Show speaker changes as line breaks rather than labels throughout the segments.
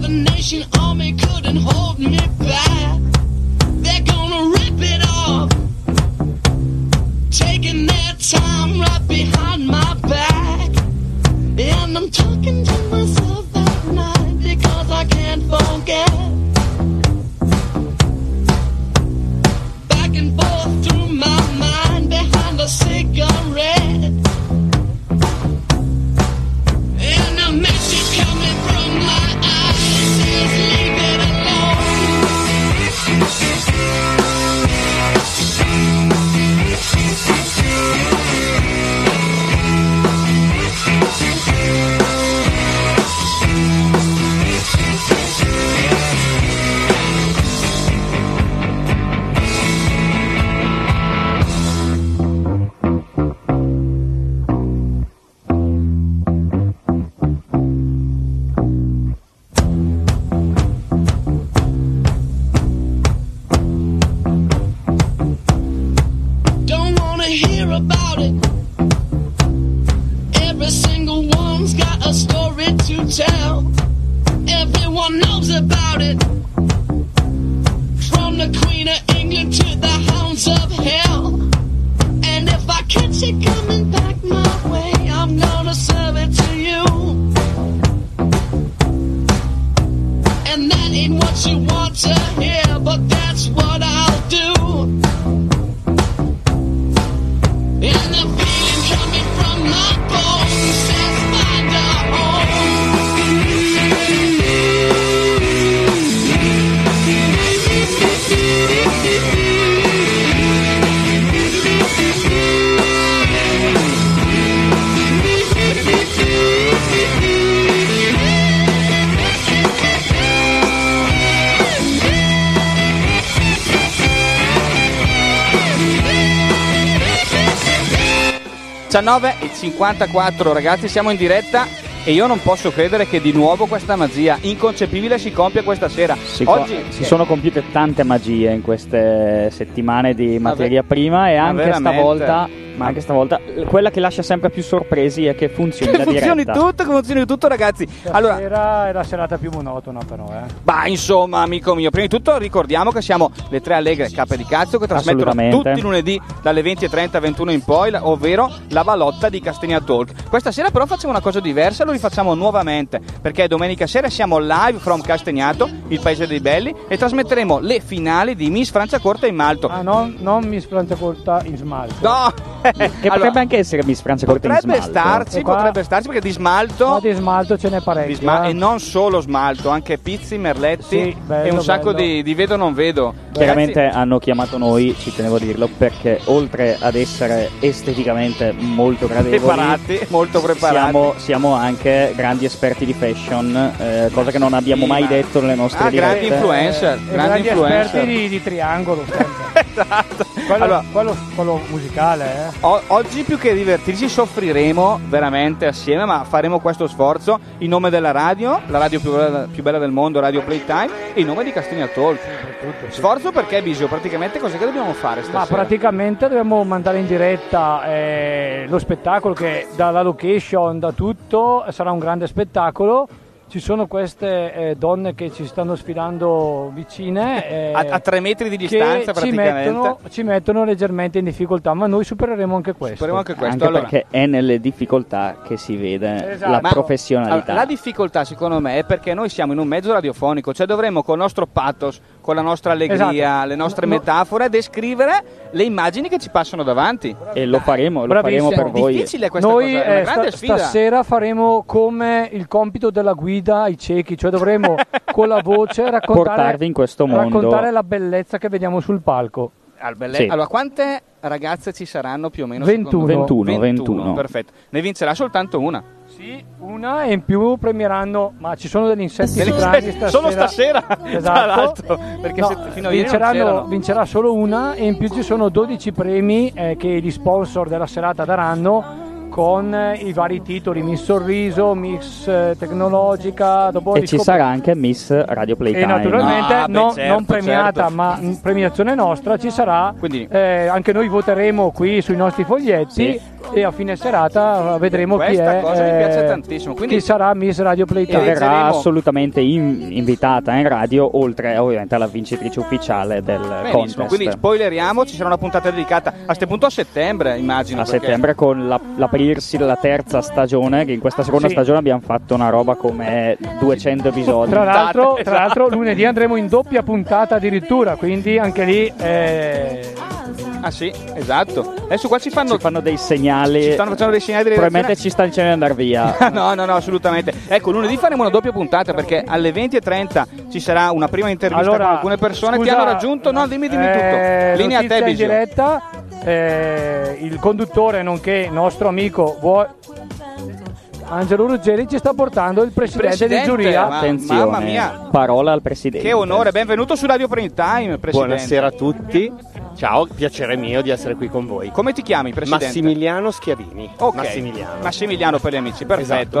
marching army couldn't hold me back. They're gonna rip it off, taking their time right behind my back. And I'm talking to myself at night because I can't forget. Back and forth through my mind behind a cigarette. And the message coming from my eyes is leave it alone. Don't wanna hear about it. Every single one's got a story to tell. Everyone knows about it. From the Queen of England to the hounds of hell. And if I catch it coming back my way, I'm gonna serve it to you. And that ain't what you want to hear, but that's what I'll do. And the feeling coming from my bones says find a home.
Thank you.
19 e 54 ragazzi siamo in diretta e io non posso credere che di nuovo questa magia inconcepibile si compia questa sera
Si, co-
oggi
si sono compiute tante magie in queste settimane di materia
ve-
prima e
ma
anche
veramente?
stavolta, ma anche stavolta l- quella che lascia sempre più sorpresi è che funzioni la
funzioni
diretta.
tutto funzioni tutto ragazzi allora
Stasera è la serata più monotona, però, eh.
Bah, insomma, amico mio, prima di tutto ricordiamo che siamo le tre allegre cappe di cazzo che trasmettono
Assolutamente.
tutti i lunedì dalle 20.30 a 21 in poi, la- ovvero la balotta di Castagna Talk. Questa sera però facciamo una cosa diversa, lo rifacciamo nuovamente, perché domenica sera siamo live from Castagnato, il paese dei belli, e trasmetteremo le finali di Miss Franciacorta in Malto.
Ah, non, non mi splancia colta in smalto.
No!
Che potrebbe anche essere Miss Francia Corte in
potrebbe
smalto.
starci,
E qua-
potrebbe starci perché di
Qua
smalto...
di smalto ce n'è
di
parecchio.
sma-
eh.
e non solo smalto, anche pizzi, merletti
Sì, bello,
e un sacco
bello.
di, di vedo non vedo.
Chiaramente hanno chiamato noi, ci tenevo a dirlo, perché oltre ad essere esteticamente molto gradevoli,
preparati, molto preparati.
Siamo, siamo anche grandi esperti di fashion, eh, cosa che non abbiamo
Sì,
mai
ma-
detto nelle nostre
Ah,
dirette.
grandi influencer,
E
grandi
grandi esperti
cioè, influencer.
di, di triangolo. sempre.
Esatto.
quello,
Allora,
quello, quello musicale, eh.
o- oggi più che divertirci soffriremo veramente assieme, ma faremo questo sforzo in nome della radio, la radio più bella, più bella del mondo, Radio Playtime, e in nome di Castigna Talk. Sforzo perché Bisio, praticamente cos'è che dobbiamo fare
Ma
stasera?
praticamente dobbiamo mandare in diretta eh, lo spettacolo che dalla location, da tutto, sarà un grande spettacolo. Ci sono queste eh, donne che ci stanno sfidando vicine. eh,
a, a tre metri di
che ci
distanza praticamente.
mettono, ci mettono leggermente in difficoltà, ma noi supereremo anche questo.
Faremo anche questo.
Eh, Anche
allora.
perché è nelle difficoltà che si vede
Esatto.
la
Ma-
professionalità.
Allora, la difficoltà, secondo me, è perché noi siamo in un mezzo radiofonico, cioè dovremmo con il nostro pathos, con la nostra allegria,
Esatto.
le nostre
No-
metafore, descrivere le immagini che ci passano davanti.
e lo faremo, lo
Bravissimo.
faremo per voi.
Difficile questa
Noi
cosa, è una
eh,
grande
sta-
sfida.
stasera faremo come il compito della guida ai ciechi, cioè dovremo con la voce raccontare,
Portarvi in questo mondo.
raccontare la bellezza che vediamo sul palco.
Al belle-
Sì.
Allora, quante ragazze ci saranno più o meno?
21.
secondo te?
21, 21.
Perfetto. Ne vincerà soltanto una.
Sì, una e in più premieranno, ma ci sono degli insetti
Delle-
strani stasera.
Solo stasera, tra
Esatto.
l'altro, perché
No,
se- fino a ieri non
vinceranno,
c'erano.
vincerà solo una e in più ci sono 12 premi eh, che gli sponsor della serata daranno con eh, i vari titoli Miss Sorriso, Miss eh, Tecnologica dopo
E ci
riscop-
sarà anche Miss Radio Playtime.
e naturalmente
Ah, beh,
non-
certo,
non premiata
certo.
ma in premiazione nostra ci sarà
Quindi-
eh, anche noi voteremo qui sui nostri foglietti e a fine serata vedremo chi
Questa
è
cosa mi piace
eh,
tantissimo, quindi-
chi sarà Miss Radio
che
Playtime
verrà
Eleggeremo-
assolutamente in- invitata in radio, oltre ovviamente alla vincitrice ufficiale del
Benissimo,
contest.
quindi spoileriamo, ci sarà una puntata dedicata a questo punto a settembre, immagino.
a
perché-
settembre con la- l'aprirsi della terza stagione, che in questa seconda
Sì.
stagione abbiamo fatto una roba come 200 episodi.
tra l'altro,
Esatto.
tra l'altro lunedì andremo in doppia puntata addirittura quindi anche lì eh,
Ah sì, esatto. Adesso qua ci fanno...
Ci fanno dei segnali.
Ci stanno facendo dei segnali di
Probabilmente
redazione.
ci stanno dicendo di andare via.
Ah, No, no, no, assolutamente. Ecco, lunedì faremo una doppia puntata perché alle 20.30 ci sarà una prima intervista
allora,
con alcune persone
scusa,
che hanno raggiunto. No, dimmi, dimmi
eh,
tutto. Linea a
notizia
te,
in
Biggio.
diretta eh, il conduttore nonché nostro amico vuo- Angelo Ruggeri ci sta portando il presidente,
presidente,
di giuria
ma-
Attenzione,
mamma mia.
parola al presidente.
Che onore, benvenuto su Radio Prime Time, Presidente.
Buonasera a tutti, ciao, piacere mio di essere qui con voi.
Come ti chiami, Presidente?
Massimiliano Schiavini.
Ok.
Massimiliano.
Massimiliano per gli amici, perfetto.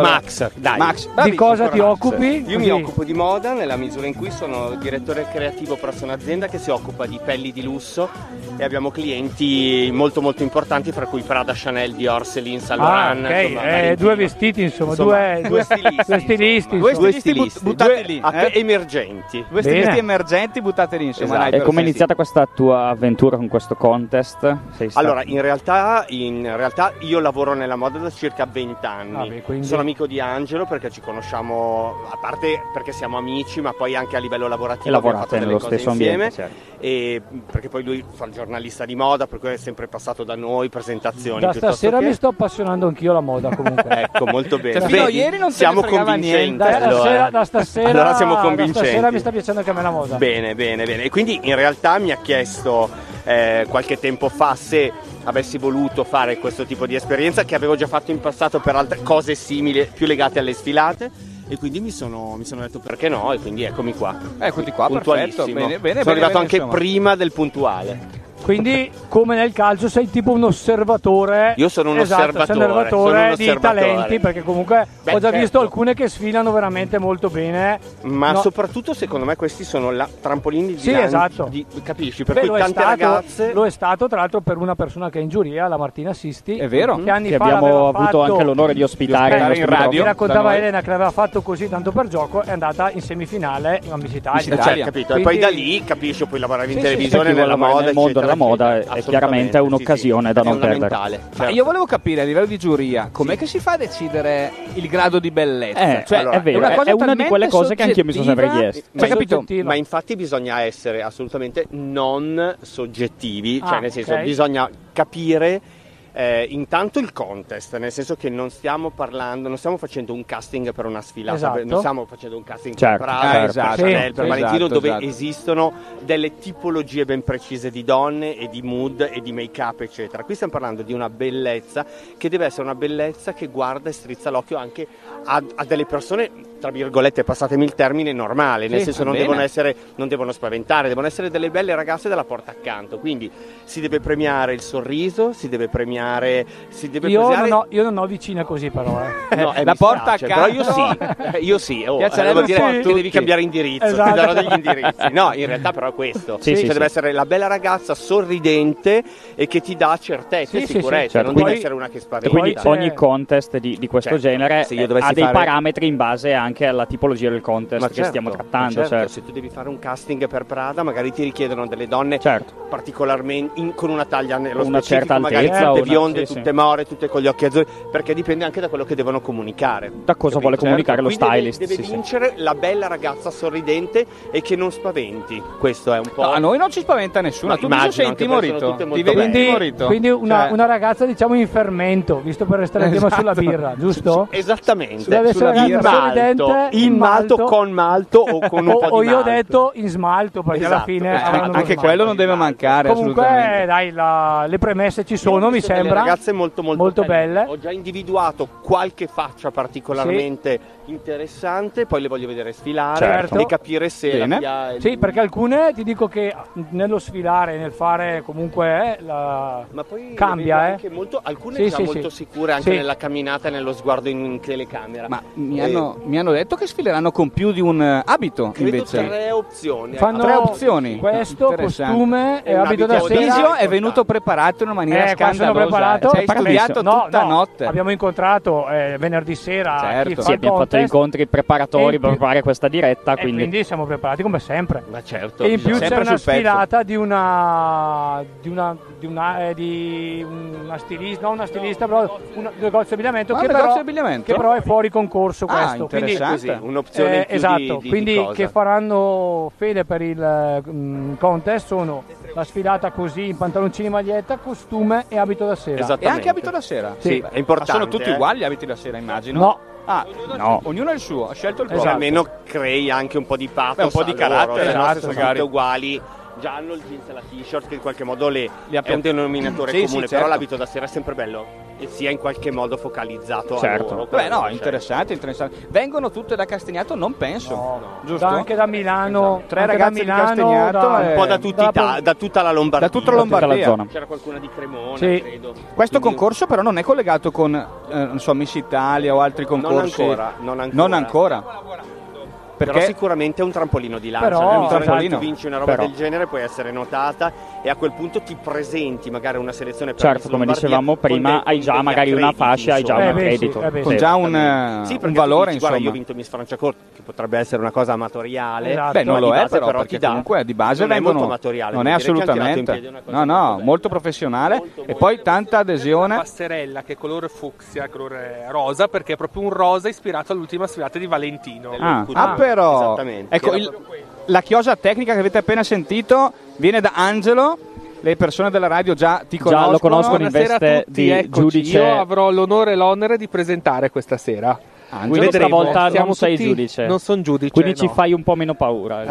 Esatto. Max, dai.
Max,
di
bravissimo.
cosa ti
Max.
occupi?
Io
Così.
mi occupo di moda nella misura in cui sono direttore creativo presso un'azienda che si occupa di pelli di lusso e abbiamo clienti molto molto importanti fra cui Prada, Chanel, Dior, Celine, Saint
Ah,
Laurent,
ok,
insomma,
eh,
Valentino.
due vestiti insomma,
Insomma,
due,
due stilisti,
due stilisti,
insomma.
insomma.
Due
Due
stilisti but-
stilisti,
buttati
due
lì.
appe-
eh?
emergenti.
Due
Bene.
stilisti emergenti buttateli insomma.
Esatto.
dai,
E
per
come è
sentire.
iniziata questa tua avventura con questo contest? Sei stato-
Allora, in realtà, in realtà io lavoro nella moda da circa 20 anni.
Ah, beh, quindi-
Sono amico di Angelo perché ci conosciamo, a parte perché siamo amici, ma poi anche a livello
e
lavorativo abbiamo fatto
lavorate
delle
nello
cose
stesso
insieme.
ambiente. certo.
E perché poi lui fa il giornalista di moda, per cui è sempre passato da noi, presentazioni.
da
piuttosto
stasera
che-
mi sto appassionando anch'io alla moda comunque
Ecco, molto bene.
Cioè, fino a
Vedi,
ieri non te ne
siamo
fregava
convincenti.
niente.
da,
allora.
eh.
eh.
stasera, da stasera
Allora siamo
da
convincenti.
stasera mi sta piacendo anche a me la moda
Bene, bene, bene. E quindi in realtà mi ha chiesto eh, qualche tempo fa se avessi voluto fare questo tipo di esperienza che avevo già fatto in passato per altre cose simili, più legate alle sfilate. E quindi mi sono, mi sono detto perché no, e quindi eccomi qua.
Eccoti qua, perfetto.
Puntualissimo.
Bene, bene,
sono
bene,
arrivato
bene,
anche
insomma.
prima del puntuale.
Quindi, come nel calcio, sei tipo un osservatore.
Io sono un
Esatto, sei un
osservatore,
osservatore
sono un
di
osservatore.
talenti, perché comunque
Beh,
ho già
certo.
visto alcune che sfilano veramente molto bene.
Ma
No,
soprattutto secondo me questi sono la- trampolini di
Sì,
lancio-
esatto.
di- capisci? Per
beh,
cui
lo, è
tante
stato,
ragazze
lo è stato, tra l'altro, per una persona che è in giuria, la Martina Sisti.
È vero.
Che anni
Che
fa
abbiamo
l'aveva
avuto
fatto-
anche l'onore di ospitare
ospitare
nel
in
nostro
radio.
Mi
microfono.
raccontava
da noi.
Elena che l'aveva fatto così tanto per gioco, è andata in semifinale in Miss Italia.
Miss
Eh,
Italia.
Certo.
cioè, capito? E poi
Quindi-
da lì capisci, puoi lavorare in
Sì, sì,
televisione,
sì,
nella
lavorare
moda,
nel mondo
eccetera,
della moda
eccetera.
è
Assolutamente,
chiaramente
sì, sì.
un'occasione da non
Fondamentale,
Ma
certo.
io volevo capire a livello di giuria com'è che si fa a decidere il grado di bellezza? Cioè,
Eh, allora, è vero, è una di
talmente
quelle cose che anch'io mi sono sempre
soggettiva-
chiesto.
Cioè,
Ma
capito?
soggettiva.
Ma infatti bisogna essere assolutamente non soggettivi,
Ah,
cioè nel senso
ok.
bisogna capire eh, intanto il contest, nel senso che non stiamo parlando, non stiamo facendo un casting per una sfilata,
Esatto.
per- non stiamo facendo un casting
Certo,
per Prada,
ah, esatto,
per Chanel,
sì,
per
sì,
Valentino,
esatto,
dove
esatto.
esistono delle tipologie ben precise di donne e di mood e di make-up, eccetera. Qui stiamo parlando di una bellezza che deve essere una bellezza che guarda e strizza l'occhio anche a, a delle persone, tra virgolette, passatemi il termine, normale, nel
Sì,
senso
va
non
bene.
devono, essere, non devono spaventare, devono essere delle belle ragazze della porta accanto. Quindi si deve premiare il sorriso, si deve premiare... Si deve
Io
premiare...
non, ho, io non ho vicina così, però. eh.
No, eh,
La
mi
porta
spiace,
accanto.
Però io sì, io sì. Oh,
Piacerebbe
eh, vuol
un po'
dire
a
che
tutti.
devi cambiare indirizzo,
Esatto.
ti darò degli indirizzi. No, in realtà però è questo.
Sì,
Cioè,
sì,
deve
sì.
essere la bella ragazza sorridente e che ti dà certezza
Sì,
e
sì,
sicurezza.
sì, certo.
Non
Poi-
deve essere una che
E
spaventa.
quindi
Poi c'è-
ogni contest di, di questo
Certo,
genere
se io
eh,
dovessi
ha dei
fare-
parametri in base anche alla tipologia del contest
Ma
che
certo,
stiamo trattando.
certo,
certo.
se tu devi fare un casting per Prada, magari ti richiedono delle donne
Certo.
particolarmente in- con una taglia nello
Una
specifico,
certa
magari
altezza,
tutte
una-
bionde,
sì, sì.
tutte more, tutte con gli occhi azzurri, perché dipende anche da quello che devono comunicare. Certo.
Da cosa vuole comunicare lo
Quindi deve-
stylist,
Deve,
sì, sì.
vincere la bella ragazza sorridente e che non spaventi. Questo è un po'
No, a noi non ci spaventa nessuno.
Ma
tu mi sei
immagino, anche perché sono
intimorito.
tutte
Ti
molto
vedi
belle.
Quindi,
intimorito.
quindi una,
Cioè,
una ragazza, diciamo, in fermento, visto per restare prima
Esatto.
sulla birra, giusto?
esattamente
Deve essere
sulla
una
birra.
sorridente, in
in malto,
malto.
con malto o con un
o,
po' di
o io ho
malto.
detto in smalto, perché alla
Esatto,
fine
eh,
avranno
anche
lo smalto.
quello non deve mancare.
Comunque,
assolutamente.
dai, la- le premesse ci sono, mi
Queste
sembra.
delle ragazze molto, molto,
Molto belle.
Ho già individuato qualche faccia particolarmente interessante, poi le voglio vedere sfilare
Certo.
e capire se la via è-
Sì, perché alcune ti dico che nello sfilare, nel fare comunque eh, la...
vedo
cambia, eh.
anche molto- alcune
Sì,
già
sì,
molto
sì.
sicure anche
Sì.
nella camminata e nello sguardo in, in telecamera. Ma
Mi hanno, mi hanno detto che sfileranno con più di un eh, abito invece.
tre opzioni. ecco.
Fanno
Tre
tre
opzioni.
opzioni.
questo,
Interessante.
costume e abito da sera.
Fisio è venuto preparato in una maniera
Eh, qua sono
scandalosa.
preparato.
Cioè, hai studiato
No,
tutta
no,
notte.
Abbiamo incontrato eh, venerdì sera. Chi fa
Certo. Sì,
il
abbiamo fatto
contest
incontri preparatori
E in
per
più-
fare questa diretta,
e quindi...
quindi
siamo preparati come sempre.
Ma
Esatto.
certo.
E in più c'è
Sempre
una
sul pezzo.
sfilata di una di una di una, eh, di una stilista, non una stilista, però un negozio di abbigliamento
Ah,
che
un
però,
negozio di abbigliamento?
che però è fuori concorso
Ah,
questo, quindi
interessante. Così,
un'opzione in più di-
esatto,
di- di
quindi
cosa.
che faranno fede per il eh, mm, contest sono la sfilata così in pantaloncini e maglietta, costume e abito da sera.
E anche abito da sera.
Sì,
Beh,
è
importante,
ma sono tutti
eh.
uguali gli abiti da sera, immagino.
No.
Ah, no. Esatto. Ognuno ha il suo, ha scelto il
Cioè,
proprio.
almeno crei anche un po' di pathos
Beh, un po' di
a loro,
carattere,
se no,
esatto,
se sono
magari.
tutte uguali già hanno il jeans e la t-shirt che in qualche modo le, è
apre-
un denominatore
Sì, sì,
comune
certo.
però l'abito da sera è sempre bello e sia in qualche modo focalizzato a loro
Certo. Beh, no,
Cioè,
interessante, interessante. Vengono tutte da Castagnato? Non penso. Giusto? Esatto.
Da- anche da Milano,
Tre
anche da
ragazzi di
Milano,
Castagnato,
da-
un po' da, tutti i ta- da tutta la Lombardia
Da tutta la Lombardia.
c'era qualcuna di Cremona
Sì.
credo
Questo concorso però non è collegato con, eh, non so, Miss Italia o altri concorsi.
ancora, non ancora.
Non ancora. Perché Esatto.
Però sicuramente è un trampolino di lancio.
Però-
nel
È un
momento in cui
trampolino.
tu vinci una roba
Però.
del genere, puoi essere notata e a quel punto ti presenti magari a una selezione per
certo,
Miss
come
Lombardia
dicevamo
con
prima,
dei-
hai già
con degli
magari una
accrediti,
fascia, hai già
insomma.
un accredito.
con
Eh Sì.
già un, eh,
Sì, perché
un
tu
valore,
dici, Guarda, io ho
insomma.
vinto Miss Francia Corte, che potrebbe essere una cosa amatoriale.
Esatto.
Esatto.
Beh, non
ma
lo
di
è
base
però,
però ti
perché
dà-
comunque di base
non
vengono
è molto amatoriale.
non è
vuol dire che hanno tirato in piedi
assolutamente.
una cosa
No, no, molto, professionale e poi tanta adesione.
passerella che è color fucsia, colore rosa, perché è proprio un rosa ispirato all'ultima sfilata di Valentino.
Ah, ah, però ecco il- la chiosa tecnica che avete appena sentito viene da Angelo. Le persone della radio già ti conoscono.
Già lo conoscono in veste di giudice. Io avrò l'onore e l'onere di presentare questa sera.
Quindi stavolta non sei giudice.
Non sono giudice.
Quindi
no.
ci fai un po' meno paura.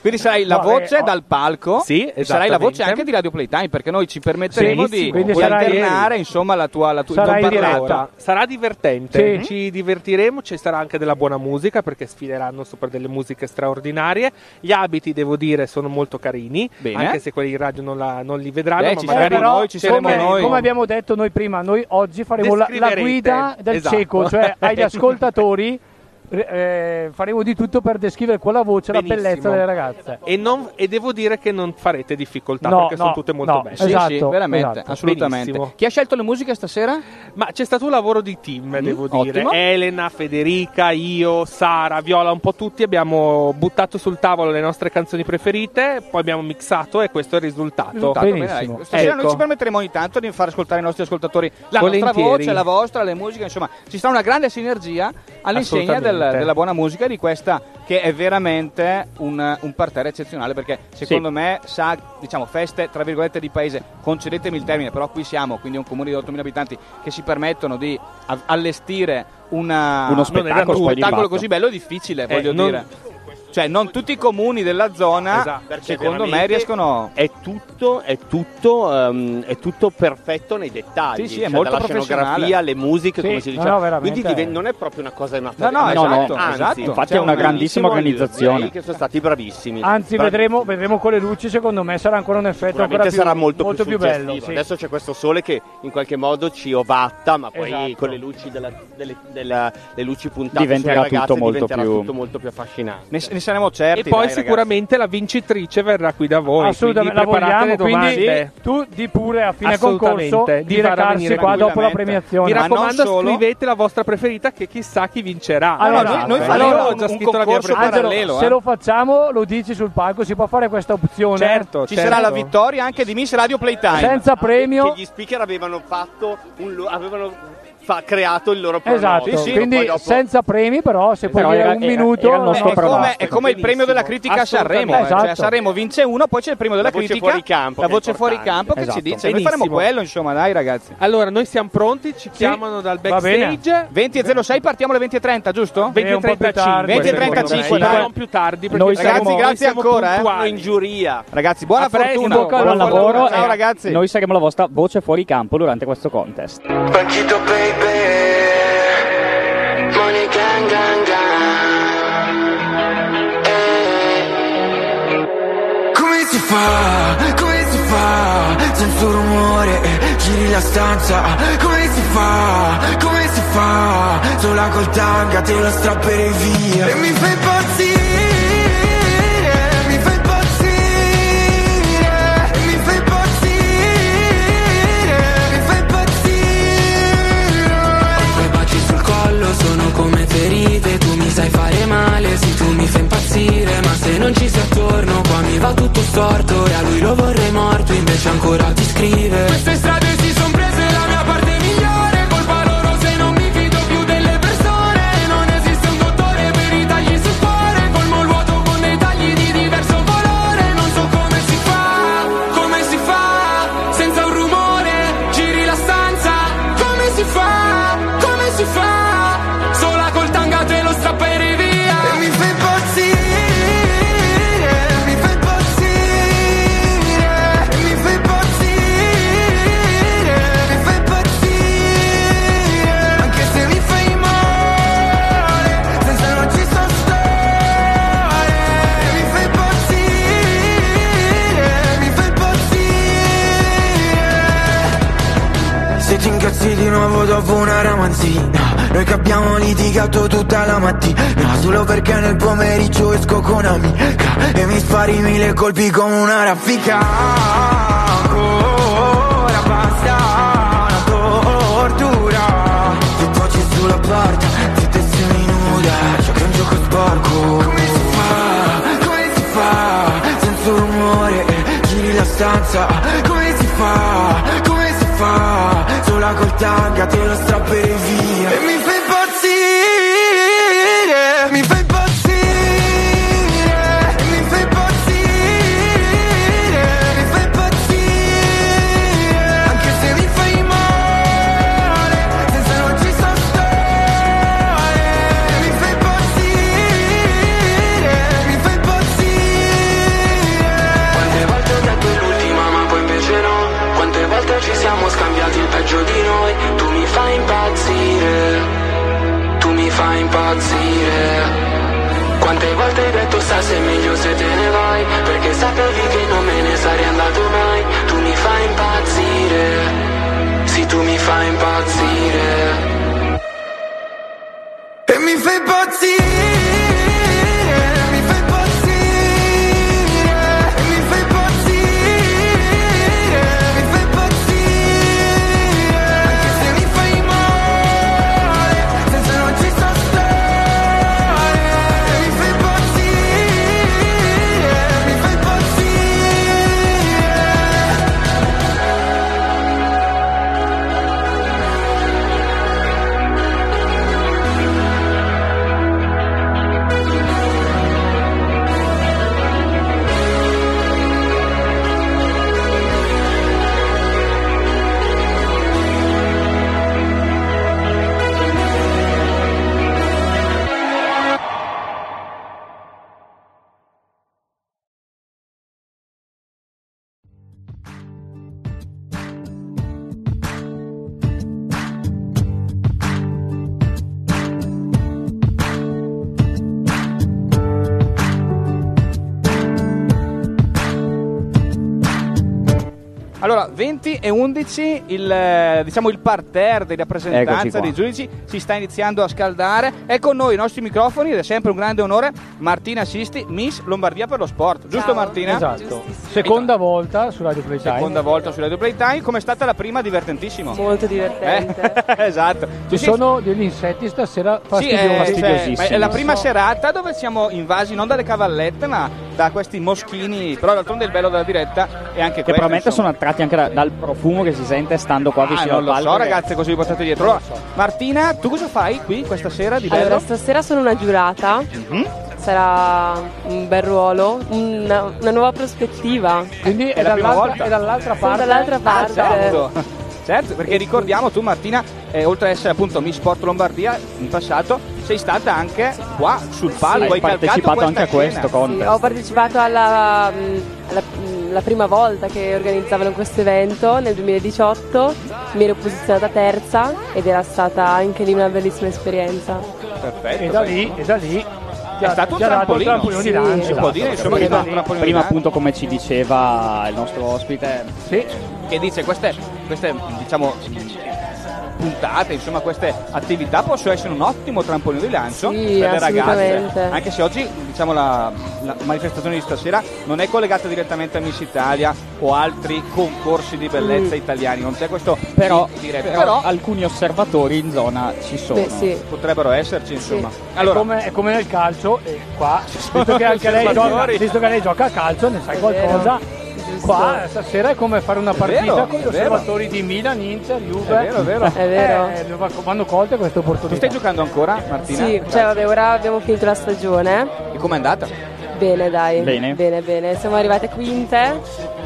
Quindi sarai la
No,
voce
eh,
oh.
ho-
dal palco
Sì,
e sarai la voce
esattamente.
anche di Radio Playtime perché noi ci permetteremo
Benissimo.
di,
Quindi
di
sarai-
alternare insomma la tua, la tua
Sarà,
il tuo
in
parlato.
diretta. sarà divertente,
Sì.
ci divertiremo, ci sarà anche della buona musica perché sfideranno sopra delle musiche straordinarie. Gli abiti, devo dire, sono molto carini,
Bene.
anche se quelli in radio non, la- non li vedranno,
Beh,
ma
ci
magari
saremo noi, ci saremo
come-
noi.
Come abbiamo detto noi prima, noi oggi faremo la, la
Descriverete.
guida del
Esatto.
cieco, cioè agli ascoltatori eh, faremo di tutto per descrivere con la voce
Benissimo.
la bellezza delle ragazze.
E, non- e devo dire che non farete difficoltà
No,
perché sono
no,
tutte molto
no,
belle.
Sì, esatto, sì,
veramente, esatto. assolutamente. Chi ha scelto le musiche stasera? Mm,
Ma c'è stato un lavoro di team, devo dire.
ottimo.
Elena, Federica, io, Sara, Viola, un po' tutti abbiamo buttato sul tavolo le nostre canzoni preferite, poi abbiamo mixato e questo è il risultato. Ecco.
Risultato, bene, dai. Stasera noi ci permetteremo ogni tanto di far ascoltare i nostri ascoltatori la nostra
Volentieri.
voce, la vostra, le musiche, insomma, ci sarà una grande sinergia all'insegna del-
Assolutamente.
della buona musica di questa che è veramente un, un parterre eccezionale perché secondo me sa, diciamo, feste tra virgolette di paese, concedetemi il termine, però qui siamo, quindi è un comune di 8.000 abitanti che si permettono di a- allestire una-
Uno spettacolo,
uno
poi di
spettacolo
fatto.
così bello è difficile, voglio
non-
dire. Cioè, non tutti i comuni della zona,
Esatto, perché
secondo me,
veramente
riescono
È tutto, è tutto, ehm, è tutto perfetto nei dettagli.
Sì, sì, è
cioè,
molto
dalla
professionale.
scenografia, le musiche,
Sì,
come si
no,
diceva.
no, veramente.
Quindi diven- non è proprio una cosa
No,
amatoriale.
no,
anzi,
esatto,
infatti
esatto.
Cioè,
C'è
è una
una
grandissima
grandissima
organizzazione.
organizzazione.
Che sono stati bravissimi.
Anzi,
Bravi-
vedremo, vedremo con le luci, secondo me sarà ancora un effetto ancora
Sicuramente
più,
sarà molto, più,
più, bello.
suggestivo.
sì.
Adesso c'è questo sole che in qualche modo ci ovatta, ma poi
Esatto.
con le luci, della- delle, della- le luci puntate
Diventerà
sulle ragazze
tutto molto
diventerà
più-
tutto molto più affascinante.
Ne, ne saremo certi.
E poi
dai,
sicuramente la vincitrice verrà qui da voi.
Assolutamente, la
quindi preparate
vogliamo,
le domande.
quindi tu di pure a fine
Assolutamente,
concorso
vi
di
farà
recarsi
venire
qua dopo la
tranquillamente.
premiazione.
Mi raccomando, scrivete la vostra preferita che chissà chi vincerà.
Ah, Allora,
Esatto.
noi- noi
Allora,
faremo
ho già
un- eh.
scritto la mia
Angelo,
preferita.
se lo facciamo lo dici sul palco, si può fare questa opzione.
Certo, ci sarà la vittoria anche di Miss Radio Playtime. Ah,
Senza premio.
Che gli speaker avevano fatto un, lo- avevano fa- creato il loro pronoto.
Esatto, quindi senza premi però
Eh,
se poi dire un minuto eh,
è, come, è come il premio della critica a Sanremo. eh. Cioè, a Sanremo vince uno, poi c'è il premio della
voce
critica,
fuori campo,
la
che è
voce fuori
importante.
campo che
Esatto.
ci dice: Noi
Benissimo.
faremo quello, insomma, dai ragazzi.
Allora, noi siamo pronti, ci chiamano dal backstage.
20.06 partiamo alle 20.30, giusto?
20.35.
20.35, dai.
Non più tardi. perché
Noi
saremo-
saremo-
noi siamo
ancora, eh.
puntuali.
in giuria.
Ragazzi, buona
A presto,
fortuna.
in bocca al
Buon
lavoro
lavoro.
e
Ciao ragazzi.
Noi saremo la vostra voce fuori campo durante questo contest.
Banchito baby Money gang gang gang Eh. Come si fa, come si fa Senza un rumore, eh, giri la stanza Come si fa, come si fa Sola col tanga te la strapperei via E mi fai impazzire Mi fai impazzire E mi fai impazzire Mi fai impazzire I tuoi baci sul collo sono come ferite Tu mi sai fare male se tu mi fai impazzire Ma se non ci sei attorno qua mi va tutto storto E a lui lo vorrei morto invece ancora ti scrive Queste strade si son prese la mia parte migliore Colpa loro se non mi fido più delle persone Non esiste un dottore per i tagli sul cuore Colmo il vuoto con dei tagli di diverso colore Non so come si fa, come si fa Senza un rumore, giri la stanza Come si fa, come si fa Sola col tanga te lo strapperei via E mi fai impazzire, mi fai impazzire E mi fai impazzire, mi fai impazzire Anche se mi fai male, senza non ci so stare E mi fai impazzire, mi fai impazzire se ti incazzi di nuovo dopo una ramanzina Noi che abbiamo litigato tutta la mattina Solo perché nel pomeriggio esco con amica E mi spari mille colpi come una raffica Ancora basta la tortura Ti tocci sulla porta, ti tessimi nuda Gioca un gioco sporco Come si fa, come si fa Senza rumore, giri la stanza Come si fa, come si fa Sola col tanga te la strapperei via E mi fai impazzire Mi fai impazzire E mi fai impazzire Mi fai impazzire Anche se mi fai male Senza non ci so stare E mi fai impazzire Mi fai impazzire Quante volte ho detto è l'ultima ma poi invece no Quante volte ci siamo scambiati il peggio di noi Tu mi fai impazzire Tu mi fai impazzire Quante volte hai detto sa se è meglio se te ne vai Perché sapevi che non me ne sarei andato mai Tu mi fai impazzire Sì tu mi fai impazzire e mi fai impazzire, mi fai impazzire, mi fai impazzire, mi fai impazzire, anche se mi fai male, senza non ci so stare, mi fai impazzire, mi fai impazzire.
Allora, 20 e 11, il, eh, diciamo il parterre della
Eccoci
rappresentanza
qua.
dei giudici si sta iniziando a scaldare. È con noi i nostri microfoni ed è sempre un grande onore Martina Sisti, Miss Lombardia per lo sport. Giusto Martina?
Esatto. Seconda volta su Radio Play Time.
Seconda volta su Radio Playtime, come è stata la prima? Divertentissimo.
Molto divertente.
Eh, esatto.
Ci sono degli insetti stasera
Sì, è,
fastidiosi.
cioè, ma è la prima
Non so.
serata dove siamo invasi non dalle cavallette, ma da questi moschini. Però d'altronde il bello della diretta è anche
Che
questo.
probabilmente
insomma.
sono attratti anche da- dal profumo che si sente stando qua
Ah,
vicino
non
al
lo so,
palco. che-
ragazze, così vi portate dietro. Allora, Martina, tu cosa fai qui questa sera di bello? Mhm.
Allora, stasera sono una giurata. Sarà un bel ruolo, una, una nuova prospettiva.
Quindi è,
la prima
dall'altra,
volta.
è dall'altra
Sono
parte.
dall'altra
Ah,
parte.
certo. Certo, perché ricordiamo tu Martina, eh, oltre ad essere appunto Miss Sport Lombardia in passato, sei stata anche qua sul palco,
Hai
hai calcato
partecipato
questa
anche a
scena.
questo
Sì,
contest.
ho partecipato alla, mh, alla- mh, la prima volta che organizzavano questo evento nel 2018, mi ero posizionata terza ed era stata anche lì una bellissima esperienza.
Perfetto.
E da lì, e da lì ti
è
ha-
stato un
ti ha dato
trampolino.
di
Sì,
lancio.
Si può dire insomma che
Perché
è stato
da
un
lì-
trampolino
Prima
in alto.
appunto come ci diceva il nostro ospite,
Sì,
che dice queste, queste diciamo puntate, insomma queste attività possono essere un ottimo trampolino di lancio
Sì,
per le ragazze.
assolutamente.
Anche se oggi diciamo la, la manifestazione di stasera non è collegata direttamente a Miss Italia o altri concorsi di
Mm.
bellezza italiani, non c'è questo
però,
diretto.
però
Però,
alcuni osservatori in zona ci sono.
Beh, sì.
potrebbero esserci, insomma.
è,
Allora,
come, è come nel calcio, e qua, visto che anche lei, gioca,
Osservatori.
visto che lei gioca a calcio, ne sai
È vero.
qualcosa.
Giusto.
Qua stasera è come fare una partita
vero,
con gli
è vero.
osservatori di Milan, Inter, Juve.
È vero, è vero.
È vero.
Eh, lo- vanno colte queste
tu
opportunità.
stai giocando ancora, Martina?
Sì, cioè vabbè, ora abbiamo finito la stagione.
E com'è andata?
Bene, dai.
Bene.
bene. bene. Siamo arrivate quinte.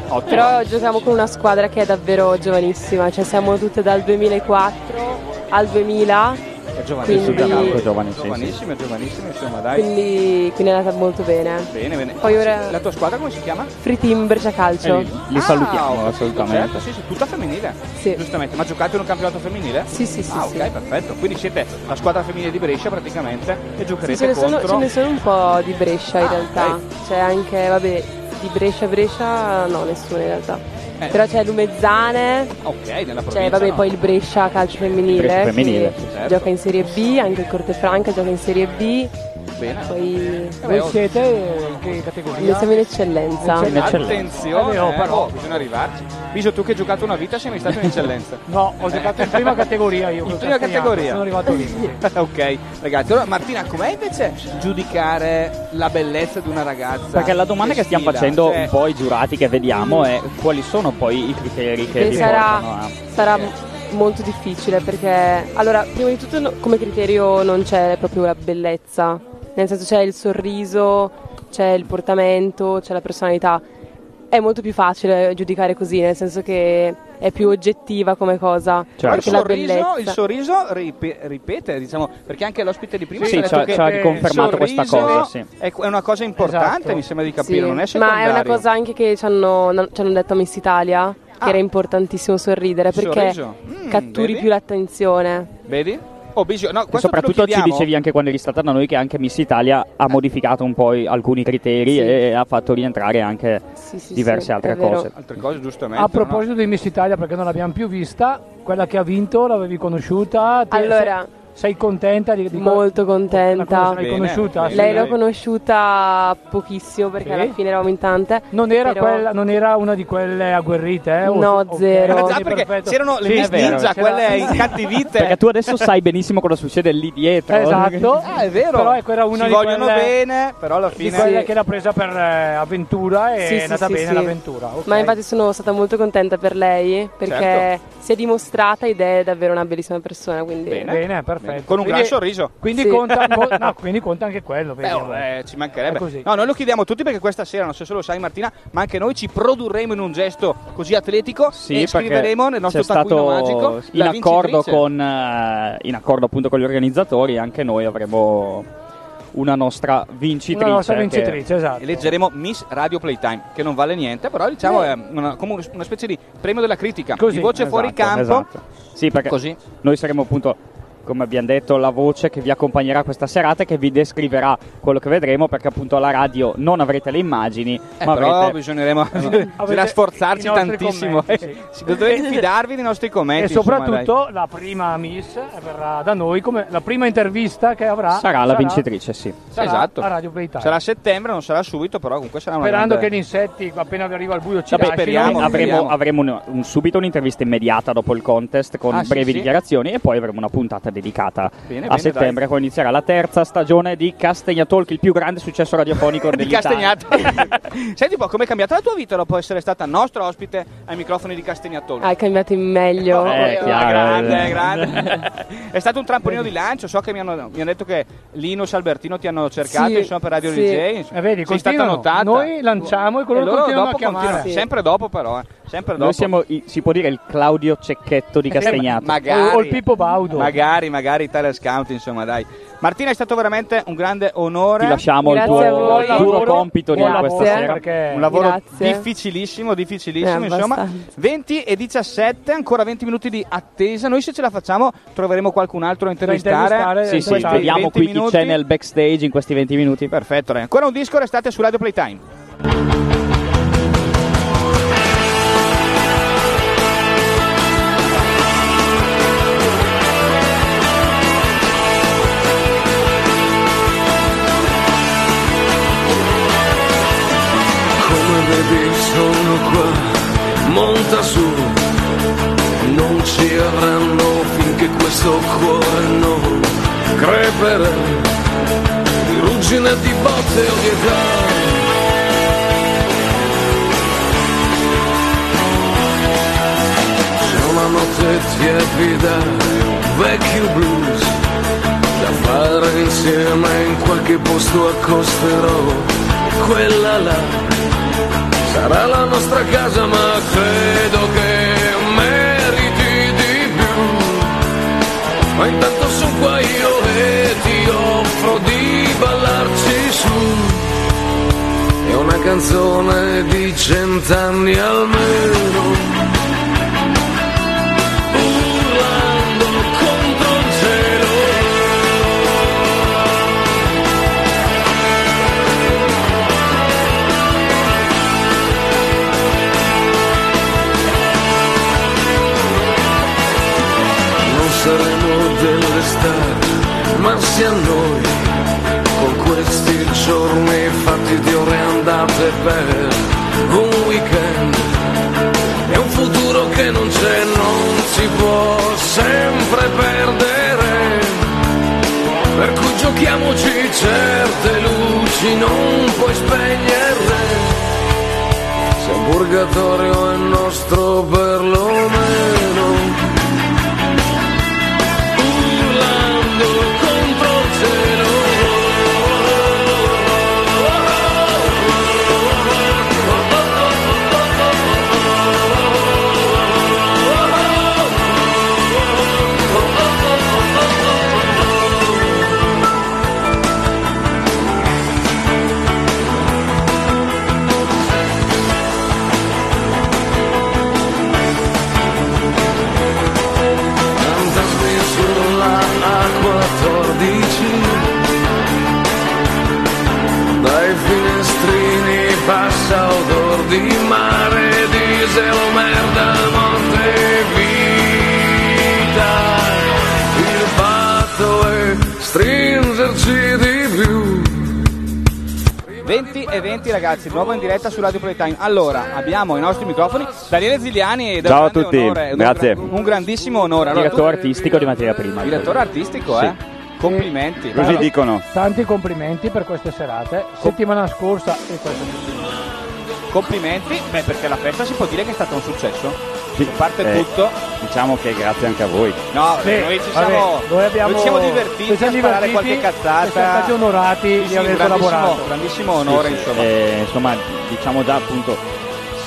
Ottimo.
Però giochiamo con una squadra che è davvero giovanissima, cioè siamo tutte dal 2004 al 2000,
È giovanissima,
Quindi-
Tanto giovane, sì, sì.
giovanissima, giovanissima, insomma, dai.
quindi, quindi è andata molto bene.
Bene, bene.
Poi ora-
La tua squadra come si chiama?
Free team Brescia Calcio.
E li, Eh, li salutiamo
Ah,
assolutamente.
Certo, sì, sì, tutta femminile.
Sì.
Giustamente, ma giocate in un campionato femminile?
Sì, sì, sì,
Ah, ok,
sì.
perfetto. Quindi siete la squadra femminile di Brescia praticamente e
Sì,
giocherete
ce, ne sono,
contro
ce ne sono un po' di Brescia
Ah,
in realtà. C'è anche, vabbè, di Brescia Brescia no, nessuno in realtà.
Eh.
Però c'è Lumezzane,
Ok, nella provincia.
c'è Cioè, vabbè
no?
poi il Brescia calcio femminile,
Brescia
che
femminile,
certo.
gioca in Serie B, anche il Cortefranca gioca in Serie B,
Bene.
poi
Voi siete eh, in che
noi
categoria?
siamo in eccellenza.
In eccellenza.
Attenzione,
Eh, oh,
eh,
però.
oh, bisogna arrivarci. Viso tu che hai giocato una vita sei mai stato in eccellenza.
No, ho giocato in prima categoria io. col
prima
Castellano,
categoria.
Sono arrivato lì.
ok, ragazzi. Allora Martina, com'è invece giudicare la bellezza di una ragazza?
Perché la domanda che stiamo
sfida?
facendo
Cioè,
un po' ai giurati che vediamo è quali sono poi i criteri che
Beh,
vi portano
sarà,
a...
sarà m- molto difficile perché allora prima di tutto no- come criterio non c'è proprio la bellezza nel senso c'è il sorriso c'è il portamento c'è la personalità è molto più facile giudicare così nel senso che è più oggettiva come cosa
Certo.
Cioè, il
perché la
sorriso, il
bellezza
sorriso ripe- ripete, diciamo, perché anche l'ospite di prima
Sì,
ci ha
ci ha-
detto che
ci ha riconfermato
il
questa
sorriso
cosa, sì.
È è una cosa importante,
Esatto.
mi sembra di capire,
Sì,
non è
ma è
secondario.
una cosa anche che ci hanno, non- ci hanno detto a Miss Italia
Ah.
che era importantissimo sorridere
Il
perché
sorriso. Mm,
catturi
vedi?
più l'attenzione
Vedi? Oh, bisogna- no,
E
questo te lo
soprattutto ci
chiediamo.
dicevi anche quando eri stata da noi che anche Miss Italia ha modificato un po' i- alcuni criteri
Sì.
e ha fatto rientrare anche
Sì, sì,
diverse
sì,
altre
è vero.
cose.
Altre cose, giustamente.
A
no?
proposito di Miss Italia, perché non l'abbiamo più vista, quella che ha vinto l'avevi conosciuta? Te-
Allora.
sei, sei contenta di, di
Molto
La
contenta.
conosci- l'hai
Bene,
conosciuta?
bene.
Sì.
Lei l'ho conosciuta pochissimo perché
Sì.
alla fine eravamo in tante.
Non era,
però-
quella, non era una di quelle agguerrite, eh?
No,
ok,
zero.
ok,
Ah,
già, perché
perfetto.
c'erano le
Sì,
Miss
è vero,
Ninja,
c'era-
quelle incattivite.
Perché tu adesso sai benissimo cosa succede lì dietro.
Esatto.
Ah, è vero.
Però ecco, era una
Ci
di
vogliono
quelle-
bene, però alla
Di
fine...
quella
Sì.
che l'ha presa per eh, avventura e
Sì,
è
sì,
andata
sì,
bene
sì.
l'avventura. ok.
Ma infatti sono stata molto contenta per lei perché
Certo.
si è dimostrata ed è davvero una bellissima persona. Quindi
Bene.
Bene, perfetto.
Con un gran
Quindi-
sorriso.
Quindi,
Sì.
conta, mo- no, quindi conta anche quello.
Beh,
vedi.
oh, eh, ci
È
mancherebbe.
così.
No, noi lo chiediamo a tutti perché questa sera, non so se lo sai Martina, ma anche noi ci produrremo in un gesto così atletico
Sì,
e
perché
scriveremo nel nostro
c'è stato
taccuino magico
in
la
accordo,
vincitrice.
con, eh, in accordo appunto con gli organizzatori, anche noi avremo una nostra vincitrice.
Una nostra
che-
vincitrice, esatto.
e leggeremo Miss Radio Playtime, che non vale niente, però diciamo è una, come un- una specie di premio della critica,
Eh. Così,
di voce
Esatto,
fuori campo.
esatto. Sì, perché
Così.
noi saremo appunto, come abbiamo detto, la voce che vi accompagnerà questa serata e che vi descriverà quello che vedremo, perché appunto alla radio non avrete le immagini,
Eh,
ma
però
avrete...
bisogneremo bisognerà sforzarci
i nostri
tantissimo.
commenti,
eh.
sì.
Sì, Dovete fidarvi dei nostri commenti.
E
insomma, dai.
soprattutto la prima Miss eh, verrà da noi come la prima intervista che avrà.
Sarà la vincitrice, sì.
sarà
Esatto.
a Radio Playtime.
Sarà a settembre, non sarà subito, però comunque sarà una
Sperando che
grande-
gli insetti appena arriva al buio ci
Vabbè,
lasciano.
speriamo,
avremo,
speriamo.
avremo un- un- subito un'intervista immediata dopo il contest con
Ah, sì,
brevi
sì.
dichiarazioni e poi avremo una puntata dedicata
Bene,
a
bene,
settembre
dai.
quando inizierà la terza stagione di Castagna Talk, il più grande successo radiofonico
di
dell'Italia.
Castagnato. Senti un po' com'è cambiata la tua vita dopo essere stata nostra ospite ai microfoni di Castagnato.
Hai cambiato in meglio.
Eh, chiaro,
grande,
eh.
grande. È stato un trampolino di lancio. So che mi hanno, mi hanno detto che Linus Albertino ti hanno cercato
Sì,
insomma, per Radio
sì.
DJ.
Eh, vedi,
Sei stata
continuano.
notata.
Noi lanciamo e loro continuano a
dopo
chiamare.
continuano.
Sì.
Sempre dopo, però. eh. Sempre dopo. Eh,
Noi siamo, i- si può dire, il Claudio Cecchetto di Castagnato.
Magari.
O, o il Pippo Baudo.
Magari, magari Italia Scout, insomma, dai. Martina, è stato veramente un grande onore.
Ti lasciamo il
Grazie
tuo,
a voi.
il tuo
Buon lavoro.
compito di
Grazie.
questa sera.
Perché
Un lavoro
Grazie.
difficilissimo, difficilissimo,
Eh,
insomma.
abbastanza.
20 e 17, ancora 20 minuti di attesa. Noi se ce la facciamo troveremo qualcun altro da intervistare.
intervistare.
Sì, sì,
Questi
vediamo
20
qui chi
minuti.
c'è nel backstage in questi 20 minuti.
Perfetto, dai. ancora un disco, restate su Radio Playtime.
Come vedi sono qua, monta su, non ci avranno finché questo cuore non creperà, di ruggine di botte e ovvietà. C'è una notte tiepida, un vecchio blues, da fare insieme in qualche posto accosterò, quella là. Sarà la nostra casa ma credo che meriti di più Ma intanto sono qua io e ti offro di ballarci su È una canzone di cent'anni almeno Urlando contro il cielo non saremo delle star, ma sia noi, con questi giorni fatti di ore andate per un weekend. E un futuro che non c'è, non si può sempre perdere. Per cui giochiamoci certe luci, non puoi spegnerle. Se un purgatorio è nostro perlomeno urlando contro il cielo. Andate sulla A14 Dai finestrini passa odor di mare Diesel, merda, morte, vita Il fatto è stringerci di più
20 e 20 ragazzi, di nuovo in diretta su Radio Playtime. Allora, abbiamo i nostri microfoni. Daniele Zigliani, da
Ciao
un
a
grande
tutti,
onore, un
grazie.
gran- Un grandissimo onore. Allora,
Direttore artistico di materia prima.
tu- direttore artistico,
Sì.
eh? Complimenti.
Così
Allora,
dicono.
Tanti complimenti per queste serate. Settimana scorsa e questa
Complimenti, beh, perché la festa si può dire che è stato un successo.
Sì.
A parte
Eh,
tutto,
Diciamo che grazie anche a voi.
no,
Sì,
noi ci
vabbè,
siamo,
noi abbiamo-
noi ci siamo divertiti
ci siamo
a sparare
divertiti
qualche cazzata.
e siamo stati onorati
Sì,
di aver
sì, un grandissimo-
collaborato.
Grandissimo onore,
Sì, sì.
insomma.
Eh, insomma, diciamo già appunto,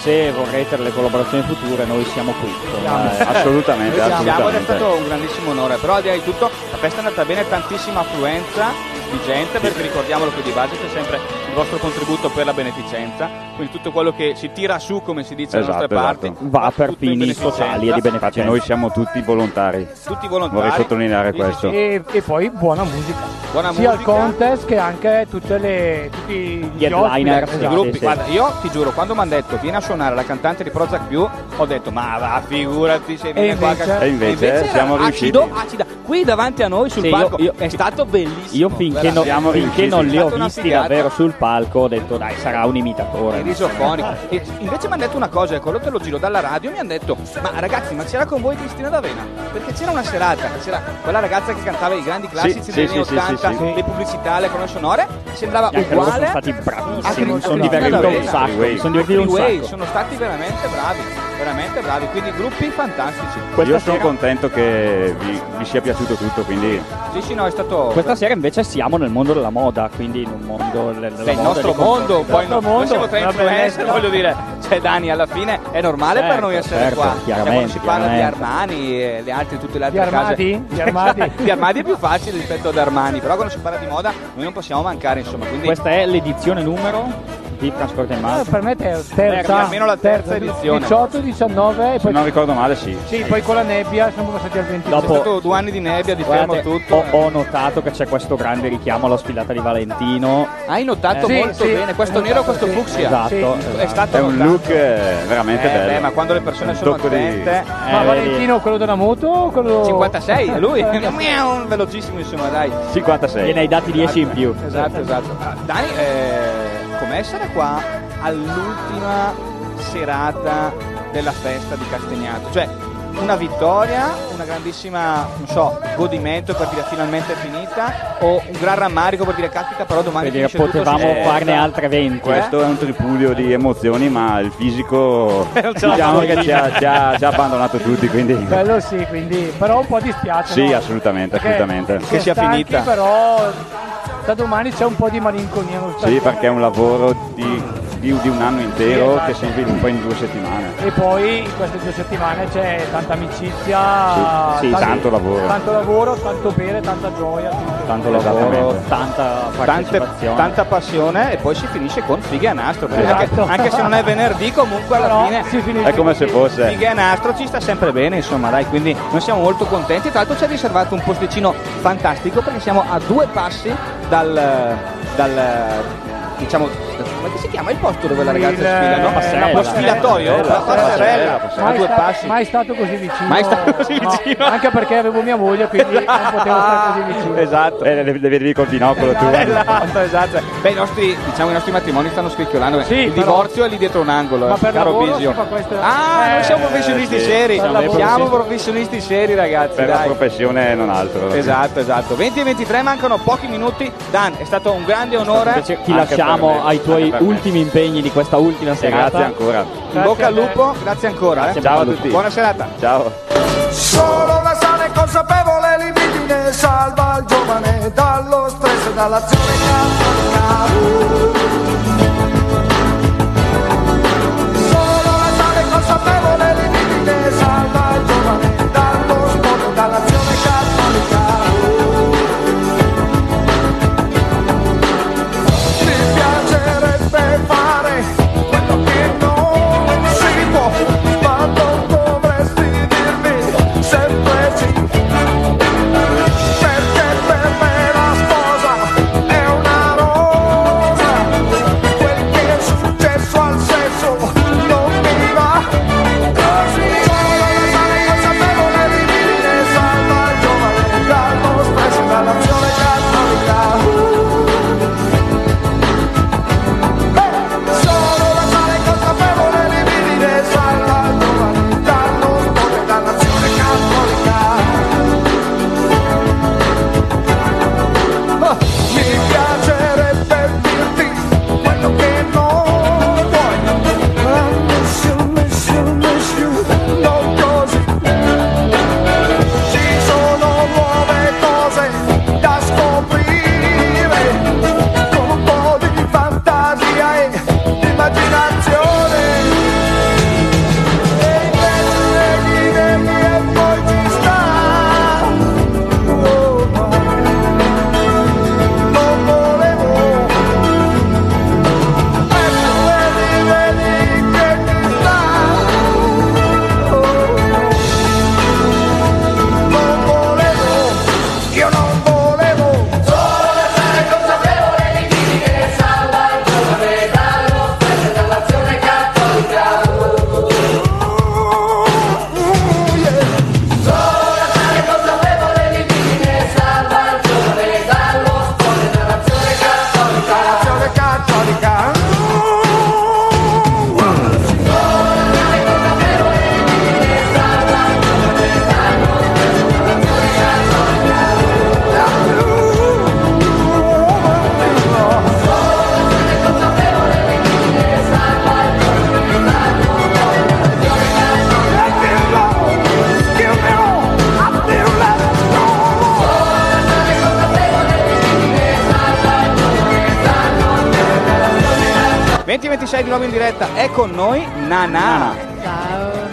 se vorrete le collaborazioni future, noi siamo qui. insomma, eh,
Assolutamente,
Noi ci siamo ed è
assolutamente.
stato un grandissimo onore, però al di là di tutto la festa è andata bene, tantissima affluenza di gente, perché ricordiamolo che di base c'è sempre il vostro contributo per la beneficenza, quindi tutto quello che si tira su, come si dice alle
Esatto,
nostre parti,
esatto.
va per
tutto in
fini
beneficenza.
sociali e di
Infatti
beneficenza.
noi siamo tutti volontari.
Tutti volontari.
Vorrei sottolineare
Sì, sì,
questo.
sì.
E, e poi buona musica.
Buona
sia al
musica.
contest che anche tutte le, tutti gli
Headliner,
ospiti.
i gruppi. Guarda, io ti giuro, quando mi hanno detto vieni a suonare la cantante di Prozac più, ho detto ma va, figurati se viene qua.
invece?
cazzo".
E invece, eh,
era
siamo
acido,
riusciti.
acida. Qui davanti a noi sul
Sì, io-
palco
io-
è stato bellissimo.
Io finché, non-
veramente.
finché non li
È
ho
stata una
visti
figata.
davvero sul palco ho detto dai sarà un imitatore.
i risofonici. E invece mi hanno detto una cosa, ecco, allora te lo giro dalla radio, mi hanno detto, ma ragazzi, ma c'era con voi Cristina D'Avena? Perché c'era una serata, c'era quella ragazza che cantava i grandi classici
Sì,
degli
sì,
anni
sì, sì,
80,
sì.
le pubblicità, le colonne sonore, sembrava
E anche loro sono
uguale.
stati
a
bravissimi,
Cristina
mi sono
D'Avena.
divertito un sacco, mi sono divertito un
Freeway,
sacco.
sono stati veramente bravi, veramente bravi, quindi gruppi fantastici.
Io sono
sera-
contento che vi, vi sia piaciuto tutto, quindi
Sì, sì, no, è stato
Questa sera invece siamo nel mondo della moda, quindi in un mondo del
È Cioè, il nostro mondo, poi no, noi siamo tre influencer, voglio dire, cioè Dani alla fine è normale per
Certo,
noi essere
certo,
qua. Cioè,
chiaramente,
quando si parla di
chiaramente.
Armani e le altre, tutte le altre
Di Armadi?
case.
Di Armadi?
Di Armadi è più facile rispetto ad Armani, però quando si parla di moda noi non possiamo mancare, insomma, quindi
Questa è l'edizione numero di Trasporto in Mare.
Per me te- terza,
almeno la terza edizione.
18, 19 e poi,
ricordo male sì.
sì, poi con la nebbia siamo passati al 20.
Dopo- È stato due anni di nebbia, di
Guardate,
fermo tutto.
ho, ho notato che c'è questo grande richiamo alla sfilata di Valentino.
Hai notato
Eh, sì,
Esatto, molto
sì,
bene questo
ho
nero e
notato,
questo
sì.
fucsia.
Esatto, esatto.
È stato
è un
notato.
look eh, veramente
Eh,
bello.
beh, ma quando le persone
Un
sono
tocco di-
attente,
Ma
Eh,
Valentino, quello della moto? o Quello...
56 è lui, Miau, velocissimo insomma, dai.
56.
Gliene hai dati 10 in più.
Esatto, esatto. Ah, Dani, eh, com'è essere qua all'ultima serata della festa di Castagnato? Cioè, una vittoria, una grandissima, non so, godimento per dire finalmente è finita o un gran rammarico per dire caspita però domani
Per dire,
finisce tutto, si
potevamo
svolta.
farne altre 20.
Questo è un tripudio di emozioni, ma il fisico
Non ce la
diciamo
fa.
che ci ha, ci ha- ci ha abbandonato tutti, quindi
Quello sì, quindi, però un po' dispiace.
sì,
no?
assolutamente,
Perché
assolutamente.
sono
Che sia
stanchi,
finita.
Però da domani c'è un po' di malinconia.
Sì,
nostalgia.
perché è un lavoro di, di- di un anno intero
Sì, esatto.
che si sviluppa in due settimane.
E poi in queste due settimane c'è tanta amicizia,
Sì, sì,
tanti-
tanto lavoro.
tanto lavoro, tanto bere, tanta gioia. tutto.
Tanto
Esatto.
lavoro,
Esattamente.
tanta
Tante-
partecipazione.
tanta passione e poi si finisce con fighe a nastro perché
Esatto.
anche, anche se non è venerdì comunque alla
Però
fine
si finisce
È come se
così.
fosse
Fighe a nastro ci sta sempre bene, insomma, dai, quindi noi siamo molto contenti. Tra l'altro ci ha riservato un posticino fantastico perché siamo a due passi dal, dal diciamo, come si chiama il posto dove la ragazza
Il-
sfila?
la passerella.
Lo sfilatoio?
La
La passerella,
passerella,
a
Mai,
due
sta-
passi.
mai stato così vicino.
Mai stato così
No,
vicino.
anche perché avevo mia moglie, quindi non potevo stare così vicino.
Esatto.
Eh, le, le vedevi col binocolo tu.
Esatto, esatto. Beh, i nostri, diciamo, i nostri matrimoni stanno scricchiolando.
Sì,
il
però-
divorzio è lì dietro un angolo.
Ma
eh,
per
caro
lavoro
Bisio.
si fa questo-
Ah, noi
Eh,
siamo professionisti
sì,
seri.
per lavoro
Siamo
sì.
professionisti seri, ragazzi.
Per la
dai.
professione e non altro.
Esatto, esatto. 20 e 23, mancano pochi minuti. Dan, è stato un grande
Ora
onore.
invece ti
Anche per
lasciamo
me,
ai tuoi
anche per me.
ultimi impegni di questa ultima
E
serata.
grazie ancora.
In bocca al lupo, grazie ancora. eh.
Grazie
Ciao a
Lupo.
tutti.
Buona serata.
Ciao.
Solo una sana e consapevole libidine salva il giovane dallo stress e dall'azione che ha mancato. Solo una sana e consapevole libidine salva il giovane dallo sport e dall'azione cattolica. Ti piacerebbe fare quello che non si può, ma non dovresti dirmi sempre sì. Perché per me la sposa è una rosa, Ah, Ah,
2026 di nuovo in diretta è con noi Nana.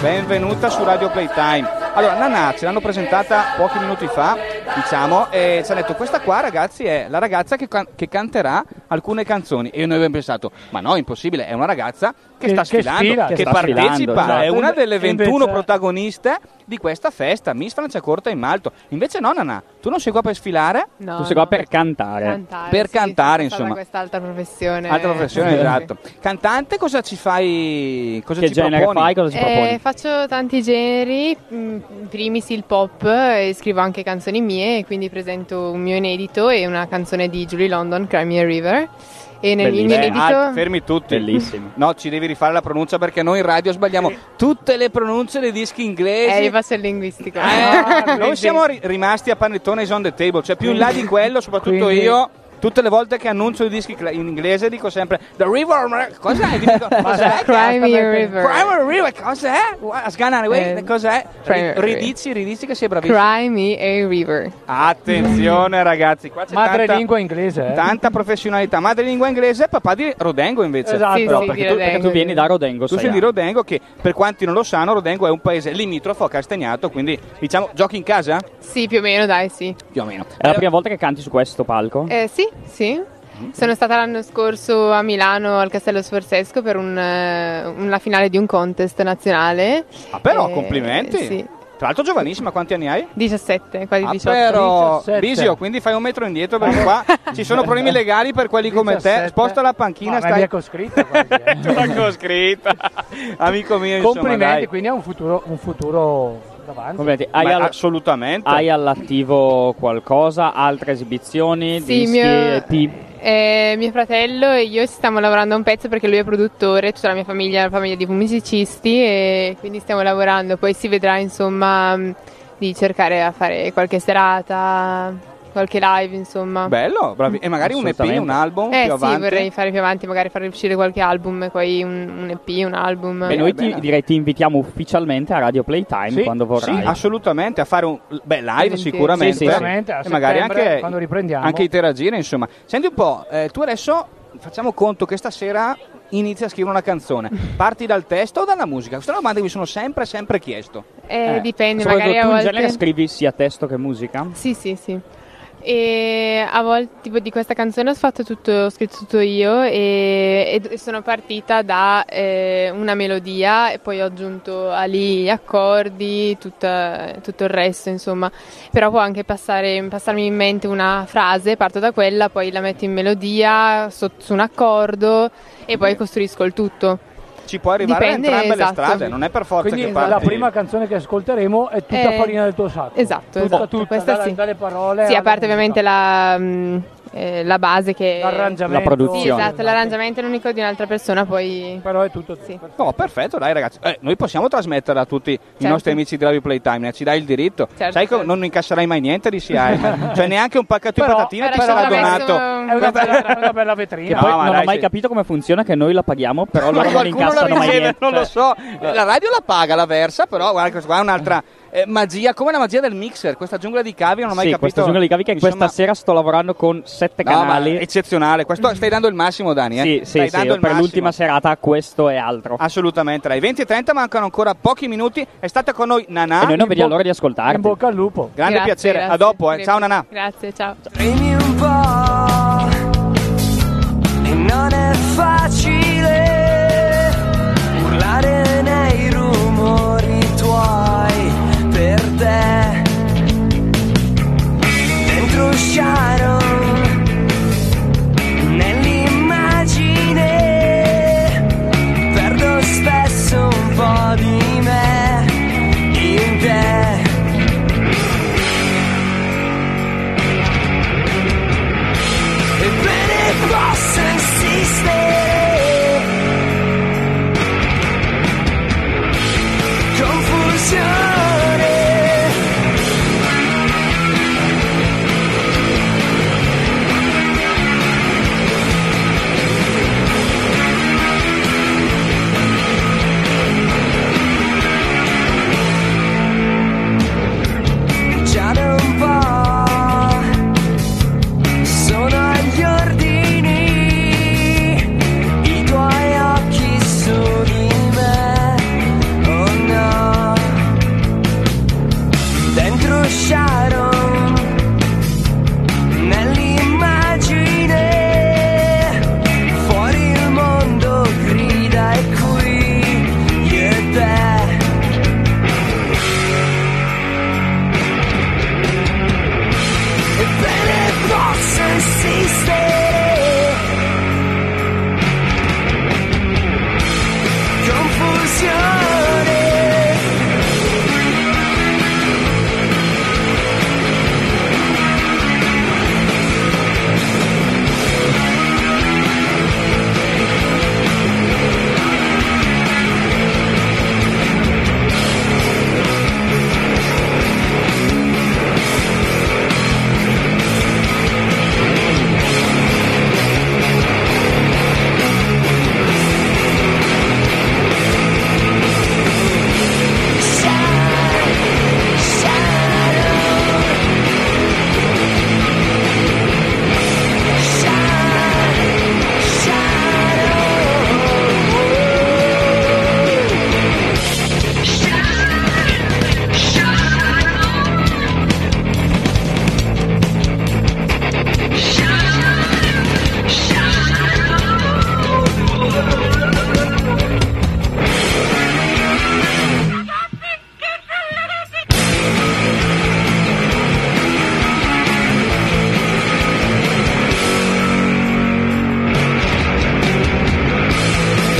Benvenuta su Radio Playtime. Allora, Nana ce l'hanno presentata pochi minuti fa, diciamo, e ci hanno detto questa qua, ragazzi, è la ragazza che, can- che canterà alcune canzoni. E noi abbiamo pensato, ma no, impossibile, è una ragazza che,
Che-
sta
che
sfilando,
sfila,
che,
che sta
partecipa,
sfilando, esatto.
è una delle
Invece-
21 protagoniste di questa festa, Miss Franciacorta in Malto. Invece no, Nana, tu non sei qua per sfilare,
No,
tu sei qua
no.
per cantare.
Cantare,
per
sì, Stata
cantare, insomma.
quest'altra professione.
Altra professione,
Sì.
esatto. Cantante, cosa ci fai? Cosa
Che
ci
genere
proponi?
fai? Cosa
Eh, faccio tanti generi, mm, primis il pop e scrivo anche canzoni mie, e quindi presento un mio inedito e una canzone di Julie London, Cry Me a River. E nel mio
Bellissimo.
inedito...
Ah, fermi tutti. Bellissimo. No, ci devi rifare la pronuncia perché noi in radio sbagliamo tutte le pronunce dei dischi
Eh,
inglesi.
io faccio il linguistico.
Noi siamo ri- rimasti a panettone is on the table, cioè più in là di quello, soprattutto
Quindi-
io. Tutte le volte che annuncio i dischi cla- in inglese dico sempre The River. Cos'è? Dico, cos'è?
Cry Me a River.
Crime River, cos'è? What- Sgana, wait,
Eh,
cos'è?
Cry Me a River.
Ridici, ridici che sei bravissimo.
Cry Me a River. Mm.
Attenzione ragazzi, qua c'è
Madrelingua
tanta,
inglese, eh?
tanta professionalità. Madrelingua inglese e papà di Rodengo invece.
Esatto. Sì, sì, di
perché, tu, perché tu
Rodengo.
vieni da Rodengo. Tu
sai
sei di
anche.
Rodengo che per quanti non lo sanno Rodengo è un paese limitrofo a Castagnato, quindi diciamo giochi in casa?
Sì, più o meno, dai, sì.
Più o meno.
È la prima volta che canti su questo palco?
Eh, sì, sì.
Mm-hmm.
Sono stata l'anno scorso a Milano al Castello Sforzesco per un, eh, una finale di un contest nazionale.
Ah, però
Eh,
complimenti.
sì.
Tra l'altro giovanissima, quanti anni hai?
17, quasi
Ah,
18.
però Bisio, quindi fai un metro indietro perché qua ci sono problemi legali per quelli come te.
17.
Sposta la panchina,
Ma
stai
è coscritta quasi, eh.
coscritta. Amico mio, insomma,
Complimenti,
dai.
quindi ha un futuro, un futuro davanti.
Complimenti.
Ma
all-
assolutamente.
Hai all'attivo qualcosa? Altre esibizioni?
Sì,
dischi,
mio-
EP?
Eh, mio fratello e io ci stiamo lavorando a un pezzo perché lui è produttore, tutta la mia famiglia è una famiglia di musicisti e quindi stiamo lavorando. Poi si vedrà insomma mh, di cercare a fare qualche serata, qualche live insomma.
Bello, bravi. E magari un EP,
Assolutamente.
un album
Eh
più
sì,
avanti.
vorrei fare più avanti, magari fare uscire qualche album e poi un, un EP, un album.
Beh, noi ti, direi ti invitiamo ufficialmente a Radio Playtime
Sì,
quando vorrai.
sì, assolutamente, a fare un bel live
Volentieri.
sicuramente.
Sì, sì, sì. Sicuramente, a
E magari
settembre,
anche,
quando riprendiamo.
anche interagire, insomma. Senti un po', eh, tu adesso facciamo conto che stasera inizi a scrivere una canzone. Parti dal testo o dalla musica? Questa è una domanda che mi sono sempre, sempre chiesto.
Eh, dipende,
Soprattutto
magari a
tu in
volte-
genere scrivi sia testo che musica?
Sì, sì, sì. E a volte tipo di questa canzone ho fatto tutto, ho scritto tutto io e, e sono partita da eh, una melodia e poi ho aggiunto a lì gli accordi, tutta- tutto il resto, insomma. Però può anche passare, passarmi in mente una frase, parto da quella, poi la metto in melodia, so- su un accordo e
Mhm.
poi costruisco il tutto.
Ci può arrivare
Dipende,
da entrambe
esatto.
le strade, non è per forza
Quindi
che
la
parti.
prima canzone che ascolteremo è tutta
Eh,
farina del tuo sacco.
Esatto,
Tutta,
esatto,
tutta,
questa
dalle-
sì.
dalle parole
Sì, a
alla
parte ovviamente la, mm, eh, la base che...
L'arrangiamento.
La produzione.
Sì, esatto, l'arrangiamento è l'unico di un'altra persona, poi...
Però è tutto... Sì.
No, perfetto, dai ragazzi. Eh, noi possiamo trasmetterla a tutti i
Certo.
nostri amici di Radio Playtime, eh, ci dai il diritto.
Certo,
Sai che
certo.
non incasserai mai niente di SIAE, cioè neanche un pacchetto di patatine ti sarà donato.
È una bella, è una bella vetrina.
Che poi
ma
non
dai,
ho mai
sì.
capito come funziona che noi la paghiamo, però
Ma
loro non
qualcuno la
incassano mai
riceve,
niente. Cioè.
non lo so. La radio la paga, la versa, però guarda, questa qua è un'altra eh, magia, come la magia del mixer. Questa giungla di cavi non ho mai
sì,
capito.
questa giungla di cavi che questa sera sto lavorando con sette
No, ma
canali. Mm.
eccezionale, questo stai dando il massimo Dani, eh?
Sì, sì,
stai
sì,
dando il
per
massimo.
l'ultima serata questo e altro.
Assolutamente, dai. 20 e 30 mancano ancora pochi minuti. È stata con noi Nanà.
E noi non vediamo l'ora di ascoltarti.
In bocca al lupo.
Grande
Grazie,
piacere,
grazie.
a dopo, eh. Ciao Nanà.
Grazie, ciao.
Premi un po' e non è facile urlare nei rumori tuoi per te. Dentro Sharon, nell'immagine, perdo spesso un po' di me in te. Ebbene posso insistere Confusione
eh?
Già
eh?
da un po' Sono agli ordini
Oh esistere confusione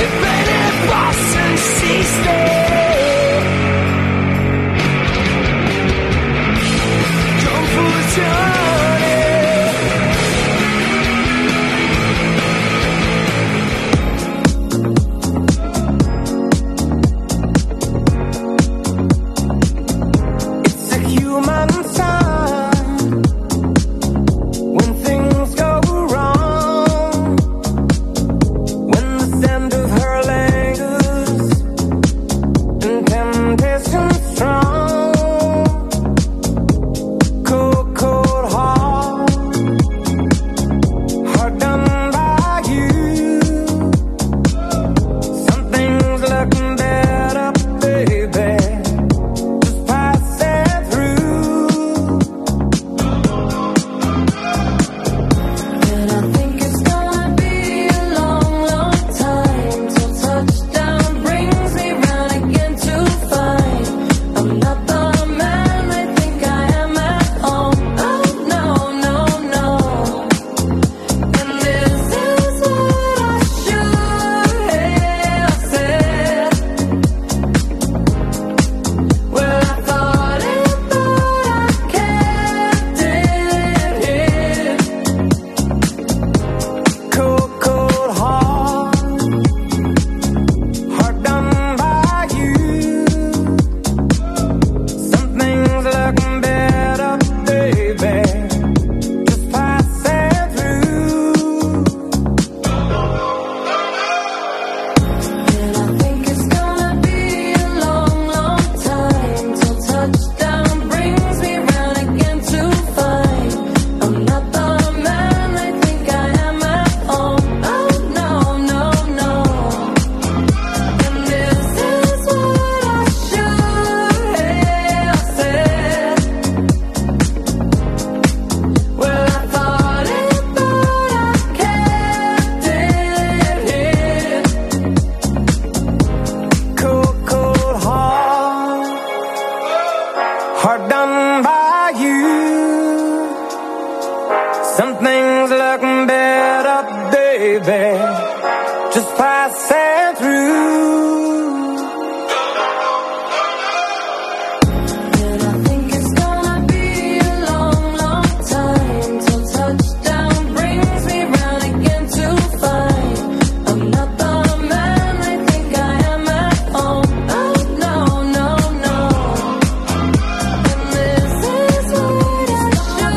Ebbene posso insistere Confusione It's a human time When things go wrong when the sound of her languors and temptation strong, cold, cold heart, hard done by you. Something's looking better, baby. Just pass it through. And I think it's gonna be a long, long time till touchdown brings me round again to find I'm not the man they think I am at home. Oh no, no, no. And this is what I should have said. Well, I thought it, but I kept it in. Cold, cold heart, heart done by you. Something's looking better, baby. Just pass it through. And I think it's gonna be a long, long time till touchdown brings me round again to find. I'm not the man they think I am at home. Oh no, no, no. And this is what I should have said. Well, I thought it, but I kept it in. Cold, cold heart, heart done by you. Something's looking better, baby. Just pass it through. And I think it's gonna be a long, long time till touchdown brings me round again to find I'm not the man they think I am at home. Oh no, no, no. And this is what I should have said.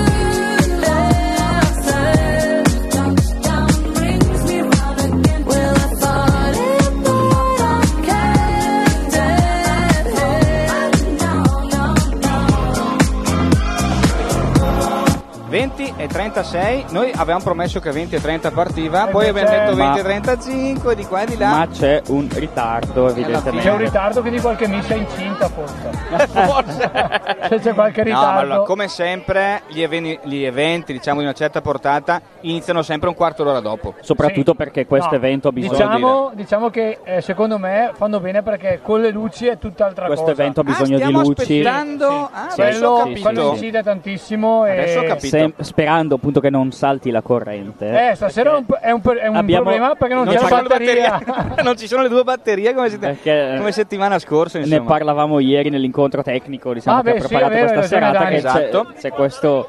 Touchdown brings me round again. Well, I thought it, but I kept it. Oh no, no, no.
20 e 36, noi avevamo promesso che 20 e 30 partiva,
beh,
poi abbiamo
c'è,
detto
ma-
20 e 35, di qua e di là.
Ma c'è un ritardo, evidentemente.
C'è un ritardo che di qualche messa incinta forse. Se c'è qualche
No, ma
ritardo.
allora, come sempre, gli, eveni- gli eventi, diciamo, di una certa portata iniziano sempre un quarto d'ora dopo.
Soprattutto perché questo
No,
evento ha bisogno
Diciamo, diciamo che eh, secondo me fanno bene perché con le luci è tutt'altra
Questo
cosa.
evento ha Ah, bisogno di stiamo luci. aspettando-
Sì, sì.
Ah,
quello,
sì, sì,
quello
sì.
incide tantissimo. E...
Sem- sperando appunto che non salti la corrente.
Eh, stasera è un, è un- è un
abbiamo-
problema perché non,
non
c'è
c'è
la
la
batteria.
Eh, non ci sono le due batterie come, siete-
Perché- eh,
come settimana scorsa.
Ne
insomma.
parlavamo ieri nell'incontro tecnico diciamo,
Ah,
che
beh,
ha
sì, è
preparato
vero,
questa
hai ragione,
serata. Che
Dani.
c'è,
Esatto.
c'è questo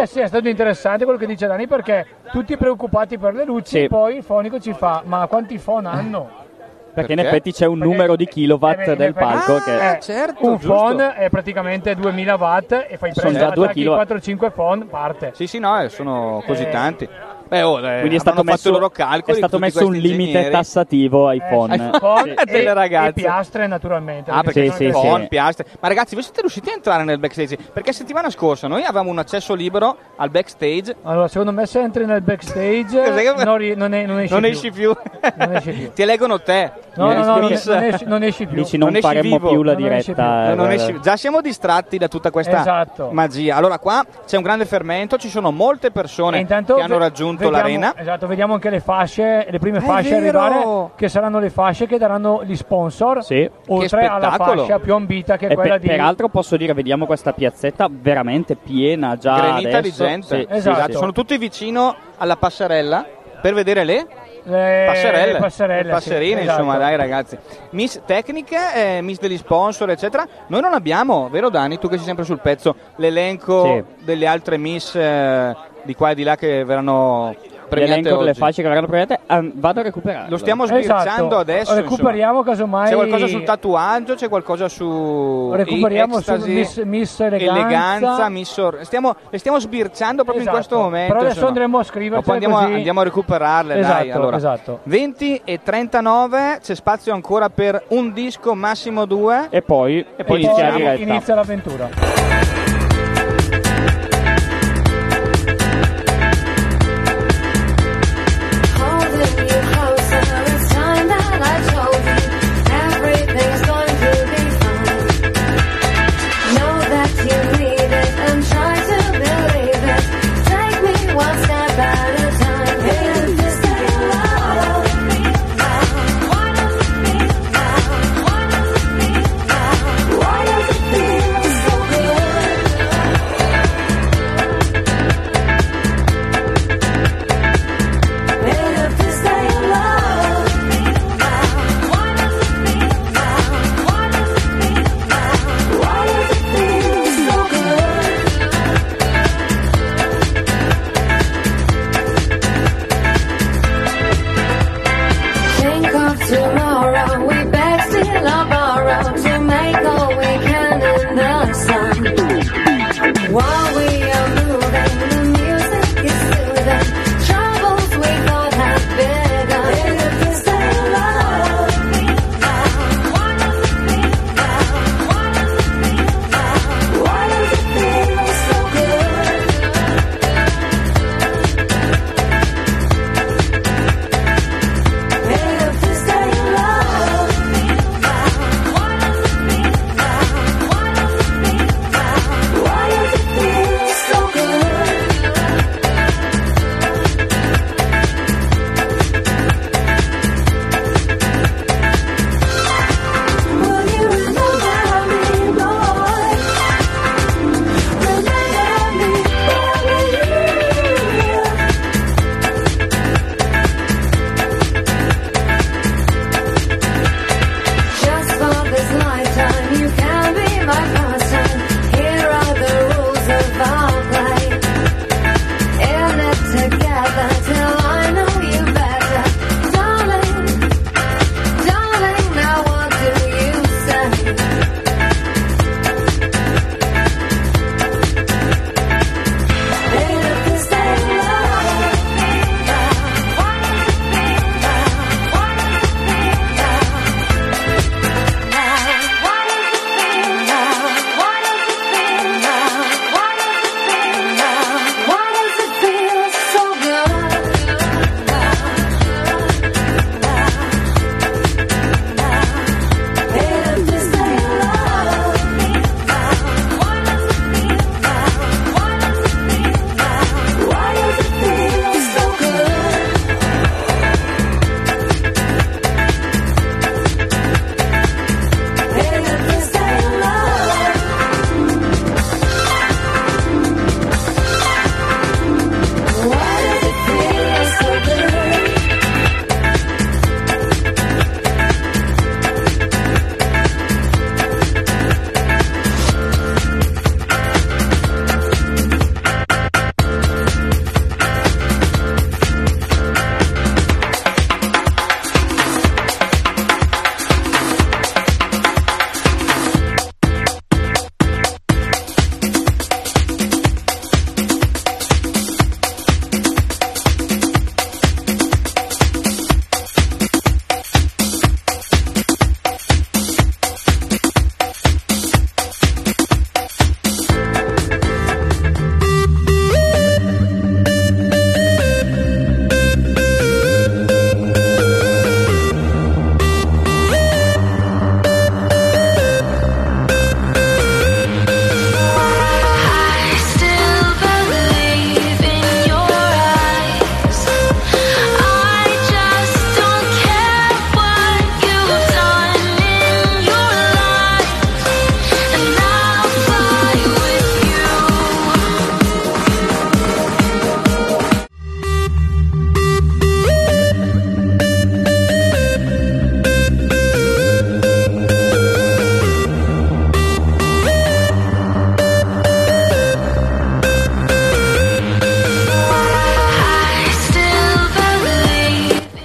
Eh sì, è stato interessante quello che dice Dani perché tutti preoccupati per le luci
Sì.
e poi il fonico ci fa ma quanti phon hanno?
perché, in
Perché?
effetti c'è un numero di kilowatt
Eh, perché-
del palco
Ah,
che
Certo.
Eh, un phon è praticamente 2000 watt e fai
Sono
prendere
già due
eh, attacchi
kilo.
4-5 phon, parte.
Sì, sì, no, eh, sono così tanti. Beh, oh, eh,
Quindi è
avranno
stato
fatto
messo,
i loro calcoli,
è stato
tutti
messo un
questi
limite
ingegneri.
tassativo
Eh,
ai phon.
Phon
Sì.
e,
Delle
e
ragazze.
piastre naturalmente.
Ah, perché
Sì,
sono
sì,
delle
sì.
phon, piastre. Ma ragazzi, voi siete riusciti a entrare nel backstage? Perché settimana scorsa noi avevamo un accesso libero al backstage.
Allora, secondo me se entri nel backstage
Cos'è che-
non, ri- non ne- non esci
Non
più.
esci più.
Non esci più.
Ti eleggono te.
No, no, no, non,
Miss-
non esci, non esci più.
Dici, non
esci
faremmo
vivo.
più la
Non esci più.
diretta, eh,
No, non
guarda.
esci- Già siamo distratti da tutta questa
Esatto.
magia. Allora qua c'è un grande fermento, ci sono molte persone
E intanto
che
ve-
hanno raggiunto
vediamo-
l'arena.
Esatto, vediamo anche le fasce, le prime
È
fasce
vero!
arrivare, che saranno le fasce che daranno gli sponsor,
Sì.
oltre
Che
alla
spettacolo!
fascia più ambita che è
E
quella
per-
di...
Peraltro posso dire, vediamo questa piazzetta veramente piena già
Granita di
adesso.
gente. Esatto.
Sì, esatto. sì,
Esatto.
sì.
Sono tutti vicino alla passerella per vedere le
le
passerelle,
le passerelle,
le passerine,
sì,
insomma,
esatto.
dai ragazzi. Miss tecniche, eh, miss degli sponsor, eccetera. Noi non abbiamo, vero Dani, tu che sei sempre sul pezzo, l'elenco delle altre miss eh, di qua e di là che verranno premiate
L'elenco delle
oggi.
fasce che verranno premiate, ehm, vado a recuperare.
Lo stiamo
Esatto.
sbirciando adesso.
Recuperiamo casomai...
C'è qualcosa sul tatuaggio, c'è qualcosa su
Recuperiamo su
Ecstasy,
Miss, Miss Eleganza.
eleganza, Miss Or- stiamo, le stiamo sbirciando proprio
Esatto.
in questo momento.
Però adesso
insomma.
andremo a
Ma
scriverci
poi andiamo, a-
così.
andiamo a recuperarle, dai.
Esatto,
Allora.
esatto.
20 e 39, c'è spazio ancora per un disco, massimo due.
E poi,
e
poi
inizia la
inizia,
diretta.
l'avventura.
Holding you closer, it's time that I told you everything's going to be fine. Know that you need it and try to believe it. Take me one step at a time. If this ain't love, why does it feel bad? Why does it feel bad? Why does it feel so good?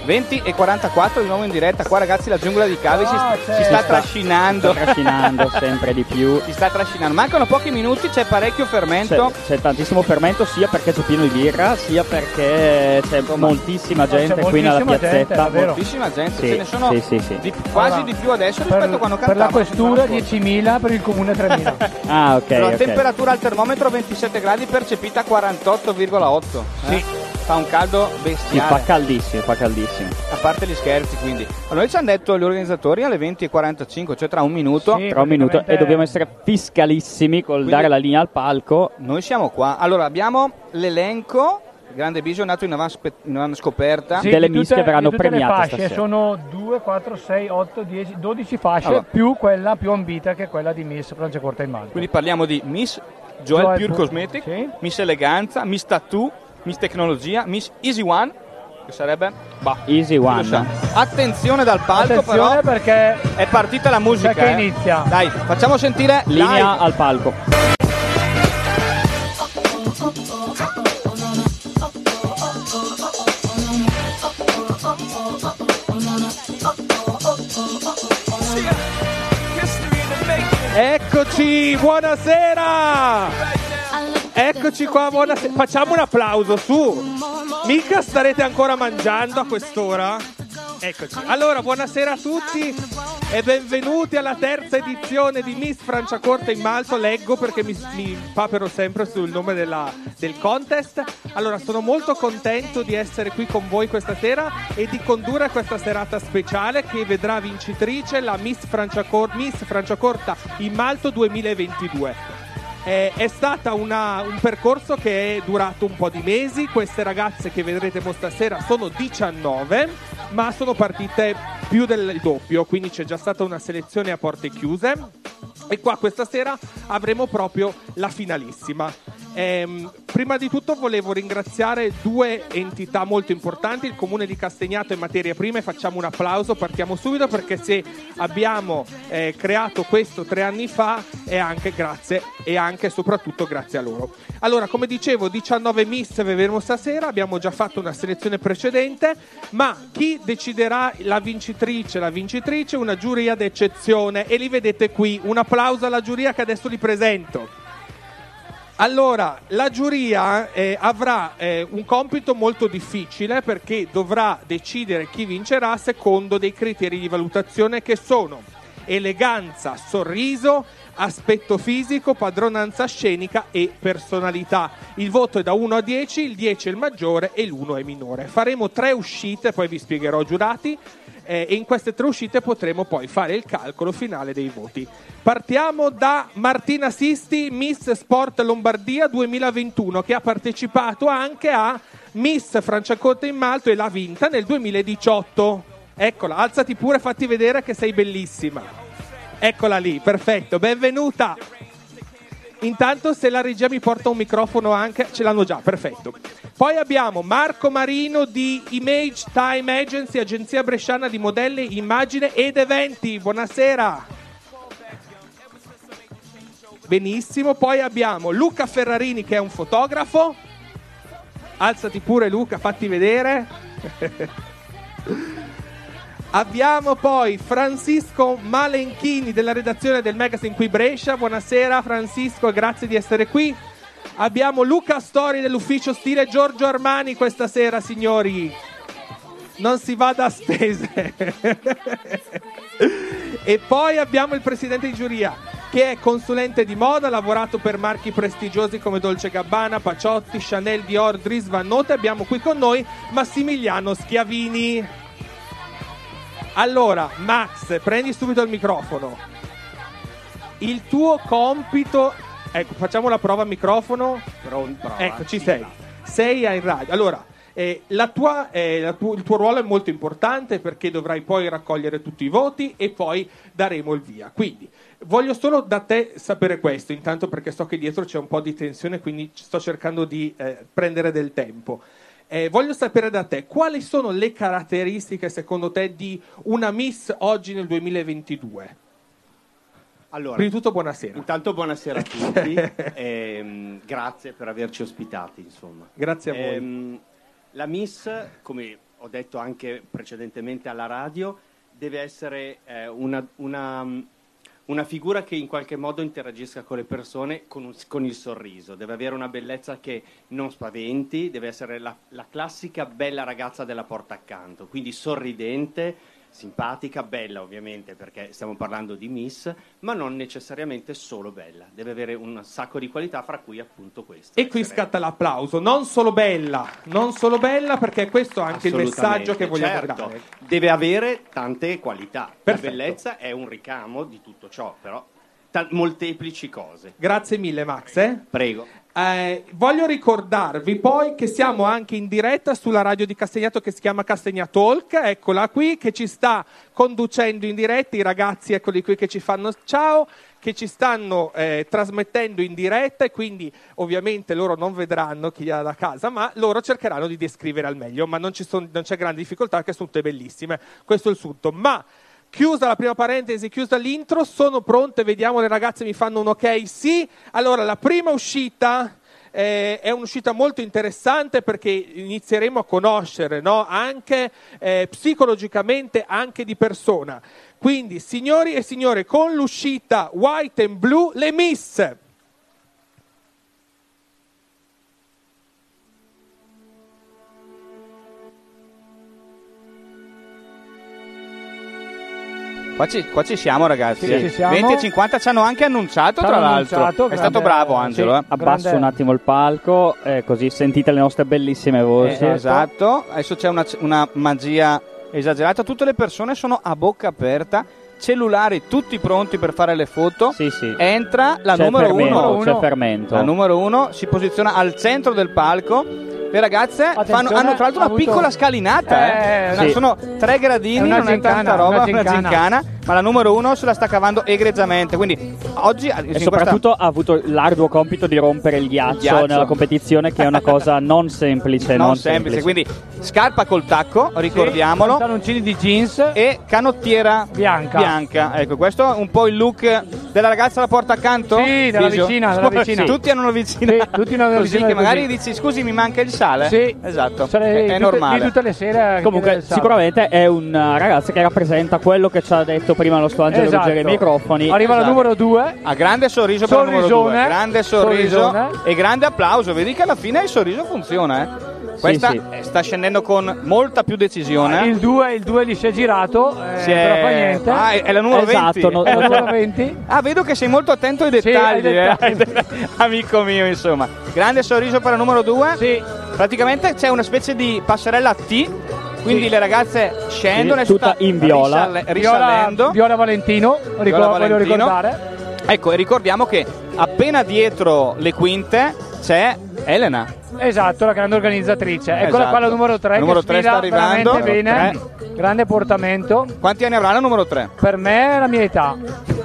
20 e 44 di nuovo in diretta. Qua, ragazzi, la giungla di cavi
Ah,
si, si
Si
sta trascinando.
sta trascinando sempre di più.
Si sta trascinando. Mancano pochi minuti, c'è parecchio
C'è,
fermento.
c'è tantissimo fermento sia perché c'è pieno di birra sia perché c'è
Ah,
moltissima
c'è
gente qui nella
moltissima gente,
piazzetta.
davvero. Moltissima gente,
Sì,
ce ne sono
sì, sì, sì.
di- quasi di più adesso rispetto a quando
Per la
cantavamo.
questura 10.000, per il comune 3.000.
Ah, ok.
la
ok.
temperatura al termometro 27 gradi percepita 48,8. eh? Fa un caldo
Sì, fa
bestiale.
caldissimo, fa caldissimo.
A parte gli scherzi, quindi. Ma noi ci hanno detto gli organizzatori alle 20.45, cioè tra un minuto.
Tra un minuto e dobbiamo essere fiscalissimi col dare la linea al palco.
Noi siamo qua. Allora, abbiamo l'elenco. il Grande Bisio è nato in avan- spe- in avan scoperta.
Sì, di tutte- di tutte le fasce, Sono 2, 4, 6, 8, 10, 12 fasce
Allora.
più quella più ambita che è quella di Miss Francia Corta in Malta.
Quindi parliamo di Miss Joel,
Joel
Pure
Pure-
Cosmetic, Miss Eleganza, Miss Tattoo, Miss Tecnologia, Miss Easy One, che sarebbe... Bah,
Easy
chi lo sa.
One.
Attenzione dal palco
Attenzione
però perché è partita la musica.
perché
eh. Dai, facciamo sentire
Linea
live.
al palco.
Eccoci, buonasera! Eccoci qua, buonasera. Facciamo un applauso, su! Mica starete ancora mangiando a quest'ora? Eccoci. Allora, buonasera a tutti e benvenuti alla terza edizione di Miss Franciacorta in Malto. Leggo perché mi, mi papero sempre sul nome della- del contest. Allora, sono molto contento di essere qui con voi questa sera e di condurre questa serata speciale che vedrà vincitrice la Miss Franciacorta, Miss Franciacorta in Malto 2022. Eh, è stato un percorso che è durato un po' di mesi. Queste ragazze che vedrete mo stasera sono 19, ma sono partite più del doppio, quindi c'è già stata una selezione a porte chiuse. E qua questa sera avremo proprio la finalissima. Ehm, prima di tutto volevo ringraziare due entità molto importanti, il comune di Castagnato e Materie Prime. Facciamo un applauso, partiamo subito perché se abbiamo eh, creato questo tre anni fa è anche grazie e anche e soprattutto grazie a loro. Allora, come dicevo, 19 miss vedremo stasera, abbiamo già fatto una selezione precedente, ma chi deciderà la vincitrice, la vincitrice, una giuria d'eccezione e li vedete qui, un applauso alla giuria che adesso li presento. Allora, la giuria eh, avrà eh, un compito molto difficile perché dovrà decidere chi vincerà secondo dei criteri di valutazione che sono eleganza, sorriso, aspetto fisico, padronanza scenica e personalità. Il voto è da 1 a 10, il 10 è il maggiore e l'1 è minore. Faremo tre uscite, poi vi spiegherò giurati, eh, e in queste tre uscite potremo poi fare il calcolo finale dei voti. Partiamo da Martina Sisti, Miss Sport Lombardia 2021, che ha partecipato anche a Miss Franciacorta in Malto e l'ha vinta nel 2018. Eccola, alzati pure, fatti vedere che sei bellissima. Eccola lì, perfetto, benvenuta. Intanto se la regia mi porta un microfono anche, ce l'hanno già, perfetto. Poi abbiamo Marco Marino di Image Time Agency, agenzia bresciana di modelli, immagine ed eventi. Buonasera. Benissimo, poi abbiamo Luca Ferrarini che è un fotografo. Alzati pure Luca, fatti vedere. Abbiamo poi Francisco Malenchini della redazione del magazine qui Brescia. Buonasera Francisco, grazie di essere qui. Abbiamo Luca Stori dell'ufficio stile Giorgio Armani questa sera, signori. Non si vada a spese. e poi abbiamo il presidente di giuria che è consulente di moda, ha lavorato per marchi prestigiosi come Dolce Gabbana, Paciotti, Chanel, Dior, Dries Van Note. Abbiamo qui con noi Massimiliano Schiavini. Allora, Max, prendi subito il microfono. Il tuo compito. Ecco, facciamo la prova microfono. Ecco, ci sei. Sei in radio. Allora, eh, la tua- eh, la tu- il tuo ruolo è molto importante perché dovrai poi raccogliere tutti i voti e poi daremo il via. Quindi, voglio solo da te sapere questo, intanto perché so che dietro c'è un po' di tensione, quindi ci sto cercando di eh, prendere del tempo. Eh, voglio sapere da te quali sono le caratteristiche secondo te di una Miss oggi nel 2022?
Allora,
Prima di tutto buonasera.
Intanto buonasera a tutti, ehm, grazie per averci ospitati. Insomma.
Grazie a voi.
Ehm, la Miss, come ho detto anche precedentemente alla radio, deve essere eh, una, una, una figura che in qualche modo interagisca con le persone con, un- con il sorriso, deve avere una bellezza che non spaventi, deve essere la, la classica bella ragazza della porta accanto, quindi sorridente, simpatica, bella ovviamente perché stiamo parlando di Miss, ma non necessariamente solo bella, deve avere un sacco di qualità fra cui appunto questa.
E qui scatta l'applauso, non solo bella, non solo bella perché questo è anche il messaggio che vogliamo
Assolutamente,
dare.
certo. Deve avere tante qualità. La bellezza è un ricamo di tutto ciò, però ta- molteplici cose.
Grazie mille Max. eh.
Prego.
Eh, voglio ricordarvi poi che siamo anche in diretta sulla radio di Castagnato che si chiama Castagna Talk, eccola qui, che ci sta conducendo in diretta, i ragazzi eccoli qui che ci fanno ciao, che ci stanno eh, trasmettendo in diretta e quindi ovviamente loro non vedranno chi ha da casa, ma loro cercheranno di descrivere al meglio, ma non, ci son- non c'è grande difficoltà perché sono tutte bellissime, questo è il sunto. Ma Chiusa la prima parentesi, chiusa l'intro, sono pronte, vediamo le ragazze mi fanno un ok, sì. Allora, la prima uscita eh, è un'uscita molto interessante perché inizieremo a conoscere, no? Anche eh, psicologicamente, anche di persona. Quindi, signori e signore, con l'uscita White and Blue, le Miss.
Qua ci, qua ci siamo, ragazzi.
Sì, ci siamo.
20 e 50 ci hanno anche annunciato,
Ci
tra
hanno
l'altro.
annunciato,
è stato
grande-
bravo, Angelo.
Sì,
eh.
Abbasso un attimo il palco, eh, così sentite le nostre bellissime
Eh,
voci.
esatto. Adesso c'è una, una magia esagerata. Tutte le persone sono a bocca aperta, cellulari tutti pronti per fare le foto. Entra la
C'è
numero
fermento,
uno.
c'è fermento.
La numero uno si posiziona al centro del palco. Le ragazze fanno- hanno tra l'altro
ha
una
avuto-
piccola scalinata. eh.
Eh,
Una-
sì.
Sono tre gradini,
È una
non
gincana,
è tanta roba,
una
è una
gincana.
gincana. Ma la numero uno se la sta cavando egregiamente. Quindi oggi eh,
E soprattutto ha avuto l'arduo compito di rompere il ghiaccio,
Il ghiaccio.
nella competizione, che è una cosa non semplice.
non semplice. Quindi scarpa col tacco, ricordiamolo. pantaloncini di jeans e canottiera bianca. Ecco, questo è un po' il look della ragazza alla porta accanto.
Sì, della
Bisio?
vicina, della
Scusa,
vicina.
Tutti hanno una vicina.
tutti hanno una
Così
vicina
che
così.
magari dici scusi, mi manca il sale.
Sì.
Esatto.
Sarei
è, è
tutte-
normale.
di tutte le sere
Comunque, sicuramente è una ragazza che rappresenta quello che ci ha detto prima lo Angelo
Esatto.
Ruggeri ai microfoni. Esatto.
Arriva la numero 2.
Ha Ah, grande sorriso per il numero
Sorrisone.
2, grande sorriso
Sorrisone.
e grande applauso. Vedi che alla fine il sorriso funziona. Eh? Questa
sì.
eh, sta scendendo con molta più decisione.
Il 2, il 2 gli si è girato, eh,
Si è-
però fa niente.
Ah, è- è la numero
Esatto,
20.
no- è la numero 20.
Ah, vedo che sei molto attento ai dettagli,
ai
eh. amico mio, insomma. Grande sorriso per la numero 2. Praticamente c'è una specie di passerella a T, quindi le ragazze scendono e
Sì, tutta
sta
in viola.
risale-
Viola-
risalendo.
Viola Valentino, ricor-
Viola
voglio
Valentino.
ricordare.
Ecco, e ricordiamo che appena dietro le quinte c'è Elena.
Esatto, la grande organizzatrice. Eccola
Esatto.
qua la numero 3
La numero
che
tre
sfila
sta arrivando.
veramente bene.
Numero
Grande portamento.
Quanti anni avrà la numero 3?
Per me è la mia età.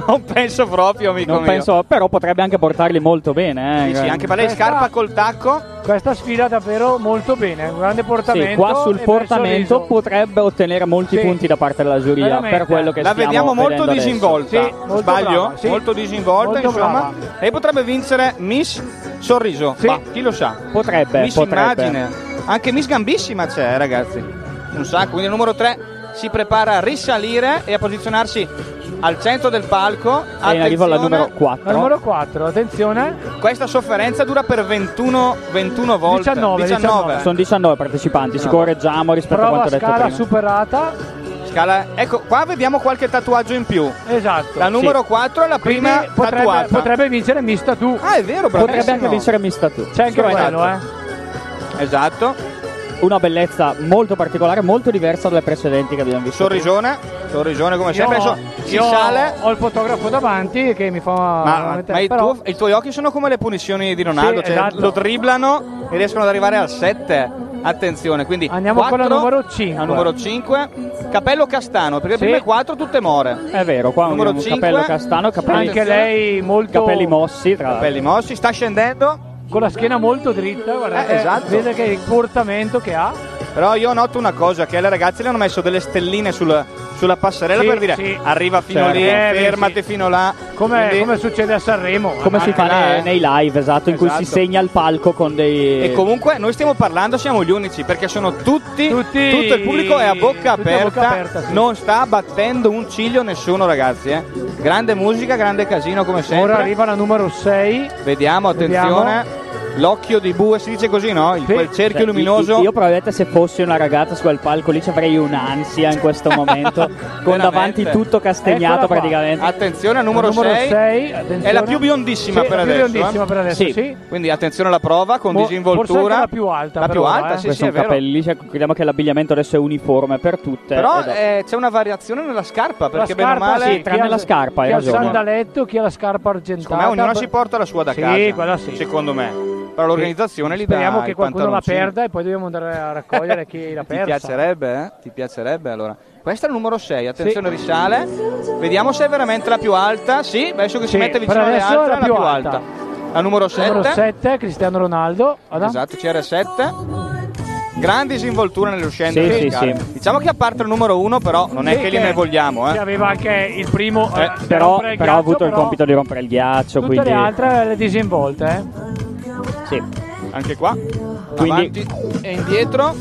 Non penso proprio, amico
Non
mio.
penso, però potrebbe anche portarli molto bene. eh.
Sì, sì, anche per lei
Questa-
scarpa col tacco.
Questa sfida davvero molto bene, un grande portamento.
Sì, qua
e
sul
bel
portamento
sorriso.
potrebbe ottenere molti
Sì.
punti da parte della giuria
Veramente.
per quello che
la
stiamo
vediamo molto
vedendo adesso.
disinvolta
Sì, molto
sbaglio
brava, sì.
molto disinvolta
Molto
insomma
brava.
lei potrebbe vincere Miss Sorriso Ma chi lo sa
Potrebbe,
Miss
potrebbe.
Immagine anche Miss Gambissima c'è eh, ragazzi un sacco quindi il numero 3 si prepara a risalire e a posizionarsi al centro del palco
E in arrivo alla numero
La
4.
numero 4, attenzione.
questa sofferenza dura per 21, 21 volte
19,
19.
Sono 19 partecipanti, ci correggiamo rispetto a
Prova
quanto detto
scala
prima.
superata.
Scala- ecco qua vediamo qualche tatuaggio in più
Esatto.
la numero 4 è la
Quindi
prima
potrebbe,
tatuata
potrebbe vincere Mista tu.
Ah, è vero, bravissimo.
Potrebbe anche vincere Miss Tattoo.
C'è anche
Sicuramente.
quello, eh.
Esatto.
Una bellezza molto particolare, molto diversa dalle precedenti che abbiamo visto.
Sorrisone, sorrisone come sempre.
Io-
Adesso si
io
sale.
Ho il fotografo davanti che mi fa.
Ma, ma i,
però-
tuo- i tuoi occhi sono come le punizioni di Ronaldo,
Sì,
cioè
esatto.
lo dribblano e riescono ad arrivare al 7. Attenzione, quindi
Andiamo con la
quattro,
numero 5.
al numero 5. Capello castano, perché
Sì.
prime 4 tutte more.
È vero, qua
Numero
un
cinque.
capello castano, capelli,
Anche lei molto.
capelli mossi, tra l'altro.
Capelli mossi, sta scendendo.
Con la schiena molto dritta, guardate.
Eh, esatto.
Vede che il portamento che ha.
Però io noto una cosa, che alle ragazze le hanno messo delle stelline sulla, sulla passerella
Sì,
per dire
sì.
arriva fino
Certo.
lì,
Eh, beh,
fermati fino là.
Come,
Quindi-
come succede a Sanremo.
Come si fa nei,
eh.
nei live, esatto, in cui si
Esatto.
segna il palco con dei...
E comunque noi stiamo parlando, siamo gli unici, perché sono tutti,
Tutti-
tutto il pubblico è a bocca
tutti a
aperta,
bocca aperta, sì.
non sta battendo un ciglio nessuno ragazzi. eh. Grande musica, grande casino come sempre.
Ora arriva la numero 6.
Vediamo, attenzione. L'occhio di bue si dice così, no? Il, quel cerchio
Cioè,
luminoso.
Io, io probabilmente se fossi una ragazza su quel palco lì ci avrei un'ansia in questo momento, con
Veramente.
davanti tutto castagnato
Eccola qua. Ah,
praticamente.
Attenzione, numero 6 è la più biondissima,
Sì,
per,
la più
adesso, eh.
biondissima per adesso, sì.
Quindi attenzione alla prova con
Mo-
forse anche
disinvoltura.
la più alta
La
per
più
ora,
alta,
eh.
sì,
Questi
sì, è
sono
vero.
capelli, cioè, crediamo che l'abbigliamento adesso è uniforme per tutte.
Però
e dopo-
eh, c'è una variazione nella scarpa, perché bene o male
eh,
sì, tranne la scarpa, hai
chi ha il
ragione.
sandaletto, chi ha la scarpa argentata.
Secondo me ognuno si porta la sua da
Sì,
casa.
quella sì.
Secondo me. Però l'organizzazione li dà
Speriamo che
i
qualcuno la
pantaloncini.
perda e poi dobbiamo andare a raccogliere chi l'ha
Ti
persa.
piacerebbe, eh? Ti piacerebbe allora. Questa è il numero 6, attenzione risale. Vediamo se è veramente la più alta. Sì, adesso che
Sì,
si mette
per
vicino alle
adesso è
altre
la
è la
più
più
alta.
alta. La numero 7.
Numero 7, Cristiano Ronaldo. Guarda.
Esatto, CR7. Gran disinvoltura nello
Sì,
scendere. e
sì,
scalare.
sì.
Diciamo che a parte il numero 1, però non è
Sì,
che li ne vogliamo,
che
eh.
aveva anche il primo. eh,
Eh,
per
però,
rompere il
però ha
ghiaccio,
avuto il
però
compito di rompere il ghiaccio,
Tutte
quindi...
le altre le disinvolte, eh.
Sì.
Anche qua.
Quindi-
Avanti e indietro.